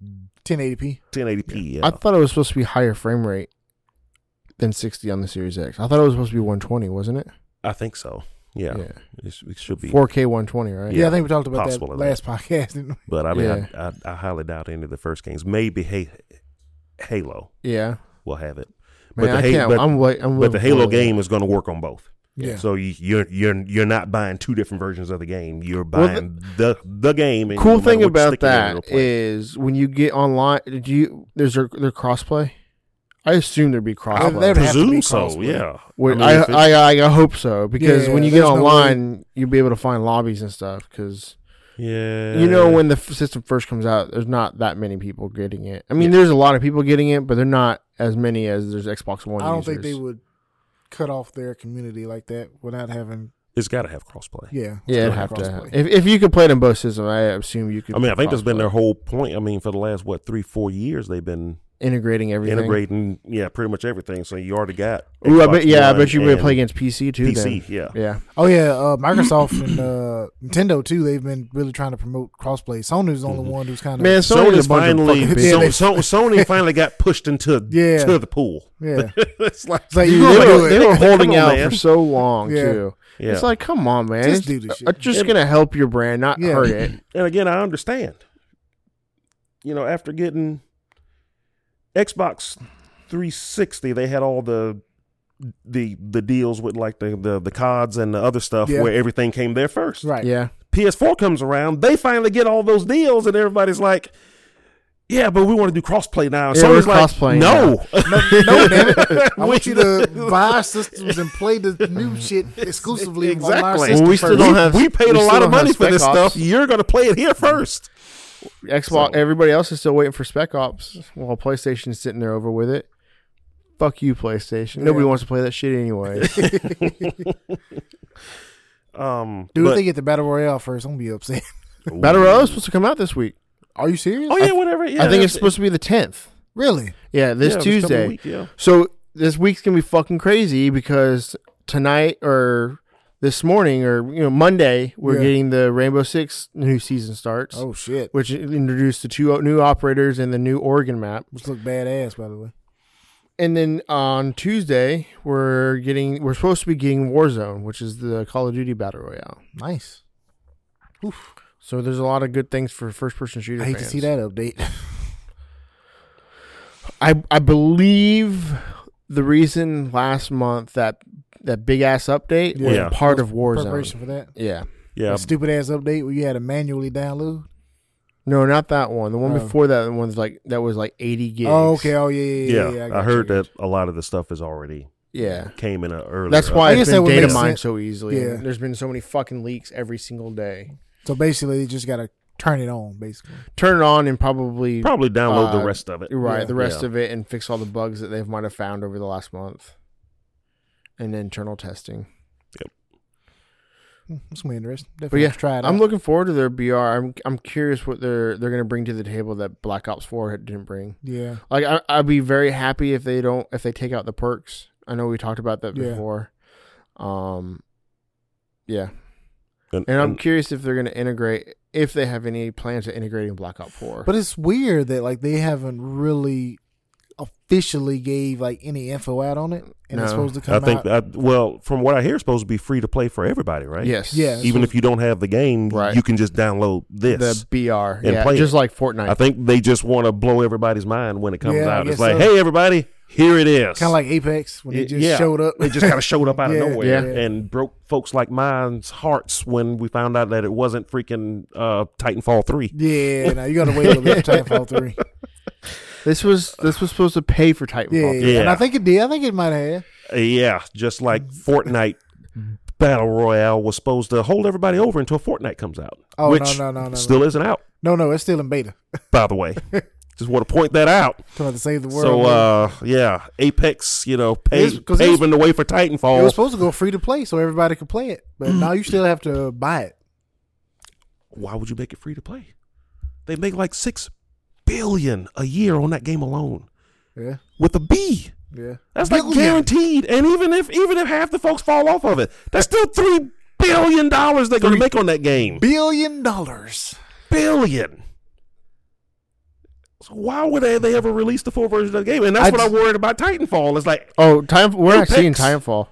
Speaker 1: 1080p.
Speaker 3: 1080p. Yeah.
Speaker 2: I thought it was supposed to be higher frame rate than 60 on the Series X. I thought it was supposed to be 120, wasn't it?
Speaker 3: I think so. Yeah, It, it should be.
Speaker 2: 4K 120, right?
Speaker 1: Yeah, I think we talked about
Speaker 3: Possible
Speaker 1: that
Speaker 3: of that.
Speaker 1: last podcast. Didn't we?
Speaker 3: But I mean,
Speaker 2: Yeah.
Speaker 3: I, I, I highly doubt any of the first games. Maybe hey, Halo
Speaker 2: Yeah.
Speaker 3: will have it.
Speaker 2: Man,
Speaker 3: the
Speaker 2: I
Speaker 3: Ha-
Speaker 2: can't.
Speaker 3: but-
Speaker 2: I'm wait. I'm
Speaker 3: but the
Speaker 2: looking forward
Speaker 3: Halo
Speaker 2: to that.
Speaker 3: game is going to work on both.
Speaker 1: Yeah.
Speaker 3: So you, you're you're you're not buying two different versions of the game. You're
Speaker 2: Well, the-
Speaker 3: buying the, the game. And no
Speaker 2: Cool
Speaker 3: matter
Speaker 2: thing
Speaker 3: which
Speaker 2: about
Speaker 3: stick you're in, it'll
Speaker 2: that
Speaker 3: play.
Speaker 2: is when you get online, do you there's their, their crossplay. I assume there'd be
Speaker 1: Uh, there'd
Speaker 2: crossplay.
Speaker 1: have to be
Speaker 3: presume so.
Speaker 1: crossplay.
Speaker 3: Yeah.
Speaker 2: Wait,
Speaker 3: I
Speaker 2: I,
Speaker 3: mean, if
Speaker 2: I, I, I hope so because
Speaker 1: Yeah,
Speaker 2: when you get
Speaker 1: there's no way-
Speaker 2: online, you'll be able to find lobbies and stuff. Because
Speaker 3: Yeah.
Speaker 2: you know when the f- system first comes out, there's not that many people getting it. I mean, there's a lot of people getting it, but they're not as many as there's Xbox One.
Speaker 1: I don't
Speaker 2: users.
Speaker 1: think they would cut off their community like that without having.
Speaker 3: it's got to have crossplay.
Speaker 1: Yeah, without
Speaker 2: Yeah, it'd have to.
Speaker 1: crossplay.
Speaker 2: If if you could play it in both systems, I assume you could.
Speaker 3: I mean, I think that's been
Speaker 2: crossplay.
Speaker 3: their whole point. I mean, for the last what three, four years, they've been
Speaker 2: integrating everything.
Speaker 3: integrating. Yeah, pretty much everything. So you already got.
Speaker 2: Ooh, I
Speaker 3: Xbox
Speaker 2: bet, yeah, I
Speaker 3: One
Speaker 2: bet you would
Speaker 3: and
Speaker 2: play against PC too. Then.
Speaker 3: PC. Yeah.
Speaker 2: Yeah.
Speaker 1: Oh yeah, uh, Microsoft and uh, Nintendo too. They've been really trying to promote crossplay. Sony's the only
Speaker 3: Mhm.
Speaker 1: one who's kind of
Speaker 2: Mm-hmm. Man, Sony's,
Speaker 3: Sony's
Speaker 2: a bunch
Speaker 3: finally
Speaker 2: of fucking
Speaker 1: Yeah,
Speaker 2: bitches.
Speaker 1: they-
Speaker 3: so, so, Sony finally got pushed into
Speaker 1: Yeah.
Speaker 3: to the pool.
Speaker 1: yeah.
Speaker 3: it's like
Speaker 1: It's like
Speaker 2: Dude,
Speaker 1: you
Speaker 2: they,
Speaker 1: gonna do
Speaker 2: were,
Speaker 1: it?
Speaker 2: they were holding
Speaker 3: Come on,
Speaker 2: out
Speaker 3: man.
Speaker 2: for so long
Speaker 1: Yeah.
Speaker 2: too.
Speaker 3: yeah.
Speaker 2: It's like, come on, man.
Speaker 1: Just
Speaker 2: It's-
Speaker 1: do this shit.
Speaker 2: I'm just
Speaker 3: It-
Speaker 2: gonna help your brand, not
Speaker 1: Yeah.
Speaker 2: hurt it.
Speaker 3: and again, I understand. You know, after getting Xbox 360, they had all the the the deals with like the the, the cods and the other stuff
Speaker 1: Yeah.
Speaker 3: where everything came there first.
Speaker 1: right.
Speaker 2: Yeah,
Speaker 3: PS4 comes around, they finally get all those deals, and everybody's like, "Yeah, but we want to do crossplay now." And
Speaker 2: Yeah, we're
Speaker 3: Sony's like,
Speaker 2: crossplaying
Speaker 3: No,
Speaker 1: No, damn it. I
Speaker 3: We-
Speaker 1: want you to buy systems and play the new shit exclusively on our
Speaker 3: Exactly.
Speaker 1: system.
Speaker 2: Well, we still
Speaker 1: first.
Speaker 2: don't
Speaker 3: we,
Speaker 2: have-
Speaker 3: we
Speaker 2: we
Speaker 3: paid a
Speaker 2: still
Speaker 3: lot
Speaker 2: don't have
Speaker 3: of money for
Speaker 2: Spec
Speaker 3: this
Speaker 2: Ops.
Speaker 3: stuff. You're gonna play it here first.
Speaker 2: Xbox.
Speaker 3: So-
Speaker 2: Everybody else is still waiting for Spec Ops, while PlayStation's sitting there over with it. Fuck you, PlayStation. Nobody
Speaker 1: Yeah.
Speaker 2: wants to play that shit anyway.
Speaker 3: Um,
Speaker 1: Dude,
Speaker 3: but-
Speaker 1: if they get the battle royale first, I'm gonna be upset.
Speaker 2: Battle Royale is supposed to come out this week.
Speaker 1: Are you serious?
Speaker 3: Oh yeah, whatever. Yeah,
Speaker 2: I think it's
Speaker 3: that's-
Speaker 2: supposed to be the tenth.
Speaker 1: Really?
Speaker 2: Yeah, this
Speaker 3: yeah, coming
Speaker 2: Tuesday.
Speaker 3: week, yeah.
Speaker 2: So this week's gonna be fucking crazy because tonight or this morning or you know Monday we're
Speaker 1: Yeah.
Speaker 2: getting the Rainbow Six new season starts,
Speaker 1: Oh shit.
Speaker 2: which introduced the two new operators and the new Oregon map.
Speaker 1: Which look badass, by the way.
Speaker 2: And then on Tuesday we're getting we're supposed to be getting Warzone, which is the Call of Duty Battle Royale.
Speaker 1: Nice.
Speaker 2: So there's a lot of good things for first person shooter.
Speaker 1: I hate to
Speaker 2: fans.
Speaker 1: see that update.
Speaker 2: I I believe the reason last month that that big ass update was
Speaker 3: Yeah.
Speaker 2: part of Warzone.
Speaker 1: Preparation for that.
Speaker 2: Yeah.
Speaker 3: Yeah,
Speaker 1: That Stupid ass update where you had to manually download.
Speaker 2: No, not that one. The one
Speaker 1: Oh.
Speaker 2: before that, the one's like that was like eighty gigs.
Speaker 1: Oh, okay. Oh, yeah, yeah, yeah.
Speaker 3: yeah.
Speaker 1: yeah,
Speaker 3: I,
Speaker 1: got
Speaker 3: heard
Speaker 1: you.
Speaker 3: that a lot of the stuff is already
Speaker 2: Yeah,
Speaker 3: came in a earlier.
Speaker 2: that's
Speaker 3: update.
Speaker 2: why
Speaker 1: I
Speaker 2: it's
Speaker 1: guess that
Speaker 2: been
Speaker 1: would
Speaker 2: data
Speaker 1: make
Speaker 2: mined
Speaker 1: sense.
Speaker 2: so easily.
Speaker 1: Yeah.
Speaker 2: There's been so many fucking leaks every single day.
Speaker 1: So basically, you just gotta turn it on, basically.
Speaker 2: Turn it on and probably,
Speaker 3: probably download
Speaker 2: Uh,
Speaker 3: the rest of it.
Speaker 2: you're right
Speaker 1: Yeah.
Speaker 2: the rest
Speaker 3: Yeah.
Speaker 2: of it and fix all the bugs that they might have found over the last month, and internal testing.
Speaker 1: Hmm, That's gonna be interesting. Definitely
Speaker 2: yeah,
Speaker 1: have to try it.
Speaker 2: I'm
Speaker 1: out.
Speaker 2: looking forward to their BR. I'm I'm curious what they're they're gonna bring to the table that Black Ops Four had- didn't bring.
Speaker 1: Yeah.
Speaker 2: Like I, I'd be very happy if they don't if they take out the perks. I know we talked about that
Speaker 1: Yeah.
Speaker 2: before. Um, yeah,
Speaker 3: And,
Speaker 2: And I'm
Speaker 3: and
Speaker 2: curious if they're going to integrate, if they have any plans of integrating Black Ops 4.
Speaker 1: But it's weird that like they haven't really officially gave like any info out on it, and
Speaker 2: No.
Speaker 1: it's supposed to
Speaker 3: I
Speaker 1: come
Speaker 3: think
Speaker 1: out.
Speaker 3: that, well, from what I hear, it's supposed to be free to play for everybody, right?
Speaker 2: yes.
Speaker 1: Yeah, it's
Speaker 3: Even if you don't have the game,
Speaker 2: Right.
Speaker 3: you can just download this.
Speaker 2: The BR.
Speaker 3: And
Speaker 2: Yeah.
Speaker 3: play
Speaker 2: Just
Speaker 3: it.
Speaker 2: like Fortnite.
Speaker 3: I think they just want to blow everybody's mind when it comes
Speaker 1: Yeah, I
Speaker 3: out. It's
Speaker 1: guess
Speaker 3: like,
Speaker 1: so.
Speaker 3: hey, everybody, here it is.
Speaker 1: Kind of like Apex when
Speaker 3: Y-
Speaker 1: it just
Speaker 3: yeah.
Speaker 1: showed up.
Speaker 3: It just kind of showed up out
Speaker 1: Yeah,
Speaker 3: of nowhere
Speaker 1: yeah.
Speaker 3: and broke folks like mine's hearts when we found out that it wasn't freaking uh, Titanfall 3.
Speaker 1: yeah, now you got to wait a little bit for Titanfall three.
Speaker 2: this was this was supposed to pay for Titanfall.
Speaker 1: Yeah,
Speaker 2: three.
Speaker 3: Yeah.
Speaker 1: and I think it did. I think it might have.
Speaker 3: Uh, yeah, just like
Speaker 1: Mm-hmm.
Speaker 3: Fortnite Battle Royale was supposed to hold everybody over until Fortnite comes out,
Speaker 1: Oh
Speaker 3: which
Speaker 1: no no no no
Speaker 3: still isn't out,
Speaker 1: no no! It's still in beta.
Speaker 3: by the way. just want to point that out.
Speaker 1: Trying to save the world.
Speaker 3: So, uh, yeah, Apex, you know,
Speaker 1: It's-
Speaker 3: paved,
Speaker 1: 'cause it's-
Speaker 3: paving the way for
Speaker 1: it was
Speaker 3: Titanfall.
Speaker 1: supposed to go free to play so everybody could play it,
Speaker 3: Mm.
Speaker 1: but now you still have to buy it.
Speaker 3: Why would you make it free to play? They make like six billion a year on that game alone
Speaker 1: Yeah,
Speaker 3: with a B.
Speaker 1: yeah.
Speaker 3: That's like
Speaker 1: Billion.
Speaker 3: guaranteed. And even if even if half the folks fall off of it, that's still three billion dollars they're gonna make on that game.
Speaker 1: Billion dollars.
Speaker 3: Billion. So why would they, they ever release the full version of the game? And that's
Speaker 2: I
Speaker 3: what
Speaker 2: just-
Speaker 3: I worried about Titanfall. It's like,
Speaker 2: Oh, time we're not seeing
Speaker 3: Apex.
Speaker 2: Titanfall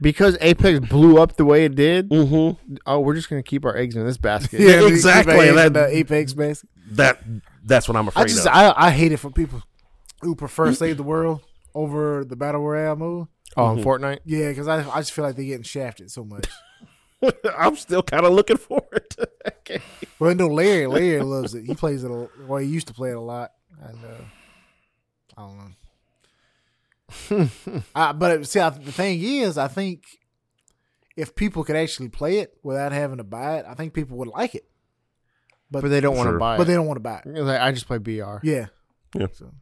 Speaker 2: because Apex blew up the way it did.
Speaker 3: mm-hmm.
Speaker 2: Oh, we're just gonna keep our eggs in this basket.
Speaker 3: Yeah, exactly.
Speaker 1: keep our eggs in
Speaker 3: That-
Speaker 1: the Apex basket.
Speaker 3: that that's what I'm afraid
Speaker 1: I just
Speaker 3: of.
Speaker 1: I, I hate it for people who prefer save the world over the battle royale mode.
Speaker 2: Oh, on
Speaker 3: Mm-hmm.
Speaker 2: Fortnite.
Speaker 1: Yeah, because I I just feel like they're getting shafted so much.
Speaker 3: I'm still kind of looking forward to that game.
Speaker 1: Well, no, Larry Larry loves it. He plays it. A, well, he used to play it a lot, and uh, I don't know. I, but see, I, the thing is, I think if people could actually play it without having to buy it, I think people would like it.
Speaker 2: But, they don't want to
Speaker 3: Sure.
Speaker 2: buy it.
Speaker 1: But they don't want to buy it.
Speaker 2: It's like, I just play BR.
Speaker 1: Yeah.
Speaker 3: Yeah.
Speaker 1: So.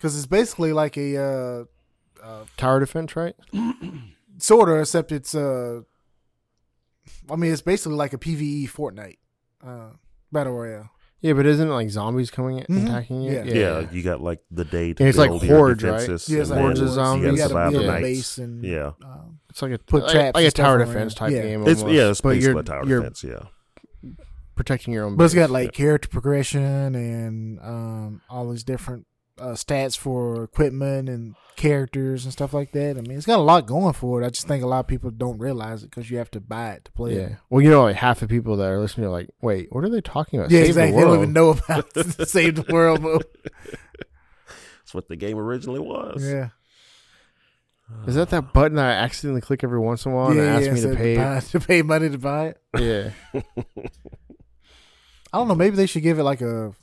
Speaker 1: Cause it's basically like a uh,
Speaker 2: Tower defense, right?
Speaker 1: sort of, except it's uh, I mean, it's basically like a PVE Fortnite uh, battle royale.
Speaker 2: Yeah, but isn't it like zombies coming in
Speaker 1: Mhm.
Speaker 2: attacking you?
Speaker 1: Yeah.
Speaker 3: Yeah, you got like the day to
Speaker 2: And it's like
Speaker 3: build your
Speaker 2: hordes, right?
Speaker 3: defenses,
Speaker 1: Yeah, it's
Speaker 3: and
Speaker 1: like
Speaker 3: then
Speaker 2: hordes of
Speaker 3: You
Speaker 2: zombies.
Speaker 1: You
Speaker 3: got to
Speaker 1: gotta
Speaker 3: survive the
Speaker 1: build a
Speaker 3: night.
Speaker 1: base and-
Speaker 3: yeah,
Speaker 1: Um,
Speaker 2: It's like a
Speaker 1: Put
Speaker 2: like,
Speaker 1: traps
Speaker 2: like a
Speaker 1: and stuff
Speaker 2: tower
Speaker 1: around
Speaker 2: defense
Speaker 1: it.
Speaker 2: type
Speaker 1: Yeah.
Speaker 2: game.
Speaker 3: it's
Speaker 2: almost,
Speaker 3: yeah, it's
Speaker 2: but
Speaker 3: basically
Speaker 2: you're,
Speaker 3: a tower
Speaker 2: you're
Speaker 3: defense. Yeah,
Speaker 2: protecting your own.
Speaker 1: But it's
Speaker 2: base.
Speaker 1: got like character progression and um, all these different uh, stats for equipment and characters and stuff like that. I mean, it's got a lot going for it. I just think a lot of people don't realize it because you have to buy it to play
Speaker 2: yeah.
Speaker 1: it.
Speaker 2: Well, you know, like half the people that are listening are like, wait, what are they talking about?
Speaker 1: Yeah,
Speaker 2: Save the
Speaker 1: exactly. They don't
Speaker 2: world.
Speaker 1: even know about Save the World mode.
Speaker 3: that's what the game originally was.
Speaker 1: Yeah.
Speaker 2: Is that that button that I accidentally click every once in a while
Speaker 1: yeah,
Speaker 2: and it asks
Speaker 1: yeah,
Speaker 2: me
Speaker 1: so
Speaker 2: to pay?
Speaker 1: buy, to pay money to buy it.
Speaker 2: Yeah,
Speaker 1: I don't know. Maybe they should give it like a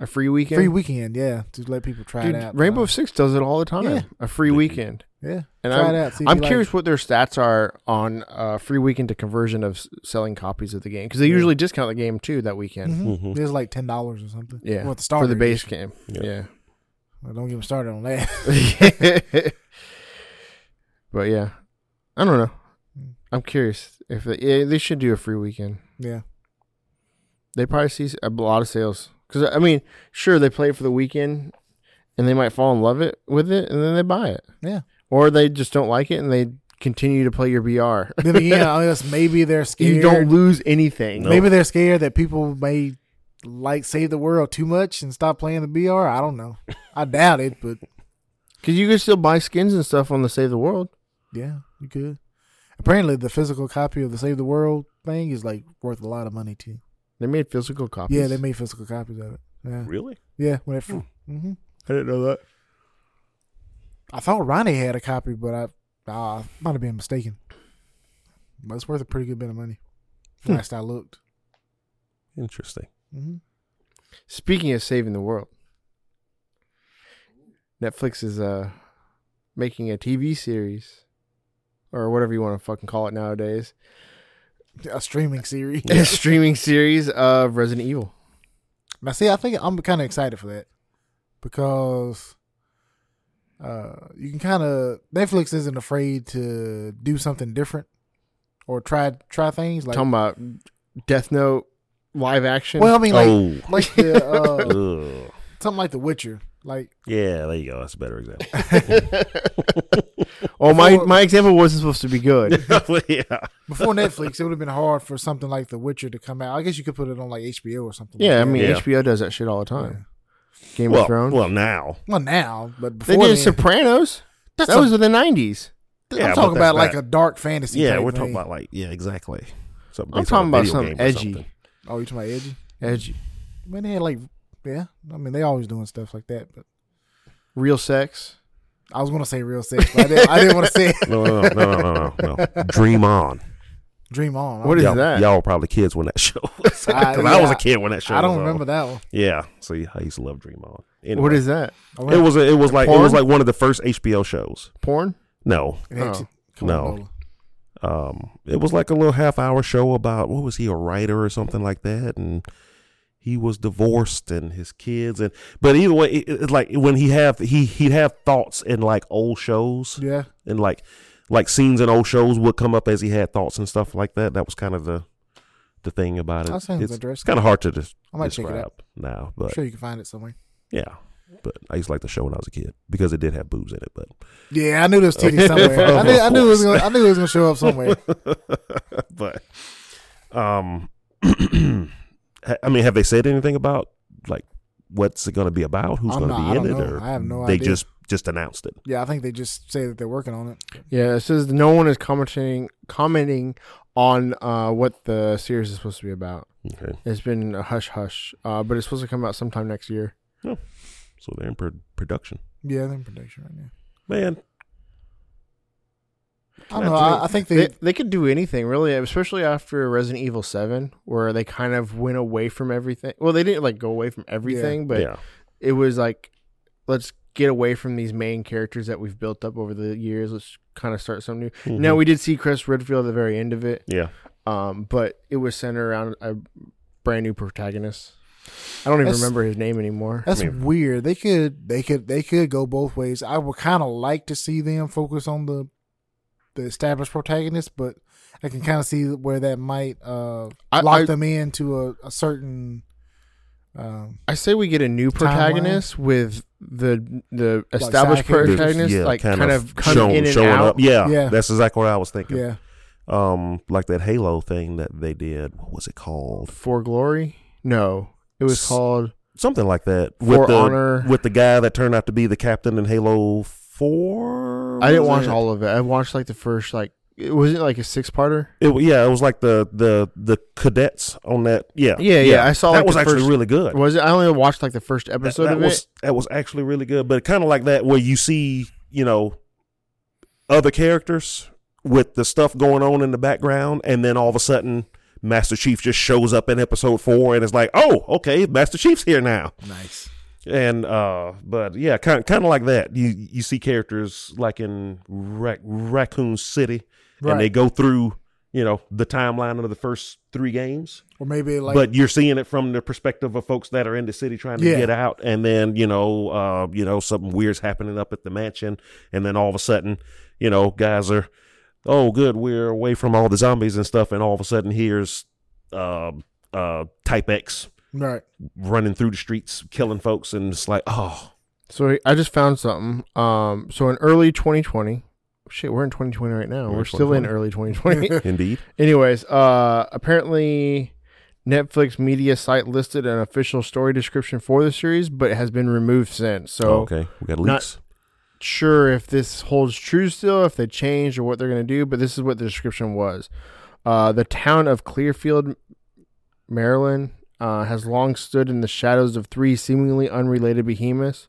Speaker 2: a free weekend.
Speaker 1: free weekend. Yeah, to let people try
Speaker 2: Dude,
Speaker 1: it out.
Speaker 2: Rainbow
Speaker 1: Uh,
Speaker 2: Six does it all the time.
Speaker 1: Yeah.
Speaker 2: A free weekend.
Speaker 1: yeah,
Speaker 2: And
Speaker 1: try
Speaker 2: I'm,
Speaker 1: it out. see if
Speaker 2: I'm
Speaker 1: you like
Speaker 2: curious
Speaker 1: it.
Speaker 2: what their stats are on uh, free weekend to conversion of s- selling copies of the game because they usually discount the game too that weekend.
Speaker 1: Mhm.
Speaker 3: Mhm.
Speaker 1: There's like ten dollars or something.
Speaker 2: Hmm. Yeah,
Speaker 1: Well, the
Speaker 2: for the
Speaker 1: starter
Speaker 2: base game. Yeah.
Speaker 3: Yeah.
Speaker 1: Well, don't get me started on that.
Speaker 2: but yeah, I don't know.
Speaker 1: Mm.
Speaker 2: I'm curious if they, yeah, they should do a free weekend.
Speaker 1: yeah.
Speaker 2: They probably see s- a lot of sales because I mean, sure they play it for the weekend and they might fall in love it with it and then they buy it.
Speaker 1: Yeah.
Speaker 2: or they just don't like it and they continue to play your BR.
Speaker 1: Then again, I guess maybe they're scared.
Speaker 2: you don't lose anything.
Speaker 3: No.
Speaker 1: Maybe they're scared that people may like save the world too much and stop playing the BR. I don't know. I doubt it, but
Speaker 2: Because you can still buy skins and stuff on the Save the World.
Speaker 1: yeah, you could. Apparently, the physical copy of the Save the World thing is like worth a lot of money too.
Speaker 2: They made physical copies.
Speaker 1: Yeah, they made physical copies of it. Yeah,
Speaker 3: Really?
Speaker 1: yeah. When it, hmm
Speaker 2: I didn't know that.
Speaker 1: I thought Ronnie had a copy, but I ah, I might have been mistaken. But it's worth a pretty good bit of money.
Speaker 2: Hmm.
Speaker 1: Last I looked.
Speaker 3: Interesting.
Speaker 1: hmm
Speaker 2: Speaking of saving the world, Netflix is uh making a TV series or whatever you want to fucking call it nowadays.
Speaker 1: A streaming series.
Speaker 2: A streaming series of Resident Evil.
Speaker 1: Now, see, I think I'm kind of excited for that because uh, you can kind of Netflix isn't afraid to do something different or try try things like.
Speaker 2: Talking about Death Note live action.
Speaker 1: well, I mean, like,
Speaker 3: oh,
Speaker 1: like the, uh,
Speaker 3: ugh.
Speaker 1: something like The Witcher, like
Speaker 3: yeah. There you go. That's a better example.
Speaker 2: Oh, my,
Speaker 1: Before-
Speaker 2: my example wasn't supposed to be good.
Speaker 3: yeah.
Speaker 1: Before Netflix, it would have been hard for something like The Witcher to come out. I guess you could put it on like HBO or something.
Speaker 2: Yeah, I
Speaker 1: like that.
Speaker 2: mean
Speaker 3: Yeah.
Speaker 2: HBO does that shit all the time. Game
Speaker 3: Well,
Speaker 2: of Thrones.
Speaker 3: well, now.
Speaker 1: well now, but
Speaker 2: they
Speaker 1: before
Speaker 2: did
Speaker 1: then,
Speaker 2: Sopranos.
Speaker 1: that's
Speaker 2: That
Speaker 1: a-
Speaker 2: was in the nineties.
Speaker 3: Yeah,
Speaker 1: I'm
Speaker 3: but
Speaker 1: talking
Speaker 3: that's
Speaker 1: about like
Speaker 3: back.
Speaker 1: a dark fantasy.
Speaker 3: Yeah,
Speaker 1: type
Speaker 3: we're talking
Speaker 1: thing.
Speaker 3: about like yeah, exactly. Something
Speaker 2: I'm
Speaker 3: based on
Speaker 2: talking about
Speaker 3: a video
Speaker 2: something
Speaker 3: game or
Speaker 2: edgy.
Speaker 1: Oh, you talking about edgy?
Speaker 2: Edgy.
Speaker 1: Man, they had like yeah. I mean, they always doing stuff like that. But
Speaker 2: Real sex.
Speaker 1: I was gonna say real sex, but I didn't, I didn't want to say it.
Speaker 3: No, no, no, no, no, no, no, no. Dream on.
Speaker 1: Dream on.
Speaker 2: What is
Speaker 3: y'all,
Speaker 2: that?
Speaker 3: Y'all were probably kids when that show was. Because
Speaker 1: I-
Speaker 3: I,
Speaker 1: yeah,
Speaker 3: was a kid when that show.
Speaker 1: I don't
Speaker 3: was on.
Speaker 1: remember that one.
Speaker 3: Yeah, see, I used to love Dream on. Anyway,
Speaker 2: What is that?
Speaker 1: I
Speaker 3: it?
Speaker 1: remember-
Speaker 3: Was a, it was like it
Speaker 2: Porn?
Speaker 3: was like one of the first HBO shows.
Speaker 2: Porn?
Speaker 3: No,
Speaker 1: it had to- come
Speaker 3: no.
Speaker 1: on, Nola.
Speaker 3: um, it was like a little half hour show about what was he a writer or something like that, and he was divorced and his kids and but either way, it, it's like when he have he he'd have thoughts in like old shows.
Speaker 1: Yeah,
Speaker 3: and like like scenes in old shows would come up as he had thoughts and stuff like that. That was kind of the the thing about it.
Speaker 1: That sounds
Speaker 3: it's,
Speaker 1: interesting.
Speaker 3: It's kind of hard to des-
Speaker 1: I might check it
Speaker 3: describe
Speaker 1: out.
Speaker 3: now,
Speaker 1: I'm
Speaker 3: but
Speaker 1: sure you can find it somewhere.
Speaker 3: yeah. But I used to like the show when I was a kid because it did have boobs in it. But
Speaker 1: Yeah, I knew there was titties somewhere. I knew, I knew it was. Gonna, I knew it was gonna show up somewhere.
Speaker 3: but um, ha- I mean, have they said anything about like what's it going to be about? Who's
Speaker 1: I'm
Speaker 3: going to
Speaker 1: not-
Speaker 3: be
Speaker 1: I
Speaker 3: in
Speaker 1: don't
Speaker 3: it?
Speaker 1: know.
Speaker 3: Or
Speaker 1: I have no
Speaker 3: they
Speaker 1: idea.
Speaker 3: just just announced it.
Speaker 1: Yeah, I think they just say that they're working on it.
Speaker 2: Yeah, it says no one is commenting commenting on uh, what the series is supposed to be about.
Speaker 3: Okay,
Speaker 2: It's been a hush hush, uh, but it's supposed to come out sometime next year.
Speaker 3: so they're in pro- production.
Speaker 1: Yeah, they're in production right now.
Speaker 3: Man,
Speaker 1: I don't know. I, I think they.
Speaker 2: They, they could do anything really, especially after Resident Evil Seven, where they kind of went away from everything. Well, they didn't like go away from everything, but
Speaker 3: yeah,
Speaker 2: it was like let's get away from these main characters that we've built up over the years. Let's kind of start something new. Now
Speaker 3: Mhm.
Speaker 2: we did see Chris Redfield at the very end of it,
Speaker 3: yeah.
Speaker 2: um, but it was centered around a brand new protagonist. I don't even
Speaker 1: That's-
Speaker 2: remember his name anymore.
Speaker 1: That's
Speaker 3: I mean-
Speaker 1: weird. They could they could they could go both ways. I would kind of like to see them focus on the the established protagonist, but I can kind of see where that might uh
Speaker 2: I-
Speaker 1: lock
Speaker 2: I-
Speaker 1: them into a, a certain um
Speaker 2: I say we get a new protagonist with the the established
Speaker 1: side characters?
Speaker 2: protagonist, like kind, of, kind of in and
Speaker 3: showing
Speaker 2: out.
Speaker 3: Up. Yeah,
Speaker 1: Yeah.
Speaker 3: that's exactly what I was thinking.
Speaker 1: yeah.
Speaker 3: Um, like that Halo thing that they did. What was it called?
Speaker 2: For glory? No, it was
Speaker 3: S-
Speaker 2: called
Speaker 3: Something like that
Speaker 2: For
Speaker 3: with the
Speaker 2: Honor.
Speaker 3: with the guy that turned out to be the captain in Halo Four.
Speaker 2: I didn't
Speaker 3: was
Speaker 2: watch
Speaker 3: it?
Speaker 2: all of it. I watched like the first like it wasn't like a six parter.
Speaker 3: It, wa- yeah, it was like the the the cadets on that. Yeah,
Speaker 2: Yeah, yeah, I saw,
Speaker 3: that
Speaker 2: like,
Speaker 3: was
Speaker 2: the
Speaker 3: actually
Speaker 2: first
Speaker 3: really good.
Speaker 2: Was it? I only watched like the first
Speaker 3: That,
Speaker 2: episode
Speaker 3: that
Speaker 2: of
Speaker 3: was
Speaker 2: it.
Speaker 3: that was actually really good. But kind of like that where you see you know other characters with the stuff going on in the background, and then all of a sudden. Master Chief just shows up in episode four and it's like, oh, okay, Master Chief's here now.
Speaker 1: Nice.
Speaker 3: and uh but yeah kind kind of like that you you see characters like in Rac- raccoon city
Speaker 1: Right.
Speaker 3: and they go through you know the timeline of the first three games
Speaker 1: Or maybe like
Speaker 3: but you're seeing it from the perspective of folks that are in the city trying to
Speaker 1: Yeah.
Speaker 3: get out and then you know uh you know something weird's happening up at the mansion and then all of a sudden you know guys are oh good we're away from all the zombies and stuff and all of a sudden here's uh uh type x
Speaker 1: right.
Speaker 3: running through the streets killing folks and it's like oh
Speaker 2: So I just found something. Um, so in early 2020, shit, we're in 2020 right now.
Speaker 3: We're in
Speaker 2: We're, still in early 2020.
Speaker 3: Indeed.
Speaker 2: Anyways, uh, apparently Netflix media site listed an official story description for the series, but it has been removed since. So
Speaker 3: Oh, okay. We got
Speaker 2: Not-
Speaker 3: leaks.
Speaker 2: sure if this holds true still, if they changed or what they're going to do, but this is what the description was. Uh, the town of Clearfield, Maryland, uh, has long stood in the shadows of three seemingly unrelated behemoths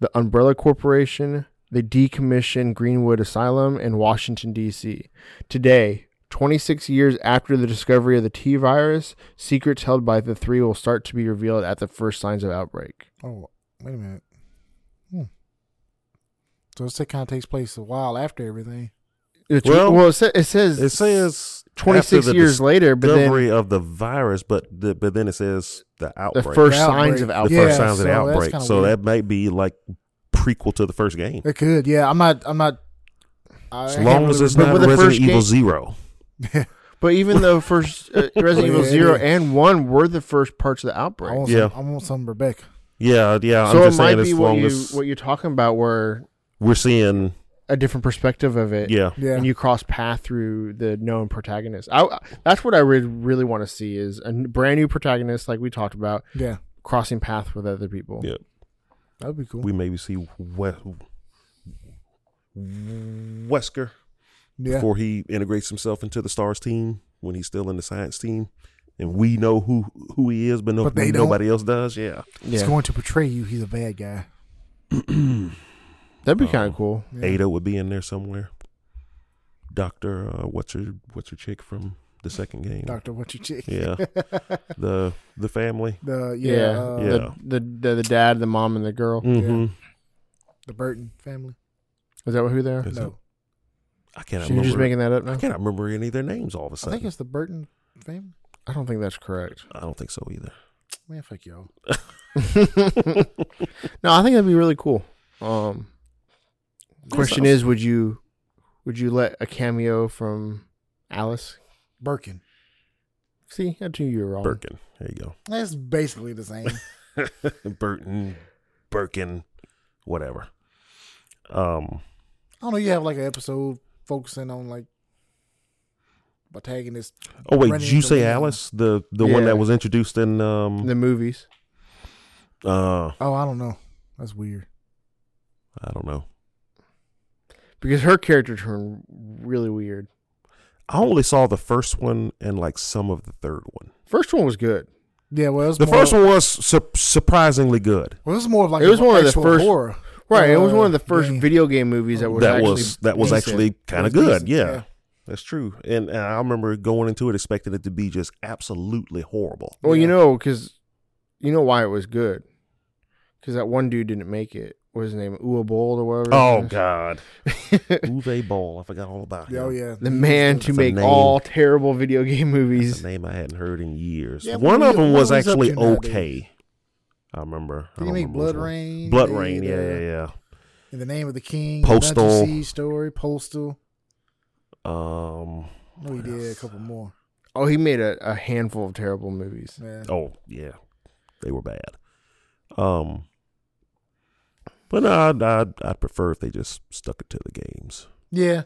Speaker 2: the Umbrella Corporation, the decommissioned Greenwood Asylum, and Washington, D.C. Today, 26 years after the discovery of the T virus, secrets held by the three will start to be revealed at the first signs of outbreak.
Speaker 1: Oh, wait a minute. Hmm. So this kind of takes place a while after everything.
Speaker 2: It's- well,
Speaker 3: Well,
Speaker 2: it, sa- it says
Speaker 3: It says
Speaker 2: 26
Speaker 3: after the
Speaker 2: years later, but then
Speaker 3: discovery of the virus, but the, but then it says the
Speaker 2: the
Speaker 3: outbreak.
Speaker 2: first
Speaker 1: The outbreak.
Speaker 2: signs
Speaker 1: The
Speaker 2: of
Speaker 3: The
Speaker 2: outbreak.
Speaker 1: Yeah,
Speaker 3: first signs of the
Speaker 1: so that's
Speaker 3: outbreak.
Speaker 1: kinda
Speaker 3: So
Speaker 1: weird.
Speaker 3: that might be like prequel to the first game.
Speaker 1: It could. Yeah, I'm not. I'm not. I
Speaker 3: As
Speaker 1: can't
Speaker 3: long
Speaker 1: really
Speaker 3: as it's
Speaker 2: But
Speaker 3: not
Speaker 2: with the
Speaker 3: Resident
Speaker 2: first
Speaker 3: Evil
Speaker 2: game-
Speaker 3: Zero.
Speaker 2: But even though first uh,
Speaker 1: Yeah,
Speaker 2: Resident Evil
Speaker 1: it
Speaker 2: Zero
Speaker 1: is.
Speaker 2: and One were the first parts of the
Speaker 1: I
Speaker 2: outbreak,
Speaker 1: want
Speaker 3: Yeah.
Speaker 1: some. I want some Rebecca.
Speaker 3: Yeah, yeah. I'm
Speaker 2: so it
Speaker 3: just
Speaker 2: might
Speaker 3: saying
Speaker 2: be
Speaker 3: as
Speaker 2: what
Speaker 3: long
Speaker 2: you
Speaker 3: as
Speaker 2: what you're talking about, where
Speaker 3: we're seeing
Speaker 2: a different perspective of it.
Speaker 3: Yeah.
Speaker 1: Yeah.
Speaker 2: and you cross path through the known protagonist. I that's what I really really want to see is a n- brand new protagonist like we talked about
Speaker 1: yeah.
Speaker 2: crossing path with other people.
Speaker 3: Yeah.
Speaker 1: That'd be cool.
Speaker 3: We maybe see we- Wesker
Speaker 1: Yeah.
Speaker 3: before he integrates himself into the Stars team when he's still in the science team. And we know who who he is, but, no,
Speaker 1: But they don't.
Speaker 3: nobody else does. Yeah.
Speaker 1: He's
Speaker 2: Yeah.
Speaker 1: going to portray you. He's a bad guy.
Speaker 2: That'd be kind
Speaker 3: Oh.
Speaker 2: of cool.
Speaker 1: Yeah.
Speaker 3: Ada would be in there somewhere. Doctor, uh, what's her what's her chick from the second game?
Speaker 1: Doctor, what you chick?
Speaker 3: Yeah, the the family.
Speaker 1: The yeah,
Speaker 2: Yeah.
Speaker 1: uh,
Speaker 3: Yeah.
Speaker 2: The, the the the dad, the mom, and the girl.
Speaker 3: Mm-hmm.
Speaker 1: the Burton family.
Speaker 2: Is that who they are?
Speaker 3: Is
Speaker 1: no,
Speaker 3: it- I cannot
Speaker 2: So you're
Speaker 3: remember.
Speaker 2: just making that up now?
Speaker 3: I cannot remember any of their names. All of a
Speaker 1: I think
Speaker 3: sudden,
Speaker 1: it's the Burton family.
Speaker 2: I don't think that's correct.
Speaker 3: I don't think so either.
Speaker 1: Man, fuck y'all.
Speaker 2: No, I think that'd be really cool. Um, question is, would you would you let a cameo from Alice?
Speaker 1: Birkin.
Speaker 2: See, I knew you were
Speaker 1: Oh.
Speaker 2: wrong.
Speaker 3: Birkin. There you
Speaker 1: That's basically the same.
Speaker 3: go. Burton, Birkin, whatever. Um,
Speaker 1: I don't know. You have like an episode focusing on like protagonist.
Speaker 3: Oh wait,
Speaker 1: Running
Speaker 3: did you
Speaker 1: into
Speaker 3: say
Speaker 1: Leon.
Speaker 3: Alice, the the one
Speaker 2: Yeah.
Speaker 3: that was introduced in um
Speaker 2: The movies.
Speaker 3: uh
Speaker 1: Oh, I don't know. That's weird.
Speaker 3: I don't know.
Speaker 2: because her character turned really weird.
Speaker 3: I only saw the first one and like some of the third one.
Speaker 2: First one was good.
Speaker 1: Yeah, well, it's
Speaker 3: The
Speaker 1: more,
Speaker 3: first one was su- surprisingly good.
Speaker 1: Well, it's more of like
Speaker 2: It was one of the
Speaker 1: actual
Speaker 2: first-
Speaker 1: horror.
Speaker 2: Right, it was
Speaker 1: Uh,
Speaker 2: one of the first
Speaker 1: yeah.
Speaker 2: video game movies that was
Speaker 3: that
Speaker 2: actually
Speaker 3: was that was
Speaker 2: decent.
Speaker 3: actually kind of
Speaker 1: It was
Speaker 3: good.
Speaker 1: decent,
Speaker 3: Yeah,
Speaker 1: yeah.
Speaker 3: that's true. And, and I remember going into it expecting it to be just absolutely horrible.
Speaker 2: Well,
Speaker 1: yeah.
Speaker 2: you know, because you know why it was good. Because that one dude didn't make it. What was his name? Ua Bold or whatever.
Speaker 3: Oh
Speaker 2: his name
Speaker 3: God,
Speaker 2: is.
Speaker 3: Uwe Ball. I forgot all about him.
Speaker 1: Yeah, oh yeah,
Speaker 2: the man to
Speaker 3: a
Speaker 2: make
Speaker 3: name.
Speaker 2: all terrible video game
Speaker 3: That's
Speaker 2: movies.
Speaker 3: a name I hadn't heard in years.
Speaker 1: Yeah,
Speaker 3: one
Speaker 1: what
Speaker 3: of
Speaker 1: are
Speaker 3: them
Speaker 1: you- what
Speaker 3: was
Speaker 1: are these up
Speaker 3: actually
Speaker 1: to nowadays?
Speaker 3: okay. I remember. I
Speaker 1: Did he
Speaker 3: don't
Speaker 1: make
Speaker 3: remember
Speaker 1: Blood
Speaker 3: which one.
Speaker 1: Rain?
Speaker 3: Blood
Speaker 1: He
Speaker 3: Rain.
Speaker 1: did,
Speaker 3: Yeah,
Speaker 1: uh,
Speaker 3: yeah, yeah.
Speaker 1: In the Name of the King.
Speaker 3: Postal.
Speaker 1: Dungeon Siege Story. Postal.
Speaker 3: Um.
Speaker 1: No, he
Speaker 3: What
Speaker 1: did a
Speaker 3: else?
Speaker 1: couple more.
Speaker 2: Oh, he made a, a handful of terrible movies.
Speaker 1: Yeah.
Speaker 3: Oh yeah, they were bad. Um. But no, I'd, I'd, I'd prefer if they just stuck it to the games.
Speaker 1: yeah,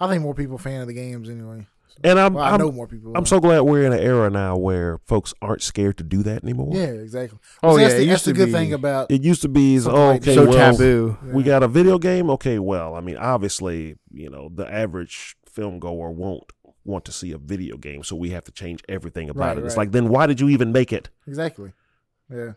Speaker 1: I think more people fan of the games anyway.
Speaker 3: And I'm
Speaker 1: Well, i
Speaker 3: I'm,
Speaker 1: know more people.
Speaker 3: I'm
Speaker 1: are.
Speaker 3: so glad we're in an era now where folks aren't scared to do that anymore.
Speaker 1: yeah, exactly.
Speaker 2: Oh,
Speaker 1: So
Speaker 2: yeah.
Speaker 1: that's the,
Speaker 2: it
Speaker 1: that's
Speaker 2: used
Speaker 1: the
Speaker 2: to
Speaker 1: good
Speaker 2: be
Speaker 1: thing about
Speaker 3: It used to be so,
Speaker 1: Something
Speaker 3: oh,
Speaker 1: like
Speaker 3: okay,
Speaker 2: so
Speaker 3: well,
Speaker 2: taboo.
Speaker 3: We
Speaker 1: Yeah.
Speaker 3: got a video game. Okay, well, I mean, obviously, you know, the average film goer won't want to see a video game, so we have to change everything about
Speaker 1: Right,
Speaker 3: it. It's
Speaker 1: right.
Speaker 3: like, then why did you even make it?
Speaker 1: exactly. Yeah,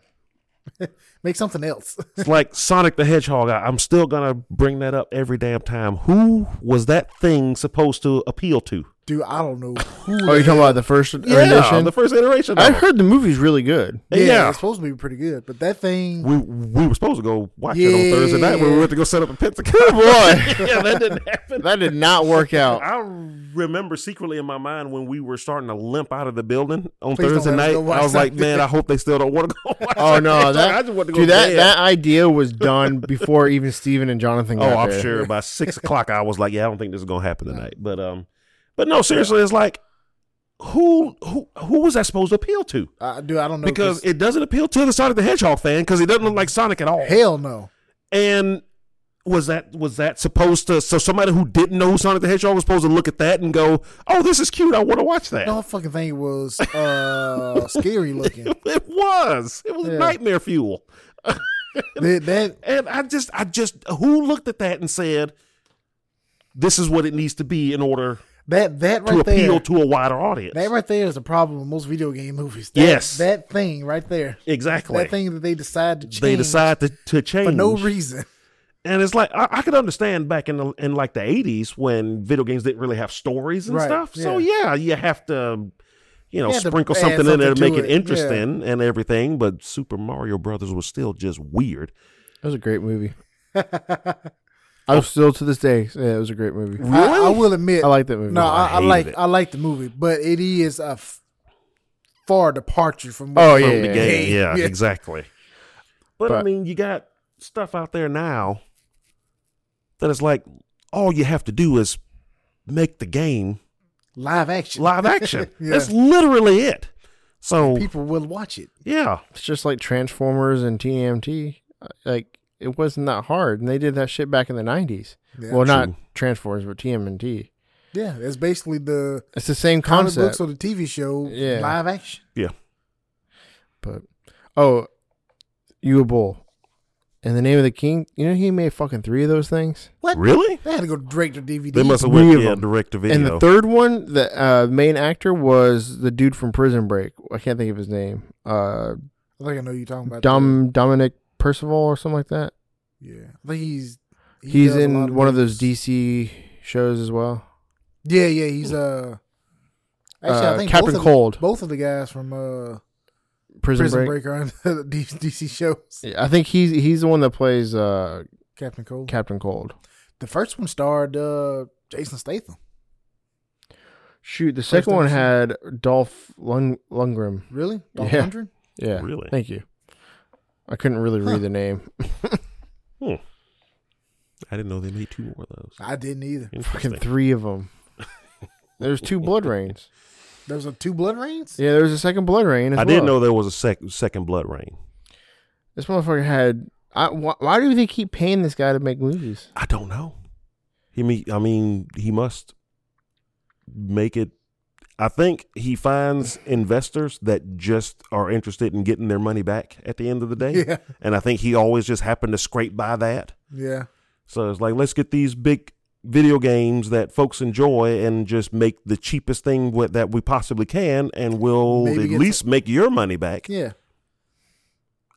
Speaker 1: make something else.
Speaker 3: It's like Sonic the Hedgehog. I, I'm still gonna bring that up every damn time. Who was that thing supposed to appeal to?
Speaker 1: Dude, I don't know who.
Speaker 2: Oh, you're talking about the first rendition?
Speaker 3: the first iteration.
Speaker 2: I
Speaker 3: Of it.
Speaker 2: heard the movie's really good.
Speaker 1: yeah,
Speaker 3: yeah.
Speaker 1: it's supposed to be pretty good, but that thing.
Speaker 3: We we were supposed to go watch it on Thursday night when we
Speaker 1: Yeah.
Speaker 3: went to go set up a Pentagon.
Speaker 2: Boy,
Speaker 3: yeah, that didn't happen.
Speaker 2: that did not work out.
Speaker 3: I remember secretly in my mind when we were starting to limp out of the building on
Speaker 1: Please don't
Speaker 3: Thursday
Speaker 1: let us
Speaker 3: night.
Speaker 1: go watch
Speaker 3: I was
Speaker 1: that.
Speaker 3: like, man, I hope they still don't want to go. Watch
Speaker 2: Oh no,
Speaker 3: that.
Speaker 2: that
Speaker 3: I just want to go
Speaker 2: dude,
Speaker 3: to
Speaker 2: that,
Speaker 3: bed.
Speaker 2: that idea was done before even Steven and Jonathan. Got
Speaker 3: Oh, I'm
Speaker 2: there.
Speaker 3: sure by six o'clock I was like, yeah, I don't think this is gonna happen tonight. But um, but no, seriously, it's like who who who was that supposed to appeal to?
Speaker 1: I, dude, I don't know
Speaker 3: Because it doesn't appeal to the Sonic the Hedgehog fan because he doesn't look like Sonic at all.
Speaker 1: hell no.
Speaker 3: And was that was that supposed to? So somebody who didn't know who Sonic the Hedgehog was supposed to look at that and go, "Oh, this is cute. I want to watch that."
Speaker 1: The whole fucking thing was uh, scary looking.
Speaker 3: it was. It was
Speaker 1: Yeah.
Speaker 3: nightmare fuel.
Speaker 1: That, that
Speaker 3: And I just, I just, who looked at that and said, "This is what it needs to be in order
Speaker 1: that that
Speaker 3: to
Speaker 1: right
Speaker 3: appeal
Speaker 1: there.
Speaker 3: to a wider audience."
Speaker 1: That right there is the problem with most video game movies. That,
Speaker 3: Yes.
Speaker 1: that thing right there.
Speaker 3: exactly.
Speaker 1: That thing that they decide to change.
Speaker 3: they decide to, to change
Speaker 1: for no reason.
Speaker 3: and it's like I, I could understand back in the in like the eighties when video games didn't really have stories and
Speaker 1: Right,
Speaker 3: stuff. So yeah, you have to you know
Speaker 1: You have to
Speaker 3: sprinkle
Speaker 1: add
Speaker 3: something, in there to
Speaker 1: something
Speaker 3: make
Speaker 1: to
Speaker 3: it,
Speaker 1: it, yeah.
Speaker 3: interesting and everything. But Super Mario Brothers was still just weird.
Speaker 2: That was a great movie. I was still to this day. Yeah, it was a great movie.
Speaker 1: I- I, will admit.
Speaker 2: I like that movie.
Speaker 1: No, I, I
Speaker 3: hated
Speaker 1: like
Speaker 3: it.
Speaker 1: I like the movie, but it is a f- far departure from.
Speaker 2: Oh,
Speaker 1: what-
Speaker 2: yeah,
Speaker 1: from
Speaker 2: yeah,
Speaker 1: the
Speaker 3: Yeah,
Speaker 1: game.
Speaker 3: yeah, exactly. But, I
Speaker 2: But-
Speaker 3: mean, you got stuff out there now that it's like all you have to do is make the game
Speaker 1: Live action.
Speaker 3: live action.
Speaker 1: Yeah.
Speaker 3: That's literally it. So
Speaker 1: People will watch it.
Speaker 3: yeah,
Speaker 2: it's just Uh, like Transformers and TMT. Like it wasn't that hard, and they did that shit back in the nineties.
Speaker 1: Yeah.
Speaker 2: well, not
Speaker 3: True.
Speaker 2: Transformers, but TMNT.
Speaker 1: yeah, it's basically the
Speaker 2: It's the same
Speaker 1: comic books
Speaker 2: concept,
Speaker 1: or the TV show
Speaker 2: Yeah.
Speaker 1: live action.
Speaker 2: but oh, you a bull. In the name of the king, you know he made fucking three of those things.
Speaker 1: What?
Speaker 3: Really?
Speaker 1: They had to go direct to DVD.
Speaker 3: They must have
Speaker 2: Three
Speaker 3: went
Speaker 2: of
Speaker 3: yeah,
Speaker 2: them.
Speaker 3: direct to video.
Speaker 2: And the third one, the uh, main actor was the dude from Prison Break. I can't think of his name. Uh,
Speaker 1: I think I know who you're talking about.
Speaker 2: Dom Dominic Percival or something like that.
Speaker 1: Yeah, I think he's he
Speaker 2: he's
Speaker 1: does a lot
Speaker 2: in one of those
Speaker 1: those.
Speaker 2: DC shows as well.
Speaker 1: Yeah, yeah, he's uh. Actually, I
Speaker 2: Uh,
Speaker 1: think
Speaker 2: Captain
Speaker 1: both of,
Speaker 2: Cold,
Speaker 1: both of the guys from uh,
Speaker 2: Prison,
Speaker 1: Prison
Speaker 2: Break.
Speaker 1: Break are on the DC DC shows.
Speaker 2: Yeah, I think he's he's the one that plays uh,
Speaker 1: Captain Cold.
Speaker 2: Captain Cold.
Speaker 1: the first one starred uh, Jason Statham.
Speaker 2: Shoot, the second one had Dolph Lund- Lundgren.
Speaker 1: Really? Dolph
Speaker 2: Yeah.
Speaker 1: Lundgren?
Speaker 2: Yeah,
Speaker 3: Really?
Speaker 2: Thank you. I couldn't really
Speaker 1: Huh.
Speaker 2: read the name.
Speaker 3: I didn't know they made two more of those.
Speaker 1: I didn't either.
Speaker 2: Fucking
Speaker 3: Interesting.
Speaker 2: three of them. There's two blood rains.
Speaker 1: There was a two blood rains.
Speaker 2: Yeah, there was a second blood rain. As
Speaker 3: I didn't
Speaker 2: well.
Speaker 3: know there was a sec- second Blood Rain.
Speaker 2: This motherfucker had. I, why, why do they keep paying this guy to make movies?
Speaker 3: I don't know. He me I mean, he must make it I think he finds investors that just are interested in getting their money back at the end of the day.
Speaker 1: Yeah,
Speaker 3: And I think he always just happened to scrape by that.
Speaker 1: yeah.
Speaker 3: So it's like let's get these big video games that folks enjoy and just make the cheapest thing with, that we possibly can and we'll
Speaker 1: Maybe
Speaker 3: at
Speaker 1: get
Speaker 3: least make your money back.
Speaker 1: Yeah.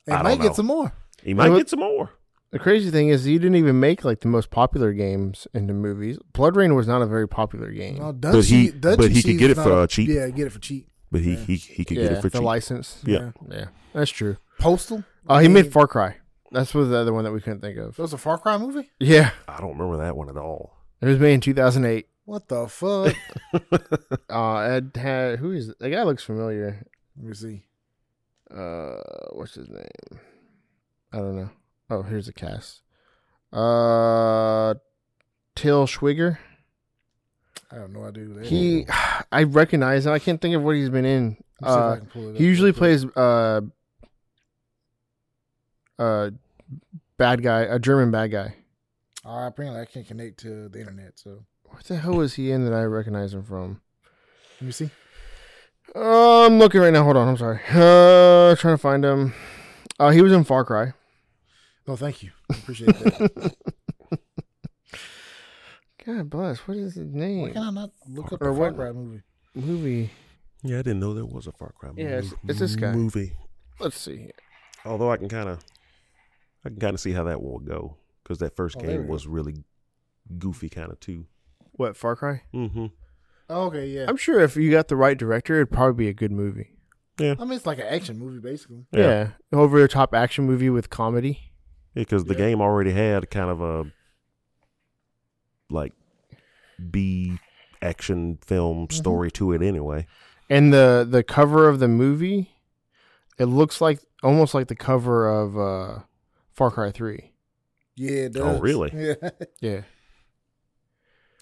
Speaker 1: They
Speaker 3: I don't
Speaker 1: might
Speaker 3: know.
Speaker 1: get some more.
Speaker 3: He might
Speaker 2: Well,
Speaker 3: get some more.
Speaker 2: The crazy thing is, he didn't even make like the most popular games into movies. Blood Rain was not a very popular game.
Speaker 1: Well,
Speaker 3: But he-
Speaker 1: Dungeon- Dungeon
Speaker 3: but he could
Speaker 1: Seed's
Speaker 3: get it
Speaker 1: not
Speaker 3: for,
Speaker 1: a-
Speaker 3: uh, cheap.
Speaker 1: Yeah, get it for cheap.
Speaker 3: But he he, he could
Speaker 2: yeah,
Speaker 3: get it for
Speaker 2: the
Speaker 3: cheap.
Speaker 2: license.
Speaker 3: Yeah. Uh,
Speaker 2: Yeah, that's true.
Speaker 1: Postal.
Speaker 2: Oh, he made
Speaker 1: mean,
Speaker 2: Far Cry. That's was the other one that we couldn't think of.
Speaker 1: That was a Far Cry movie.
Speaker 2: Yeah,
Speaker 3: I don't remember that one at all.
Speaker 2: it was made in 2008.
Speaker 1: What the fuck?
Speaker 2: Uh, it had who is the guy? Looks familiar.
Speaker 1: Let me see.
Speaker 2: Uh, what's his name? I don't know. Oh, here's the cast. Uh, Till Schwiger.
Speaker 1: I have no idea. who that is.
Speaker 2: He, I recognize him. I can't think of what he's been in.
Speaker 1: Let me see if I
Speaker 2: Uh,
Speaker 1: can pull it up
Speaker 2: He usually
Speaker 1: real quick.
Speaker 2: plays uh uh bad guy, a German bad guy.
Speaker 1: Uh, apparently, I can't connect to the internet, so
Speaker 2: What the hell was he in that I recognize him from?
Speaker 1: let me see.
Speaker 2: Uh, I'm looking right now. Hold on. I'm sorry. Uh, trying to find him. Uh, he was in Far Cry.
Speaker 1: No, Oh, thank you. I Appreciate that.
Speaker 2: God bless. What is his
Speaker 1: Why
Speaker 2: name?
Speaker 1: can I not look up
Speaker 2: Or
Speaker 1: a Far
Speaker 2: what-
Speaker 1: Cry movie?
Speaker 2: Movie.
Speaker 3: Yeah, I didn't know there was a Far Cry movie.
Speaker 2: Yeah, it's- it's this guy.
Speaker 3: movie.
Speaker 2: Let's see.
Speaker 3: Although I can kind of, I can kind of see how that one would go because that first
Speaker 1: Oh, there we
Speaker 3: game
Speaker 1: go.
Speaker 3: was really goofy, kind of too.
Speaker 2: What Far Cry?
Speaker 3: Mm-hmm.
Speaker 1: Oh, okay, yeah.
Speaker 2: I'm sure if you got the right director, it'd probably be a good movie.
Speaker 1: I mean, it's like an action movie, basically.
Speaker 2: Yeah, over the top action movie with comedy.
Speaker 3: because the
Speaker 1: Yeah.
Speaker 3: game already had kind of a like B action film
Speaker 1: Mm-hmm.
Speaker 3: story to it anyway.
Speaker 2: And the the cover of the movie, it looks like almost like the cover of uh, Far Cry Three.
Speaker 1: Yeah, it does.
Speaker 3: Oh, really?
Speaker 1: Yeah.
Speaker 2: Yeah.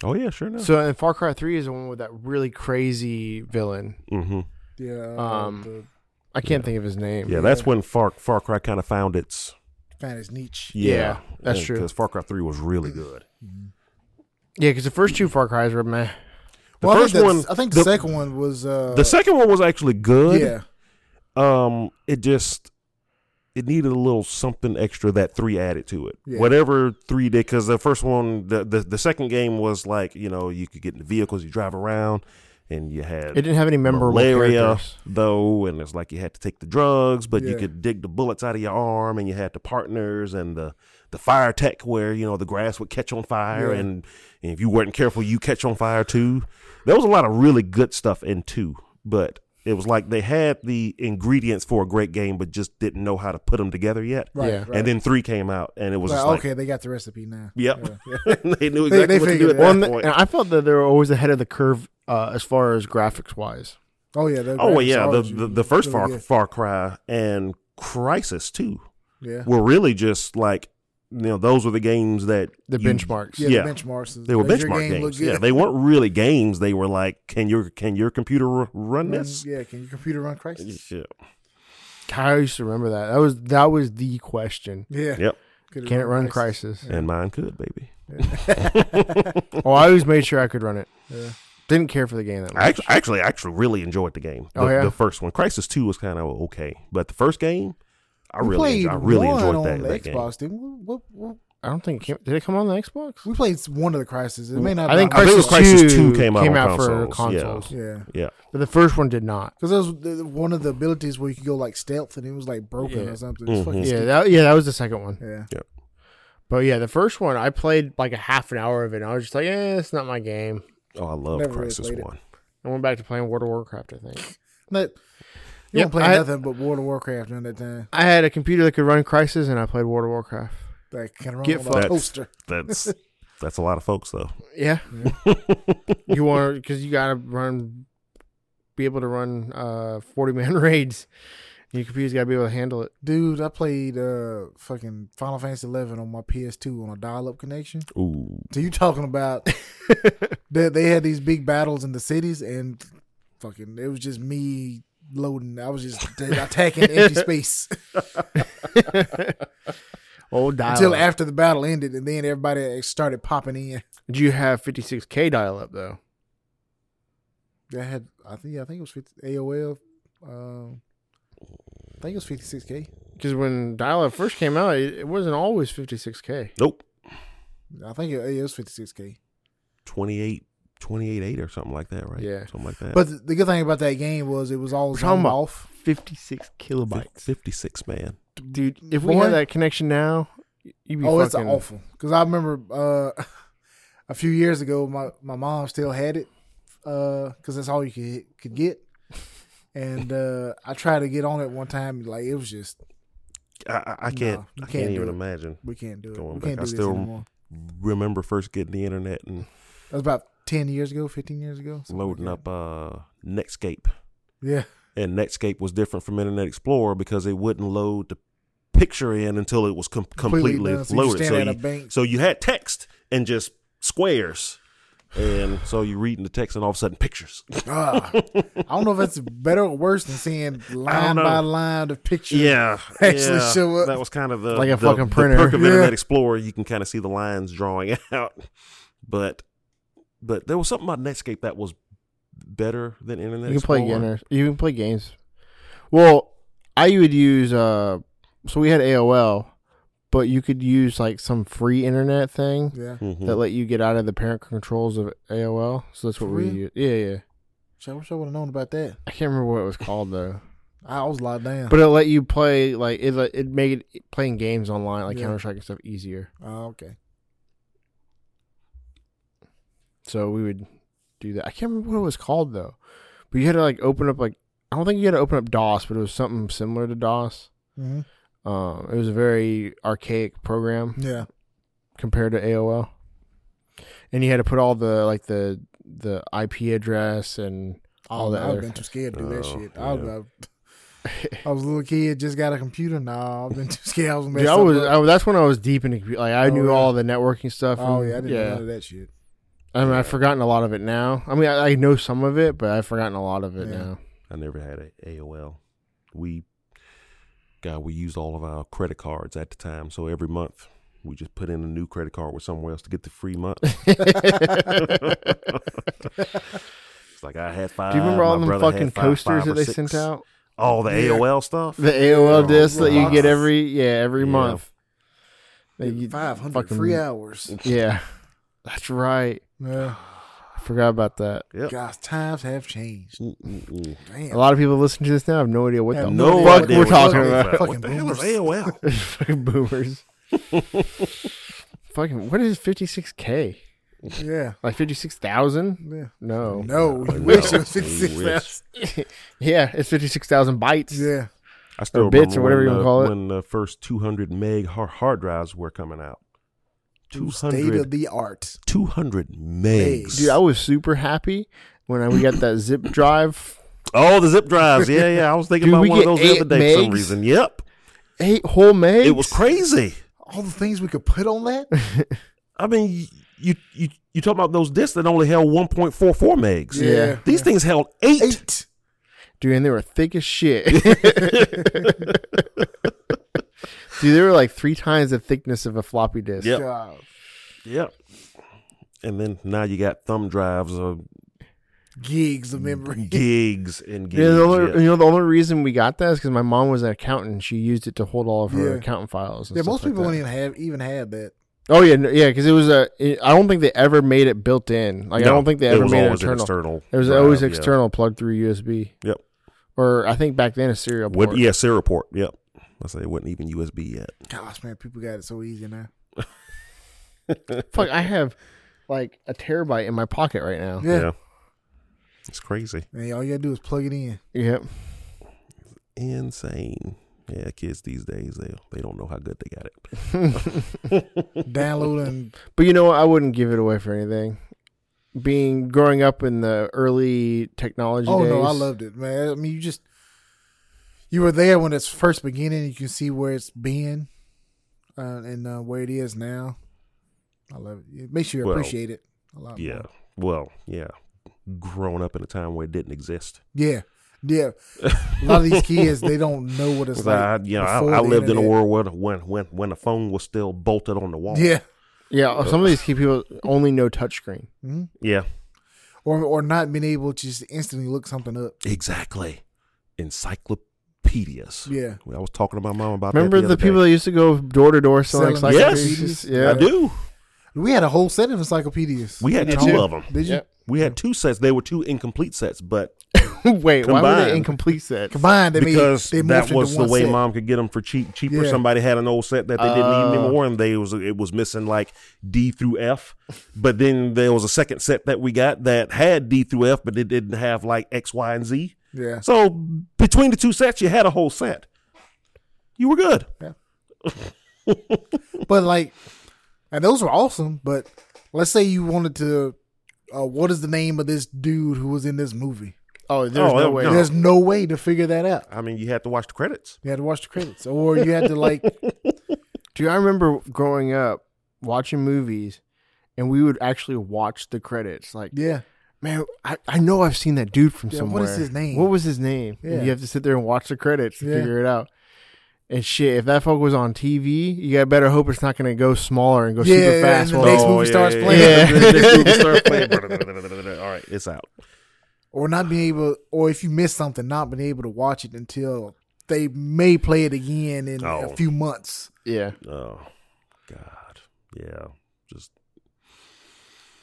Speaker 3: Oh yeah, sure enough.
Speaker 2: So and Far Cry Three is the one with that really crazy villain.
Speaker 3: mm-hmm.
Speaker 1: yeah. uh,
Speaker 2: Um,
Speaker 1: the
Speaker 2: I can't think of his name.
Speaker 3: Yeah, that's when Far Far Cry kind of found its
Speaker 1: fan is niche.
Speaker 2: Yeah, that's true.
Speaker 3: Because Far Cry Three was really good.
Speaker 2: Yeah, because the first two Far Cries were meh.
Speaker 3: The
Speaker 1: well,
Speaker 3: first
Speaker 1: I think
Speaker 3: one,
Speaker 1: that's- I think the,
Speaker 3: the-
Speaker 1: second one was. Uh,
Speaker 3: The second one was actually good.
Speaker 1: Yeah.
Speaker 3: um it just it needed a little something extra that three added to it
Speaker 1: Yeah.
Speaker 3: whatever three did because the first one the, the the second game was like you know you could get in the vehicles you drive around and you
Speaker 2: It
Speaker 3: had
Speaker 2: didn't have any memorable
Speaker 3: malaria
Speaker 2: characters.
Speaker 3: though and it's like you had to take the drugs but you
Speaker 1: Yeah.
Speaker 3: could dig the bullets out of your arm and you had the partners and the the fire tech where you know the grass would catch on fire
Speaker 1: Yeah.
Speaker 3: and, and if you weren't careful you catch on fire too there was a lot of really good stuff in two but it was like they had the ingredients for a great game but just didn't know how to put them together yet
Speaker 1: Right.
Speaker 2: Yeah.
Speaker 1: right.
Speaker 3: and then three came out and it was
Speaker 1: Like,
Speaker 3: just like
Speaker 1: okay, they got the recipe now.
Speaker 3: yep
Speaker 1: Yeah.
Speaker 3: they knew
Speaker 1: They-
Speaker 3: exactly
Speaker 1: they
Speaker 3: what to do
Speaker 1: figured
Speaker 3: at
Speaker 1: it out.
Speaker 2: Well,
Speaker 3: that
Speaker 2: and,
Speaker 3: point
Speaker 2: and I felt that they were always ahead of the curve uh, as far as graphics wise.
Speaker 1: Oh yeah. the
Speaker 3: oh well,
Speaker 1: graphics
Speaker 3: yeah the,
Speaker 1: always
Speaker 3: the,
Speaker 1: usually
Speaker 3: the first
Speaker 1: really
Speaker 3: far,
Speaker 1: good.
Speaker 3: far cry and crisis too
Speaker 1: Yeah.
Speaker 3: were really just like you know those were the games that
Speaker 2: The
Speaker 3: you-
Speaker 2: benchmarks.
Speaker 1: Yeah.
Speaker 3: yeah.
Speaker 1: The benchmarks.
Speaker 3: they were
Speaker 1: Does your
Speaker 3: benchmark
Speaker 1: game look
Speaker 3: games. Yeah,
Speaker 1: good?
Speaker 3: they weren't really games. They were like, can your can your computer r- run
Speaker 1: Run-
Speaker 3: this?
Speaker 1: Yeah. Can your computer run Crisis?
Speaker 3: Yeah.
Speaker 2: God, I used to remember that. That was that was the question.
Speaker 1: Yeah.
Speaker 3: Yep.
Speaker 1: Could
Speaker 2: Can it run Crisis?
Speaker 1: Yeah.
Speaker 3: And mine could, baby.
Speaker 2: Oh, I always made sure I could run it.
Speaker 1: Yeah.
Speaker 2: Didn't care for the game that much.
Speaker 3: I actually, actually, I actually really enjoyed the game. The,
Speaker 2: Oh, yeah?
Speaker 3: the first one, Crisis Two, was kind of okay, but the first game, I
Speaker 1: We
Speaker 3: really, enjoy, I
Speaker 1: played
Speaker 3: really
Speaker 1: one
Speaker 3: enjoyed
Speaker 1: on
Speaker 3: that,
Speaker 1: the
Speaker 3: that game.
Speaker 1: Xbox, didn't we? What, what,
Speaker 2: I don't think it came, did it come on the Xbox.
Speaker 1: we played one of the Crisis. It may not.
Speaker 2: I think
Speaker 1: have been-
Speaker 3: it
Speaker 2: Crisis,
Speaker 3: was Crysis
Speaker 2: 2
Speaker 3: 2 came out on
Speaker 2: for
Speaker 3: consoles, yeah.
Speaker 2: consoles,
Speaker 1: yeah,
Speaker 3: Yeah,
Speaker 2: but the first one did not.
Speaker 1: because that was the- the- one of the abilities where you could go like stealth, and it was like broken
Speaker 2: Yeah.
Speaker 1: or something. It's
Speaker 3: Mhm.
Speaker 1: fucking
Speaker 2: Yeah, that, yeah, that was the second one.
Speaker 1: stupid. yeah.
Speaker 2: But yeah, the first one I played like a half an hour of it. and I was just like, eh, it's not my game.
Speaker 3: oh, I love
Speaker 1: Never really
Speaker 3: Crisis
Speaker 1: played it.
Speaker 3: One.
Speaker 2: I went back to playing World of Warcraft. I think
Speaker 1: But you
Speaker 2: Yep,
Speaker 1: don't play
Speaker 2: I-
Speaker 1: nothing but World of Warcraft during that time.
Speaker 2: I had a computer that could run Crisis, and I played World of Warcraft.
Speaker 1: Like kind of
Speaker 2: Get
Speaker 1: wrong
Speaker 3: fucked.
Speaker 1: about toaster.
Speaker 3: That's that's a lot of folks though.
Speaker 2: Yeah, you want because you gotta run, be able to run uh forty man raids. Your computer's gotta be able to handle it.
Speaker 1: Dude, I played uh fucking Final Fantasy eleven on my PS2 on a dial up connection.
Speaker 3: Ooh,
Speaker 1: So you talking about that they had these big battles in the cities and fucking it was just me loading. I was just attacking empty space
Speaker 2: Old dial.
Speaker 1: until after the battle ended, and then everybody started popping in.
Speaker 2: Do you have fifty six K dial up though?
Speaker 1: I had I think I think it was 50, AOL. Um, I think it was fifty six k.
Speaker 2: Because when dial up first came out, it, it wasn't always fifty six K.
Speaker 3: nope,
Speaker 1: I think it, it was fifty six k.
Speaker 3: 28, 28 8 or something like that, right?
Speaker 2: Yeah.
Speaker 3: something like that.
Speaker 1: But the good thing about that game was it was all
Speaker 2: We're talking
Speaker 1: zone
Speaker 2: about
Speaker 1: off.
Speaker 2: Fifty six kilobytes.
Speaker 3: fifty six man.
Speaker 2: dude. If we
Speaker 1: Boy.
Speaker 2: had that connection now, you'd be
Speaker 1: Oh, it's
Speaker 2: fucking.
Speaker 1: awful. Because I remember uh, a few years ago, my, my mom still had it because that's all you could could get. And uh, I tried to get on it one time, like it was just
Speaker 3: I, I, I can't,
Speaker 1: you
Speaker 3: I
Speaker 1: can't
Speaker 3: can't
Speaker 1: do
Speaker 3: even
Speaker 1: it.
Speaker 3: imagine.
Speaker 1: we can't do it.
Speaker 3: Going
Speaker 1: we
Speaker 3: back,
Speaker 1: can't
Speaker 3: I
Speaker 1: do this
Speaker 3: still-
Speaker 1: anymore.
Speaker 3: Remember first getting the internet and
Speaker 1: That was about ten years ago, fifteen years ago. something like
Speaker 3: loading
Speaker 1: that.
Speaker 3: up uh Netscape.
Speaker 1: Yeah,
Speaker 3: and Netscape was different from Internet Explorer because it wouldn't load the picture in until it was com- completely,
Speaker 1: done. So you
Speaker 3: loaded.
Speaker 1: stand
Speaker 3: So
Speaker 1: at a
Speaker 3: you,
Speaker 1: bank.
Speaker 3: so you had text and just squares, and so you're reading the text and all of a sudden pictures.
Speaker 1: Ah. I don't know if that's better or worse than seeing line
Speaker 3: know.
Speaker 1: by line of pictures.
Speaker 3: yeah,
Speaker 1: Actually
Speaker 3: yeah.
Speaker 1: show up.
Speaker 3: That was kind of the
Speaker 2: Like a
Speaker 3: the-
Speaker 2: fucking
Speaker 3: the
Speaker 2: printer.
Speaker 3: perk of
Speaker 1: Yeah.
Speaker 3: Internet Explorer. You can kind of see the lines drawing out, but but there was something about Netscape that was better than Internet
Speaker 2: You can play
Speaker 3: Explorer.
Speaker 2: games. You can play games. Well, I would use. uh So we had AOL, but you could use like some free internet thing
Speaker 1: yeah.
Speaker 3: Mhm.
Speaker 2: uh, that let you get out of the parent controls of AOL. So that's what
Speaker 1: For
Speaker 2: we
Speaker 1: real?
Speaker 2: use. Yeah, yeah.
Speaker 1: So I wish I would have known about that.
Speaker 2: I can't remember what it was called though,
Speaker 1: I was locked down.
Speaker 2: but it let you play like it. let- It made playing games online like
Speaker 1: Yeah.
Speaker 2: Counter Strike and stuff easier.
Speaker 1: oh, okay.
Speaker 2: So we would do that. I can't remember what it was called though, but you had to like open up like I don't think you had to open up DOS, but it was something similar to DOS.
Speaker 1: hmm
Speaker 2: Um, it was a very archaic program
Speaker 1: Yeah.
Speaker 2: compared to AOL, and you had to put all the like the the IP address and all
Speaker 1: Oh,
Speaker 2: that.
Speaker 1: I've
Speaker 2: Other,
Speaker 1: been too scared to do that
Speaker 3: Oh,
Speaker 1: shit. I, was,
Speaker 3: yeah.
Speaker 1: I, I was a little kid, just got a computer. Nah, I've been too scared. I was,
Speaker 2: Dude, I was I, that's when I was deep in the compu- like I
Speaker 1: Oh,
Speaker 2: knew
Speaker 1: yeah.
Speaker 2: all the networking stuff.
Speaker 1: Oh
Speaker 2: and-
Speaker 1: yeah, I didn't know none of that shit.
Speaker 2: I mean, I've forgotten a lot of it now. I mean, I, I know some of it, but I've forgotten a lot of it
Speaker 1: Yeah.
Speaker 2: now.
Speaker 3: I never had a AOL. We, God, we used all of our credit cards at the time. So every month we just put in a new credit card with somewhere else to get the free month. it's like I had five.
Speaker 2: Do you remember all
Speaker 3: Uh,
Speaker 2: them
Speaker 3: my brother had
Speaker 2: fucking
Speaker 3: five,
Speaker 2: coasters
Speaker 3: five or
Speaker 2: that they
Speaker 3: six.
Speaker 2: sent out?
Speaker 3: All the
Speaker 1: Yeah.
Speaker 3: AOL stuff.
Speaker 2: The AOL
Speaker 3: Oh,
Speaker 2: disc that you
Speaker 1: wow.
Speaker 2: get every yeah every
Speaker 3: Yeah.
Speaker 2: month. That you-
Speaker 1: Five hundred
Speaker 2: fucking-
Speaker 1: free hours.
Speaker 2: Yeah, that's right.
Speaker 1: Yeah.
Speaker 2: I forgot about that.
Speaker 3: Yep.
Speaker 1: Gosh, times have changed.
Speaker 3: Mm-mm-mm.
Speaker 1: Damn.
Speaker 2: A lot of people listen to this now have no idea what the
Speaker 1: Have
Speaker 2: no
Speaker 1: no
Speaker 2: fuck
Speaker 1: idea
Speaker 2: we're
Speaker 1: what you're
Speaker 3: what
Speaker 2: talking
Speaker 1: talking Fucking
Speaker 2: about.
Speaker 3: What the hell is
Speaker 1: boomers.
Speaker 3: AOL?
Speaker 2: fucking boomers. fucking what is fifty six k?
Speaker 1: Yeah.
Speaker 2: Like fifty six thousand?
Speaker 1: Yeah.
Speaker 2: No.
Speaker 1: No,
Speaker 3: No,
Speaker 1: you wish
Speaker 3: no,
Speaker 1: it was
Speaker 3: you
Speaker 1: fifty six
Speaker 3: wish.
Speaker 1: thousand.
Speaker 2: Yeah, it's fifty six thousand bytes.
Speaker 1: Yeah.
Speaker 3: I still
Speaker 2: Or bits
Speaker 3: remember
Speaker 2: or whatever
Speaker 3: when,
Speaker 2: you wanna
Speaker 3: uh,
Speaker 2: call it.
Speaker 3: When the first 200 meg hard, hard drives were coming out.
Speaker 1: State of
Speaker 3: 200,
Speaker 1: the art.
Speaker 3: 200 megs.
Speaker 2: Dude, I was super happy when I, we got that zip drive.
Speaker 3: Oh, the zip drives. Yeah, yeah. I was thinking
Speaker 2: Dude,
Speaker 3: about
Speaker 2: we
Speaker 3: one of
Speaker 2: get
Speaker 3: those the
Speaker 2: eight
Speaker 3: other day for some
Speaker 2: megs.
Speaker 3: reason. Yep.
Speaker 2: Eight whole megs.
Speaker 3: It was crazy.
Speaker 1: All the things we could put on that.
Speaker 3: I mean, you you you, you talking about those discs that only held 1.44 megs.
Speaker 1: Yeah. Yeah.
Speaker 3: These things held eight.
Speaker 1: Eight.
Speaker 2: Dude, and they were thick as shit. Dude, they were like three times the thickness of a floppy disk.
Speaker 3: Yep.
Speaker 1: God.
Speaker 3: Yep. And then now you got thumb drives of
Speaker 1: Gigs of memory.
Speaker 3: gigs and gigs.
Speaker 2: Yeah, the only,
Speaker 3: yeah.
Speaker 2: you know the only reason we got that is because my mom was an accountant. and She used it to hold all of her
Speaker 1: Yeah.
Speaker 2: accountant files. And
Speaker 1: Yeah,
Speaker 2: stuff
Speaker 1: most
Speaker 2: like
Speaker 1: people
Speaker 2: that.
Speaker 1: won't even have even have that.
Speaker 2: Oh yeah, no, yeah, because it was a. It, I don't think they ever made it built in. Like I
Speaker 3: No,
Speaker 2: don't think they
Speaker 3: it
Speaker 2: ever
Speaker 3: was
Speaker 2: made it
Speaker 3: always an
Speaker 2: internal.
Speaker 3: external.
Speaker 2: It was
Speaker 3: drive,
Speaker 2: always
Speaker 3: yeah.
Speaker 2: external, plugged through USB.
Speaker 3: Yep.
Speaker 2: Or I think back then a serial
Speaker 3: Would-
Speaker 2: port.
Speaker 3: yeah, serial port. Yep. I say it wasn't even USB yet.
Speaker 1: Gosh, man, people got it so easy now.
Speaker 2: Fuck, I have like a terabyte in my pocket right now.
Speaker 1: Yeah.
Speaker 3: yeah. It's crazy.
Speaker 1: And all you gotta do is plug it in.
Speaker 2: Yep.
Speaker 3: insane. Yeah, kids these days they they don't know how good they got it.
Speaker 1: Download and
Speaker 2: But you know what? I wouldn't give it away for anything. Being growing up in the early technology
Speaker 1: Oh
Speaker 2: days.
Speaker 1: no, I loved it, man. I mean, you just you were there when it's first beginning. You can see where it's been uh, and uh, where it is now. I love it. It makes you
Speaker 3: Well,
Speaker 1: appreciate it a lot. more.
Speaker 3: Yeah. Well, yeah. Growing up in a time where it didn't exist.
Speaker 1: yeah, yeah. A lot of these kids, they don't know what it's like.
Speaker 3: I, you know, I,
Speaker 1: before
Speaker 3: I
Speaker 1: the
Speaker 3: lived in a
Speaker 1: internet.
Speaker 3: world where the- when when when the phone was still bolted on the wall.
Speaker 1: Yeah,
Speaker 2: Yeah, some of these key people only know touchscreen.
Speaker 3: Yeah.
Speaker 1: Mm-hmm. or or not being able to just instantly look something up.
Speaker 3: Exactly. Encyclopedias.
Speaker 1: Yeah,
Speaker 3: I was talking to my mom about.
Speaker 2: Remember
Speaker 3: that
Speaker 2: the,
Speaker 3: the, other
Speaker 2: people that used to go door to door selling
Speaker 1: Selling
Speaker 2: encyclopedias?
Speaker 1: encyclopedias?
Speaker 2: Yeah.
Speaker 3: Day. I do.
Speaker 1: we had a whole set of encyclopedias.
Speaker 3: We had
Speaker 1: at
Speaker 3: two
Speaker 1: home.
Speaker 3: of them.
Speaker 1: Did you
Speaker 2: Yep.
Speaker 3: We had two sets. They were two incomplete sets, but
Speaker 2: Wait, why were
Speaker 3: Combined.
Speaker 2: they incomplete sets?
Speaker 1: combined? They
Speaker 3: because
Speaker 1: made, they
Speaker 3: that
Speaker 1: morphed
Speaker 3: was
Speaker 1: into
Speaker 3: the
Speaker 1: one
Speaker 3: way
Speaker 1: set.
Speaker 3: mom could get them for cheap cheaper.
Speaker 1: Yeah.
Speaker 3: Somebody had an old set that they didn't need
Speaker 2: Uh.
Speaker 3: anymore, and they was it was missing like D through F. But then there was a second set that we got that had D through F, but it didn't have like X, Y, and Z.
Speaker 1: Yeah,
Speaker 3: So between the two sets, you had a whole set. You were good.
Speaker 1: But like, and those were awesome. But let's say you wanted to, uh, what is the name of this dude who was in this movie?
Speaker 2: Oh, there's
Speaker 3: Oh,
Speaker 2: no
Speaker 3: that-
Speaker 2: way.
Speaker 3: no.
Speaker 1: There's no way to figure that out.
Speaker 3: I mean, you had to watch the credits.
Speaker 1: You had to watch the credits, or you had to like,
Speaker 2: Dude, I remember growing up watching movies and we would actually watch the credits. Like,
Speaker 1: yeah,
Speaker 2: man, I, I know I've seen that dude from
Speaker 1: Yeah,
Speaker 2: somewhere.
Speaker 1: what is his name?
Speaker 2: What was his name? And
Speaker 1: Yeah.
Speaker 2: You have to sit there and watch the credits to
Speaker 1: Yeah.
Speaker 2: figure it out. And shit, if that fuck was on TV, you got better hope it's not going to go smaller and go
Speaker 1: Yeah,
Speaker 2: super
Speaker 1: yeah,
Speaker 2: fast.
Speaker 1: and
Speaker 2: while
Speaker 1: the next
Speaker 3: Oh,
Speaker 1: movie
Speaker 2: it's-
Speaker 1: starts
Speaker 2: playing. Yeah.
Speaker 3: Next movie starts playing. All right, it's out.
Speaker 1: or not being able, or if you missed something, not being able to watch it until they may play it again in
Speaker 3: Oh.
Speaker 1: a few months.
Speaker 2: yeah.
Speaker 3: Oh, God. Yeah. Just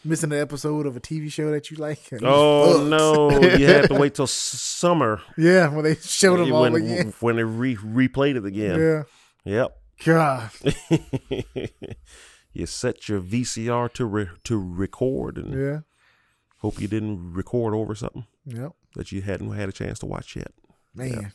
Speaker 1: Missing an episode of a TV show that you like.
Speaker 3: oh
Speaker 1: Sucks.
Speaker 3: no! You had to wait till s- summer
Speaker 1: Yeah, when they showed them all
Speaker 3: when,
Speaker 1: again.
Speaker 3: when they re- replayed it again.
Speaker 1: Yeah.
Speaker 3: Yep.
Speaker 1: God.
Speaker 3: you set your VCR to re- to record and
Speaker 1: Yeah.
Speaker 3: hope you didn't record over something
Speaker 1: Yep.
Speaker 3: that you hadn't had a chance to watch yet.
Speaker 1: Man.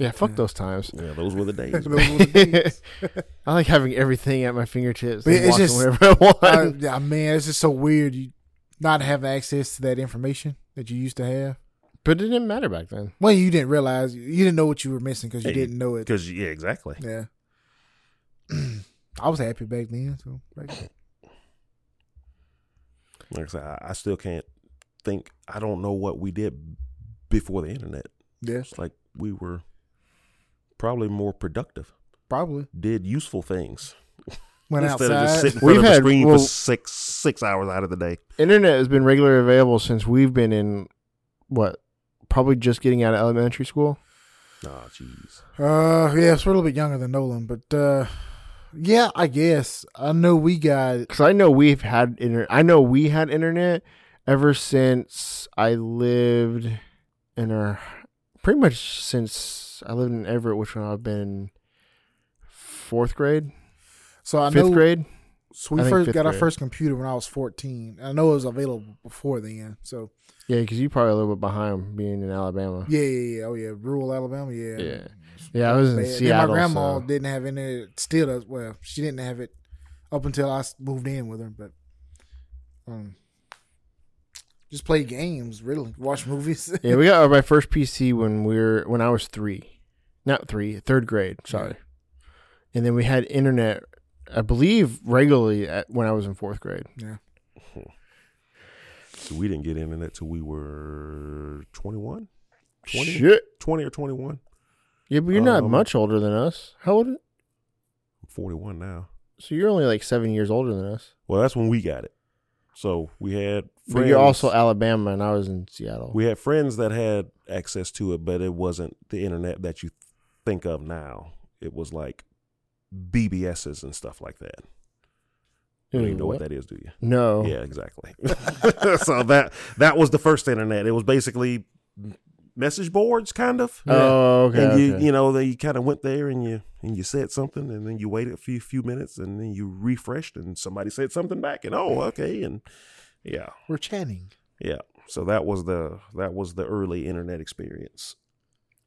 Speaker 2: Yeah, fuck those times.
Speaker 3: Yeah, those were the days.
Speaker 1: Those were the days.
Speaker 2: I like having everything at my fingertips.
Speaker 1: But
Speaker 2: and
Speaker 1: it's
Speaker 2: watching
Speaker 1: just-
Speaker 2: whatever I want.
Speaker 1: I, Uh, yeah, man, it's just so weird you not having access to that information that you used to have.
Speaker 2: but it didn't matter back then.
Speaker 1: Well, you didn't realize you didn't know what you were missing because you
Speaker 3: Hey,
Speaker 1: didn't know it.
Speaker 3: Because yeah, exactly.
Speaker 1: Yeah, I was happy back then. So like,
Speaker 3: Like I said, I, I still can't think. I don't know what we did before the internet.
Speaker 1: yeah,
Speaker 3: It's like we were probably more productive,
Speaker 1: probably
Speaker 3: did useful things
Speaker 1: went
Speaker 3: instead
Speaker 1: outside.
Speaker 3: of just sitting in
Speaker 2: We've
Speaker 3: front of a
Speaker 2: had-
Speaker 3: screen
Speaker 2: well-
Speaker 3: for six six hours out of the day.
Speaker 2: Internet has been regularly available since we've been in what? Probably just getting out of elementary school.
Speaker 3: Oh, jeez.
Speaker 1: uh, yeah, it's a little bit younger than Nolan, but uh, yeah, I guess I know we got
Speaker 2: Because I know we've had internet. I know we had internet ever since I lived in our. Pretty much since I lived in Everett, which when I've been fourth grade,
Speaker 1: so I
Speaker 2: fifth
Speaker 1: know
Speaker 2: grade.
Speaker 1: so we
Speaker 2: I think
Speaker 1: first
Speaker 2: fifth
Speaker 1: got our
Speaker 2: grade.
Speaker 1: first computer when I was fourteen. I know it was available before then, so
Speaker 2: Yeah, because you probably a little bit behind being in Alabama.
Speaker 1: yeah, yeah, yeah, oh yeah, rural Alabama,
Speaker 2: Yeah. Yeah, I was in
Speaker 1: bad. And
Speaker 2: Seattle.
Speaker 1: my grandma
Speaker 2: so-
Speaker 1: didn't have internet. Still does. Well, she didn't have it up until I s- moved in with her. But um, just play games. Really, watch movies.
Speaker 2: yeah, we got my first PC when we were when I was three, not three, third grade. Sorry, and then we had internet, I believe, regularly at, when I was in fourth grade.
Speaker 3: So we didn't get internet till we were 21, 20?
Speaker 2: Shit,
Speaker 3: 20 or 21.
Speaker 2: Yeah, but you're not
Speaker 3: Um,
Speaker 2: much older than us. How old?
Speaker 3: I'm 41 now.
Speaker 2: So you're only like seven years older than us.
Speaker 3: Well, that's when we got it. So we had friends.
Speaker 2: But you're also Alabama, and I was in Seattle.
Speaker 3: we had friends that had access to it, but it wasn't the internet that you think of now. It was like BBSs and stuff like that. You
Speaker 2: Ooh,
Speaker 3: don't even know what
Speaker 2: what? Oh.
Speaker 3: that is, do you?
Speaker 2: No.
Speaker 3: Yeah, exactly. so that that was the first internet. It was basically message boards, kind of.
Speaker 2: Oh, okay.
Speaker 3: and you
Speaker 2: okay.
Speaker 3: you know they kind of went there and you and you said something and then you waited a few few minutes and then you refreshed and somebody said something back and oh okay and yeah
Speaker 1: We're chatting.
Speaker 3: yeah so that was the that was the early internet experience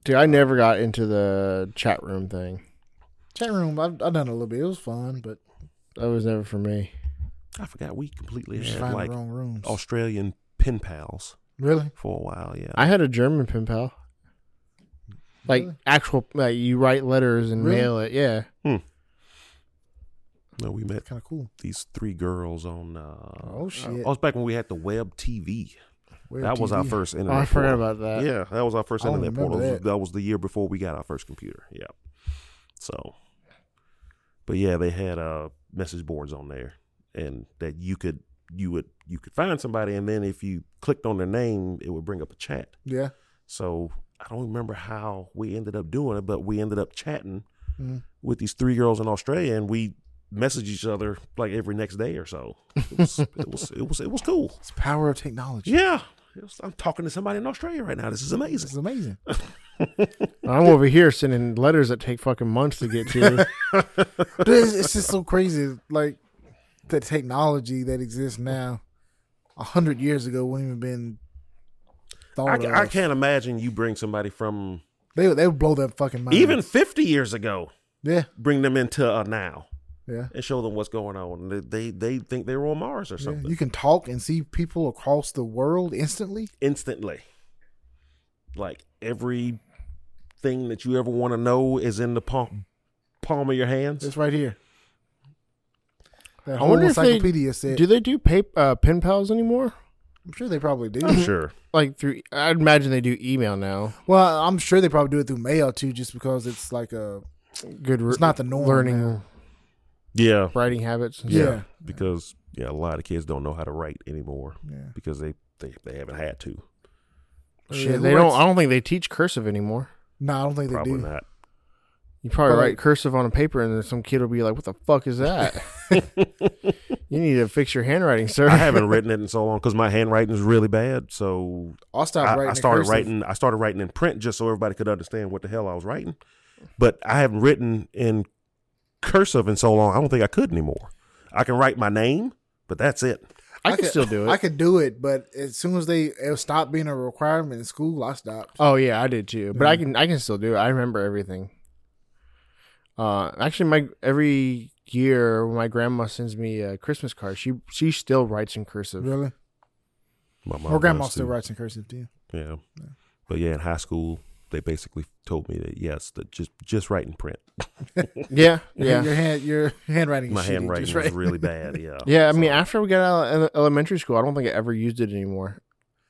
Speaker 2: Dude, I never got into the chat room thing.
Speaker 1: Chat room. I've, I've done a little bit. It was fun, but
Speaker 2: That was never for me.
Speaker 3: I forgot we completely
Speaker 1: you just
Speaker 3: had
Speaker 1: find
Speaker 3: like
Speaker 1: the wrong rooms.
Speaker 3: Australian pen pals
Speaker 1: really?
Speaker 3: for a while yeah
Speaker 1: Ah.
Speaker 2: I had a German pen pal. Like
Speaker 1: Really?
Speaker 2: actual, like you write letters and
Speaker 1: Really?
Speaker 2: mail it. Yeah.
Speaker 3: no we met
Speaker 1: Kind of cool.
Speaker 3: these three girls on uh
Speaker 1: Oh, shit.
Speaker 3: that was back when we had the web TV
Speaker 1: Web
Speaker 3: that was our
Speaker 1: TV.
Speaker 3: first internet
Speaker 2: Oh, I forgot
Speaker 3: portal.
Speaker 2: about that.
Speaker 3: Yeah, that was our first
Speaker 1: I don't
Speaker 3: internet
Speaker 1: remember
Speaker 3: portal. That.
Speaker 1: that.
Speaker 3: was the year before we got our first computer. Yeah. So, but yeah, they had uh message boards on there, and that you could you would you could find somebody, and then if you clicked on their name, it would bring up a chat.
Speaker 1: Yeah.
Speaker 3: So I don't remember how we ended up doing it, but we ended up chatting
Speaker 1: Mhm.
Speaker 3: with these three girls in Australia, and we messaged each other like every next day or so. It was it was it was, it was cool.
Speaker 1: It's the power of technology.
Speaker 3: Yeah. It was- I'm talking to somebody in Australia right now. This is amazing.
Speaker 1: This is amazing.
Speaker 2: I'm over here sending letters that take fucking months to get to.
Speaker 1: Dude, it's, it's just so crazy. Like the technology that exists now, a hundred years ago wouldn't even been
Speaker 3: I,
Speaker 1: thought
Speaker 3: ca-
Speaker 1: of.
Speaker 3: I can't imagine you bring somebody from
Speaker 1: They would- they would blow their fucking mind.
Speaker 3: even 50 years ago,
Speaker 1: yeah,
Speaker 3: bring them into uh, now
Speaker 1: yeah.
Speaker 3: and show them what's going on. They they, they think they were on Mars or
Speaker 1: yeah.
Speaker 3: something
Speaker 1: You can talk and see people across the world instantly.
Speaker 3: instantly. Like every thing that you ever want to know is in the palm palm of your hands.
Speaker 1: It's right here. That
Speaker 2: I
Speaker 1: whole
Speaker 2: wonder if they-
Speaker 1: encyclopedia said.
Speaker 2: do they do pay, uh, pen pals anymore?
Speaker 1: I'm sure they probably do.
Speaker 3: I'm sure.
Speaker 2: Like through? I'd imagine they do email now.
Speaker 1: Well, I'm sure they probably do it through mail too, just because it's like a
Speaker 2: Good.
Speaker 1: it's not the norm.
Speaker 2: learning
Speaker 1: now.
Speaker 3: Yeah.
Speaker 2: writing habits. And
Speaker 1: Yeah.
Speaker 3: Yeah. Because yeah, a lot of kids don't know how to write anymore
Speaker 1: Yeah.
Speaker 3: because they they, they haven't had to.
Speaker 2: stuff.
Speaker 1: Shit,
Speaker 2: Yeah,
Speaker 1: who
Speaker 2: they don't.
Speaker 1: writes-
Speaker 2: I don't think they teach cursive anymore.
Speaker 1: No, I don't think
Speaker 3: Probably
Speaker 1: they do.
Speaker 3: not.
Speaker 2: You probably
Speaker 1: But,
Speaker 2: write
Speaker 1: like-
Speaker 2: cursive on a paper, and then some kid will be like, "What the fuck is that?" you need to fix your handwriting, sir.
Speaker 3: I haven't written it in so long because my handwriting is really bad. So
Speaker 1: I'll stop
Speaker 3: I,
Speaker 1: writing.
Speaker 3: I
Speaker 1: in
Speaker 3: started
Speaker 1: cursive.
Speaker 3: writing. I started writing in print just so everybody could understand what the hell I was writing. But I haven't written in cursive in so long. I don't think I could anymore. I can write my name, but that's it.
Speaker 2: I, can
Speaker 1: could-
Speaker 2: still do it.
Speaker 1: I could do it, but as soon as they it stopped being a requirement in school, I stopped.
Speaker 2: oh yeah, I did too. But I can. I can still do it. I remember everything. Uh, actually, my every year when my grandma sends me a Christmas card, she she still writes in cursive.
Speaker 1: Really?
Speaker 3: My mom
Speaker 1: Her grandma
Speaker 3: does,
Speaker 1: still
Speaker 3: too.
Speaker 1: writes in cursive too.
Speaker 3: Yeah. But yeah, in high school, they basically told me that yes, that just just write in print.
Speaker 2: Yeah, yeah,
Speaker 1: Your hand, your handwriting.
Speaker 3: My
Speaker 1: is
Speaker 3: handwriting
Speaker 1: shitty,
Speaker 3: is
Speaker 1: just right.
Speaker 3: really bad. Yeah.
Speaker 2: yeah. I mean,
Speaker 3: So,
Speaker 2: after we got out of ele- elementary school, I don't think I ever used it anymore.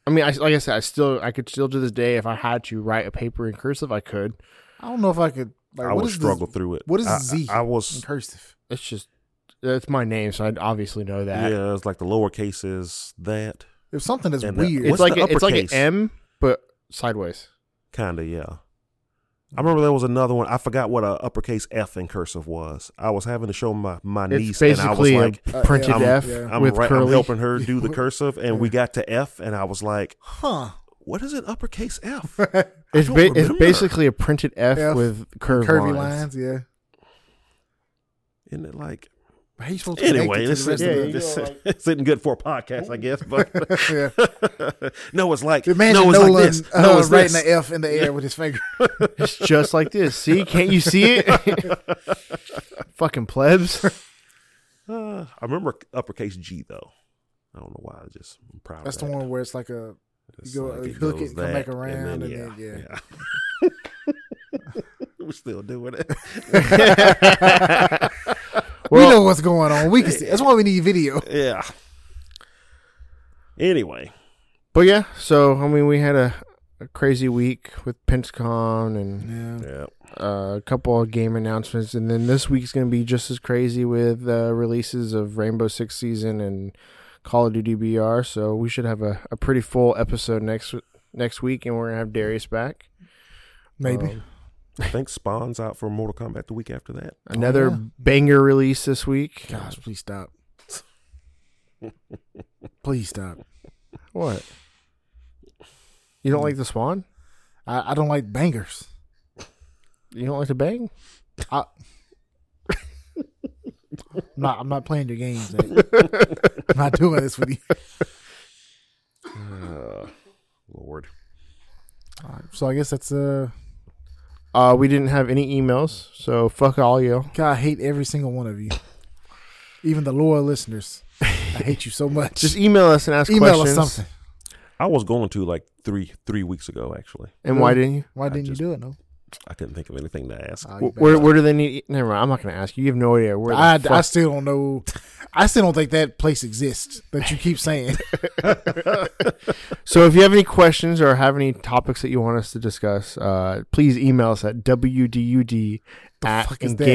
Speaker 2: I mean, I, like I said, I still I could still to this day if I had to write a paper in cursive, I could.
Speaker 1: I don't know if I could. Like,
Speaker 3: I
Speaker 1: what
Speaker 3: would
Speaker 1: is
Speaker 3: struggle through it.
Speaker 1: what is
Speaker 3: I-
Speaker 1: Z?
Speaker 3: I, I
Speaker 1: this in
Speaker 3: was.
Speaker 1: cursive?
Speaker 2: It's just that's my name, so I obviously know that.
Speaker 3: Yeah, it's like the lowercase is that
Speaker 1: If something is
Speaker 3: And the-
Speaker 1: weird,
Speaker 2: It's
Speaker 3: What's
Speaker 2: like
Speaker 3: the
Speaker 2: a, it's like an
Speaker 3: uppercase?
Speaker 2: M, but sideways.
Speaker 3: kind of yeah. I remember there was another one. I forgot what a uppercase F in cursive was. I was having to show my my
Speaker 2: It's
Speaker 3: niece, and I was
Speaker 2: basically
Speaker 3: like,
Speaker 2: a
Speaker 1: uh,
Speaker 2: printed
Speaker 1: I'm-
Speaker 2: F
Speaker 1: yeah.
Speaker 3: I'm,
Speaker 2: with
Speaker 3: right, I'm
Speaker 2: curly.
Speaker 3: helping her do the cursive, and we got to F, and I was like,
Speaker 1: huh?
Speaker 3: "What is an uppercase F?"
Speaker 2: It's,
Speaker 3: don't
Speaker 2: ba- it's
Speaker 3: remember.
Speaker 2: basically a printed F,
Speaker 1: F,
Speaker 2: with curved
Speaker 1: Curvy
Speaker 2: lines.
Speaker 1: lines, yeah.
Speaker 3: Isn't it like
Speaker 1: But he's supposed to
Speaker 3: anyway?
Speaker 1: anyway,
Speaker 3: This,
Speaker 1: the rest
Speaker 3: is,
Speaker 1: of
Speaker 2: yeah,
Speaker 1: it.
Speaker 2: you
Speaker 3: this,
Speaker 2: go
Speaker 3: this isn't good for a podcast, I guess.
Speaker 1: Yeah.
Speaker 3: But no, it's like
Speaker 1: Imagine
Speaker 3: no, it's
Speaker 1: Nolan
Speaker 3: like this.
Speaker 1: uh,
Speaker 3: No, it's
Speaker 1: writing
Speaker 3: this.
Speaker 1: the F in the air with his finger.
Speaker 2: It's just like this. See, can't you see it? Fucking plebs.
Speaker 3: Uh, I remember uppercase G though. I don't know why. I just I'm proud. of
Speaker 1: That's the
Speaker 3: that.
Speaker 1: one where it's like a
Speaker 3: It's
Speaker 1: go-
Speaker 3: like
Speaker 1: hook it,
Speaker 3: goes
Speaker 1: come back around, and then,
Speaker 3: yeah. We're still doing it.
Speaker 1: we know what's going on. We can see. That's why we need video.
Speaker 3: Yeah. Anyway,
Speaker 2: But yeah, so I mean, we had a, a crazy week with PentsCon and
Speaker 1: Yeah.
Speaker 3: yeah.
Speaker 2: uh, a couple of game announcements, and then this week's going to be just as crazy with uh, releases of Rainbow Six Season and Call of Duty BR. So we should have a, a pretty full episode next next week, and we're going to have Darius back.
Speaker 3: Oh,
Speaker 1: Maybe.
Speaker 2: Um,
Speaker 3: I think Spawn's out for Mortal Kombat the week after that.
Speaker 2: another
Speaker 1: Oh, yeah.
Speaker 2: banger release this week.
Speaker 1: Gosh, please stop. please stop.
Speaker 2: What? You don't like the Swan?
Speaker 1: I, I don't like bangers.
Speaker 2: You don't like the Bang?
Speaker 1: I, I'm not, I'm not playing your games. Zach. I'm not doing this with you.
Speaker 3: Lord.
Speaker 1: All right, so I guess that's uh.
Speaker 2: Uh, we didn't have any emails, so fuck all y'all.
Speaker 1: God, I hate every single one of you, even the loyal listeners. I hate you so much.
Speaker 2: Just email us and ask
Speaker 1: email
Speaker 2: questions.
Speaker 1: us something.
Speaker 3: I was going to like three three weeks ago actually.
Speaker 2: And why didn't you?
Speaker 1: Why didn't
Speaker 3: just-
Speaker 1: you do it? No,
Speaker 3: I couldn't think of anything to ask.
Speaker 1: Ah, you
Speaker 2: Wh-
Speaker 1: better
Speaker 2: Where,
Speaker 1: not.
Speaker 2: where do they need? Never mind. I'm not going to ask you. You have no idea where. The
Speaker 1: I, I
Speaker 2: fuck-
Speaker 1: still don't know. I still don't think that place exists that you keep saying.
Speaker 2: so if you have any questions or have any topics that you want us to discuss, uh, please email us at wdud at
Speaker 1: fuck is that?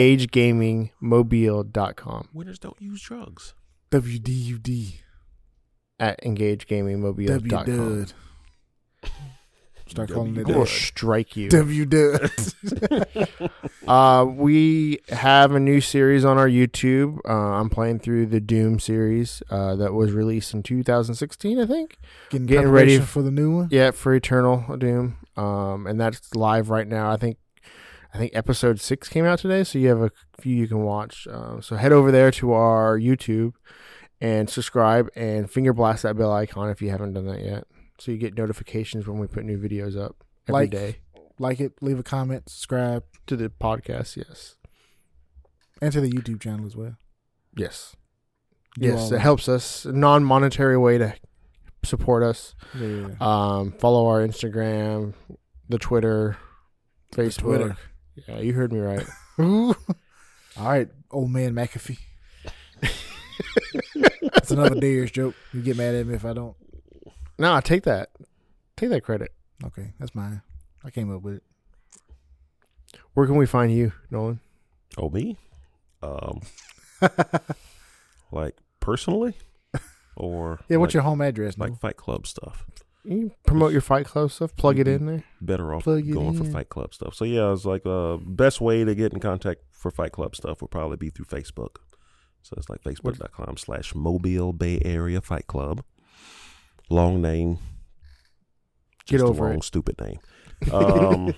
Speaker 2: engagegamingmobile.com
Speaker 3: Winners don't use drugs.
Speaker 1: W D U D
Speaker 2: at
Speaker 1: W
Speaker 2: engagegamingmobile.com.
Speaker 1: Dud. Start calling it
Speaker 2: We will
Speaker 1: that.
Speaker 2: strike you.
Speaker 1: W Dud.
Speaker 2: Uh, we have a new series on our YouTube. Uh, I'm playing through the Doom series uh, that was released in 2016, I think.
Speaker 1: Getting,
Speaker 2: Getting ready
Speaker 1: ready
Speaker 2: f-
Speaker 1: for the new one.
Speaker 2: Yeah, for Eternal Doom, um, and that's live right now. I think, I think episode six came out today, so you have a few you can watch. Uh, so head over there to our YouTube and subscribe and finger blast that bell icon if you haven't done that yet, so you get notifications when we put new videos up every
Speaker 1: Like-
Speaker 2: day
Speaker 1: Like it, leave a comment, subscribe,
Speaker 2: to the podcast. Yes,
Speaker 1: and to the YouTube channel as well.
Speaker 2: yes,
Speaker 1: Do
Speaker 2: yes.
Speaker 1: all
Speaker 2: It
Speaker 1: that.
Speaker 2: helps us. Non monetary way to support us.
Speaker 1: Yeah, yeah, yeah.
Speaker 2: Um, follow our Instagram, the Twitter, Facebook.
Speaker 1: Twitter.
Speaker 2: Yeah, you heard me right. Uh,
Speaker 1: All right, old man McAfee. That's another Darius joke. You get mad at me if I don't.
Speaker 2: Nah, take that. Take that credit.
Speaker 1: Okay, that's mine. I came up with it.
Speaker 2: Where can we find you, Nolan?
Speaker 3: Oh me? Um like personally? Or
Speaker 1: Yeah,
Speaker 3: like-
Speaker 1: what's your home address?
Speaker 3: like
Speaker 1: Noel?
Speaker 3: Fight Club stuff.
Speaker 2: You promote your Fight Club stuff. Plug it in there.
Speaker 1: Mm-hmm.
Speaker 3: Better off
Speaker 1: Plug it
Speaker 3: going for
Speaker 1: in.
Speaker 3: Fight Club stuff. So yeah, I was like, uh, best way to get in contact for Fight Club stuff would probably be through Facebook. So it's like facebook.com slash Mobile Bay Area Fight Club. Long name.
Speaker 2: Get
Speaker 3: Just a
Speaker 2: over
Speaker 3: long,
Speaker 2: it.
Speaker 3: stupid name. Um,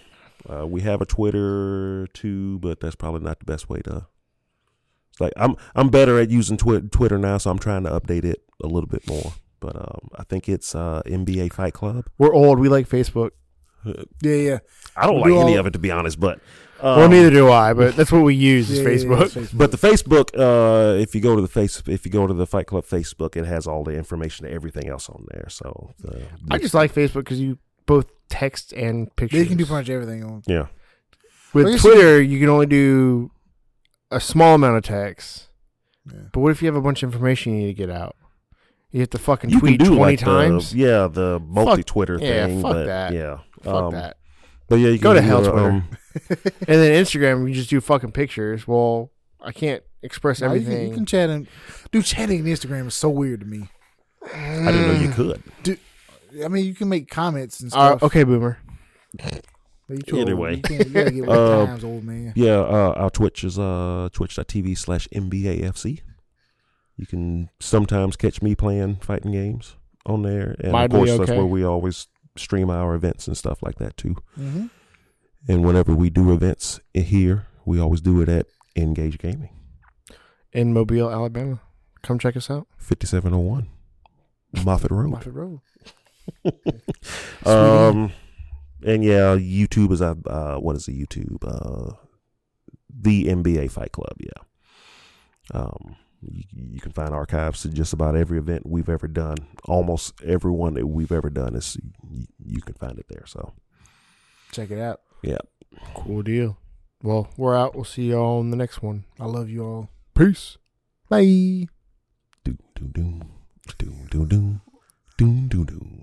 Speaker 3: uh, we have a Twitter too, but that's probably not the best way to. It's like I'm I'm better at using twi- Twitter now, so I'm trying to update it a little bit more. But um, I think it's uh, NBA Fight Club.
Speaker 2: We're old. We like Facebook.
Speaker 1: yeah, yeah.
Speaker 3: I don't
Speaker 1: We
Speaker 3: like any
Speaker 1: all-
Speaker 3: of it to be honest, but
Speaker 2: well,
Speaker 3: um,
Speaker 2: neither do I, but that's what we use is
Speaker 1: yeah, yeah, yeah,
Speaker 2: Facebook.
Speaker 1: it's
Speaker 3: But the Facebook, uh, if you go to the face, if you go to the Fight Club Facebook, it has all the information and everything else on there. So the,
Speaker 2: I just like Facebook because you both text and
Speaker 1: Yeah,
Speaker 2: pictures.
Speaker 1: you can do pretty much everything on.
Speaker 3: yeah,
Speaker 1: I
Speaker 2: With
Speaker 1: guess
Speaker 2: Twitter, you can only do a small amount of text.
Speaker 1: Yeah.
Speaker 2: But what if you have a bunch of information you need to get out? You have to fucking
Speaker 3: you
Speaker 2: tweet
Speaker 3: can do
Speaker 2: twenty
Speaker 3: like
Speaker 2: times.
Speaker 3: The, yeah, the multi Twitter
Speaker 2: yeah,
Speaker 3: thing.
Speaker 2: fuck
Speaker 3: but
Speaker 2: that.
Speaker 3: Yeah,
Speaker 2: Fuck
Speaker 3: um,
Speaker 2: that.
Speaker 3: But yeah, you
Speaker 2: Go
Speaker 3: can
Speaker 2: to
Speaker 3: do
Speaker 2: hell
Speaker 3: the,
Speaker 2: Twitter.
Speaker 3: um,
Speaker 2: And then Instagram, you just do fucking pictures. Well, I can't express
Speaker 1: Now, you,
Speaker 2: everything.
Speaker 1: can, you can chat and do chatting on Instagram is so weird to me.
Speaker 3: I didn't
Speaker 2: Mm.
Speaker 3: know you could.
Speaker 1: I mean, you can make comments and
Speaker 2: Uh,
Speaker 1: stuff.
Speaker 2: okay, boomer.
Speaker 1: But you too old.
Speaker 3: Anyway.
Speaker 1: you, can't, you gotta get with the
Speaker 2: Um,
Speaker 3: Uh,
Speaker 1: times, old man.
Speaker 3: Yeah, uh, our Twitch is uh, twitch.tv slash NBAFC. You can sometimes catch me playing fighting games on there, and of
Speaker 2: Mightily
Speaker 3: course that's
Speaker 2: okay.
Speaker 3: where we always stream our events and stuff like that too.
Speaker 2: mm-hmm.
Speaker 1: hmm
Speaker 3: And whenever we do events in here, we always do it at Engage Gaming,
Speaker 2: in Mobile, Alabama. Come check us out.
Speaker 3: 5701 Moffat oh Road.
Speaker 1: Moffat Road.
Speaker 3: Um, and yeah, YouTube is a uh, what is the YouTube? Uh, the NBA Fight Club. Yeah. Um, you, you can find archives to just about every event we've ever done. Almost everyone that we've ever done is you, you can find it there. So
Speaker 1: Check it out.
Speaker 2: Cool deal. Well, we're out. We'll see y'all in the next one.
Speaker 1: I love you all.
Speaker 2: Peace.
Speaker 1: Bye.
Speaker 3: do do do do do do do do do.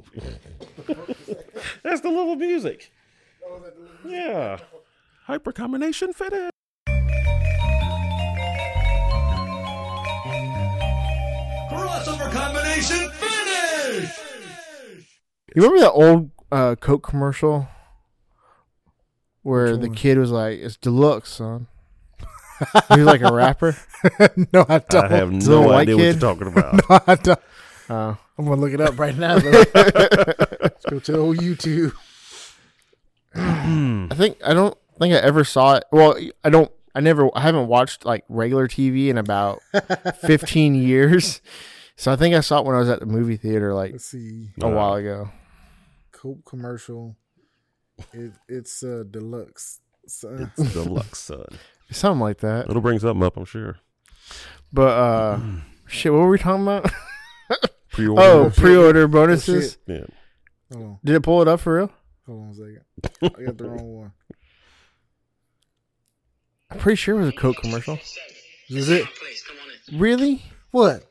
Speaker 3: That's the little music. Yeah. Hyper combination fitted.
Speaker 4: Crossover combination finish!
Speaker 2: You remember that old uh, Coke commercial where
Speaker 1: Which
Speaker 2: the
Speaker 1: one?
Speaker 2: kid was like, "It's deluxe, son." he was like a rapper.
Speaker 1: no, I
Speaker 3: I
Speaker 1: don't.
Speaker 3: have
Speaker 2: to the
Speaker 3: no
Speaker 2: white
Speaker 3: idea
Speaker 2: kid.
Speaker 3: what you're talking about.
Speaker 1: No, I don't.
Speaker 2: Uh,
Speaker 1: I'm gonna look it up right now. though. Let's go to the old YouTube. Hmm.
Speaker 2: I think I don't think I ever saw it. Well, I don't. I never. I haven't watched like regular TV in about fifteen years. So I think I saw it when I was at the movie theater like
Speaker 1: Let's see.
Speaker 2: a while ago.
Speaker 1: Coke commercial. It, it's uh, deluxe. So,
Speaker 3: It's deluxe, son.
Speaker 2: Something like that.
Speaker 3: It'll bring something up, I'm sure.
Speaker 2: But uh,
Speaker 1: Hmm.
Speaker 2: shit, what were we talking about?
Speaker 3: Pre-order.
Speaker 2: Oh, pre-order
Speaker 1: Oh,
Speaker 2: bonuses.
Speaker 3: yeah.
Speaker 1: hold on,
Speaker 2: Did it pull it up for real?
Speaker 1: hold on a second. I got the wrong one.
Speaker 2: I'm pretty sure it was a Coke commercial.
Speaker 1: Is it?
Speaker 2: Really?
Speaker 1: What?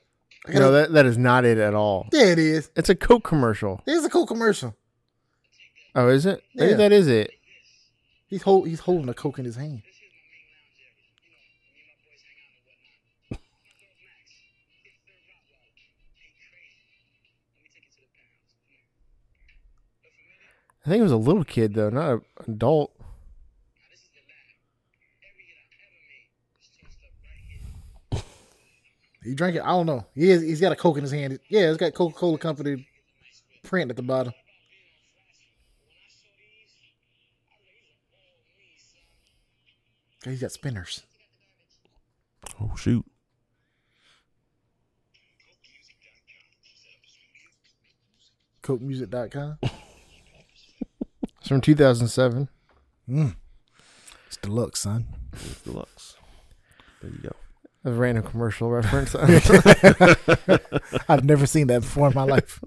Speaker 1: I got
Speaker 2: No,
Speaker 1: a-
Speaker 2: that that is not it at all.
Speaker 1: yeah, it is.
Speaker 2: It's a Coke commercial.
Speaker 1: There's a Coke commercial.
Speaker 2: Oh, is it? Maybe
Speaker 1: Yeah.
Speaker 2: that is it.
Speaker 1: He's hold, he's holding a Coke in his hand.
Speaker 2: I think it was a little kid though, not an adult.
Speaker 1: He drank it. I don't know. He is, he's got a Coke in his hand. Yeah, it's got Coca Cola Company print at the bottom. Okay, he's got spinners.
Speaker 3: Oh, shoot.
Speaker 1: CokeMusic.com.
Speaker 2: It's from 2007.
Speaker 1: It's deluxe, son.
Speaker 3: It's deluxe. There you go.
Speaker 2: A random commercial reference.
Speaker 1: I've never seen that before in my life.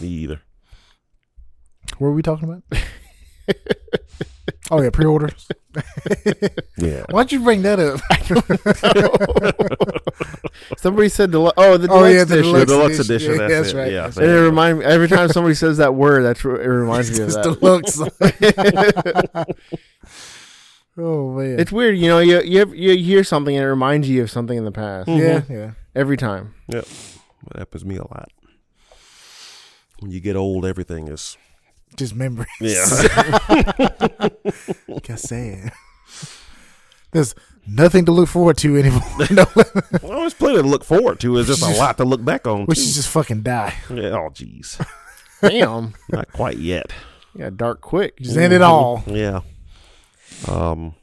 Speaker 3: Me either.
Speaker 1: What were we talking about? oh yeah, pre-orders.
Speaker 3: Yeah.
Speaker 1: Why'd you bring that up?
Speaker 2: somebody said the oh the
Speaker 1: Oh,
Speaker 2: deluxe
Speaker 1: yeah, the
Speaker 2: edition.
Speaker 3: The
Speaker 1: deluxe
Speaker 3: deluxe
Speaker 1: edition.
Speaker 3: edition.
Speaker 1: Yeah,
Speaker 3: that's,
Speaker 1: that's
Speaker 3: it.
Speaker 1: right.
Speaker 3: Yeah.
Speaker 1: That's
Speaker 2: And it
Speaker 3: thank you.
Speaker 2: remind me every time somebody says that word, that's what- it reminds me of
Speaker 1: it's
Speaker 2: that.
Speaker 1: deluxe. oh man.
Speaker 2: It's weird, you know. You you, have, you hear something and it reminds you of something in the past
Speaker 1: yeah, yeah.
Speaker 2: every time.
Speaker 3: Yep. That happens to me a lot. When you get old, everything is.
Speaker 1: Just memories.
Speaker 3: Yeah.
Speaker 1: Got sad. There's nothing to look forward to anymore. no,
Speaker 3: well, there's plenty to look forward to. It's just a lot to look back on.
Speaker 1: we
Speaker 3: too.
Speaker 1: should just fucking die.
Speaker 3: Yeah, oh, jeez.
Speaker 2: Damn,
Speaker 3: Not quite yet.
Speaker 2: yeah, dark quick.
Speaker 1: Just end it all.
Speaker 3: Yeah. Um.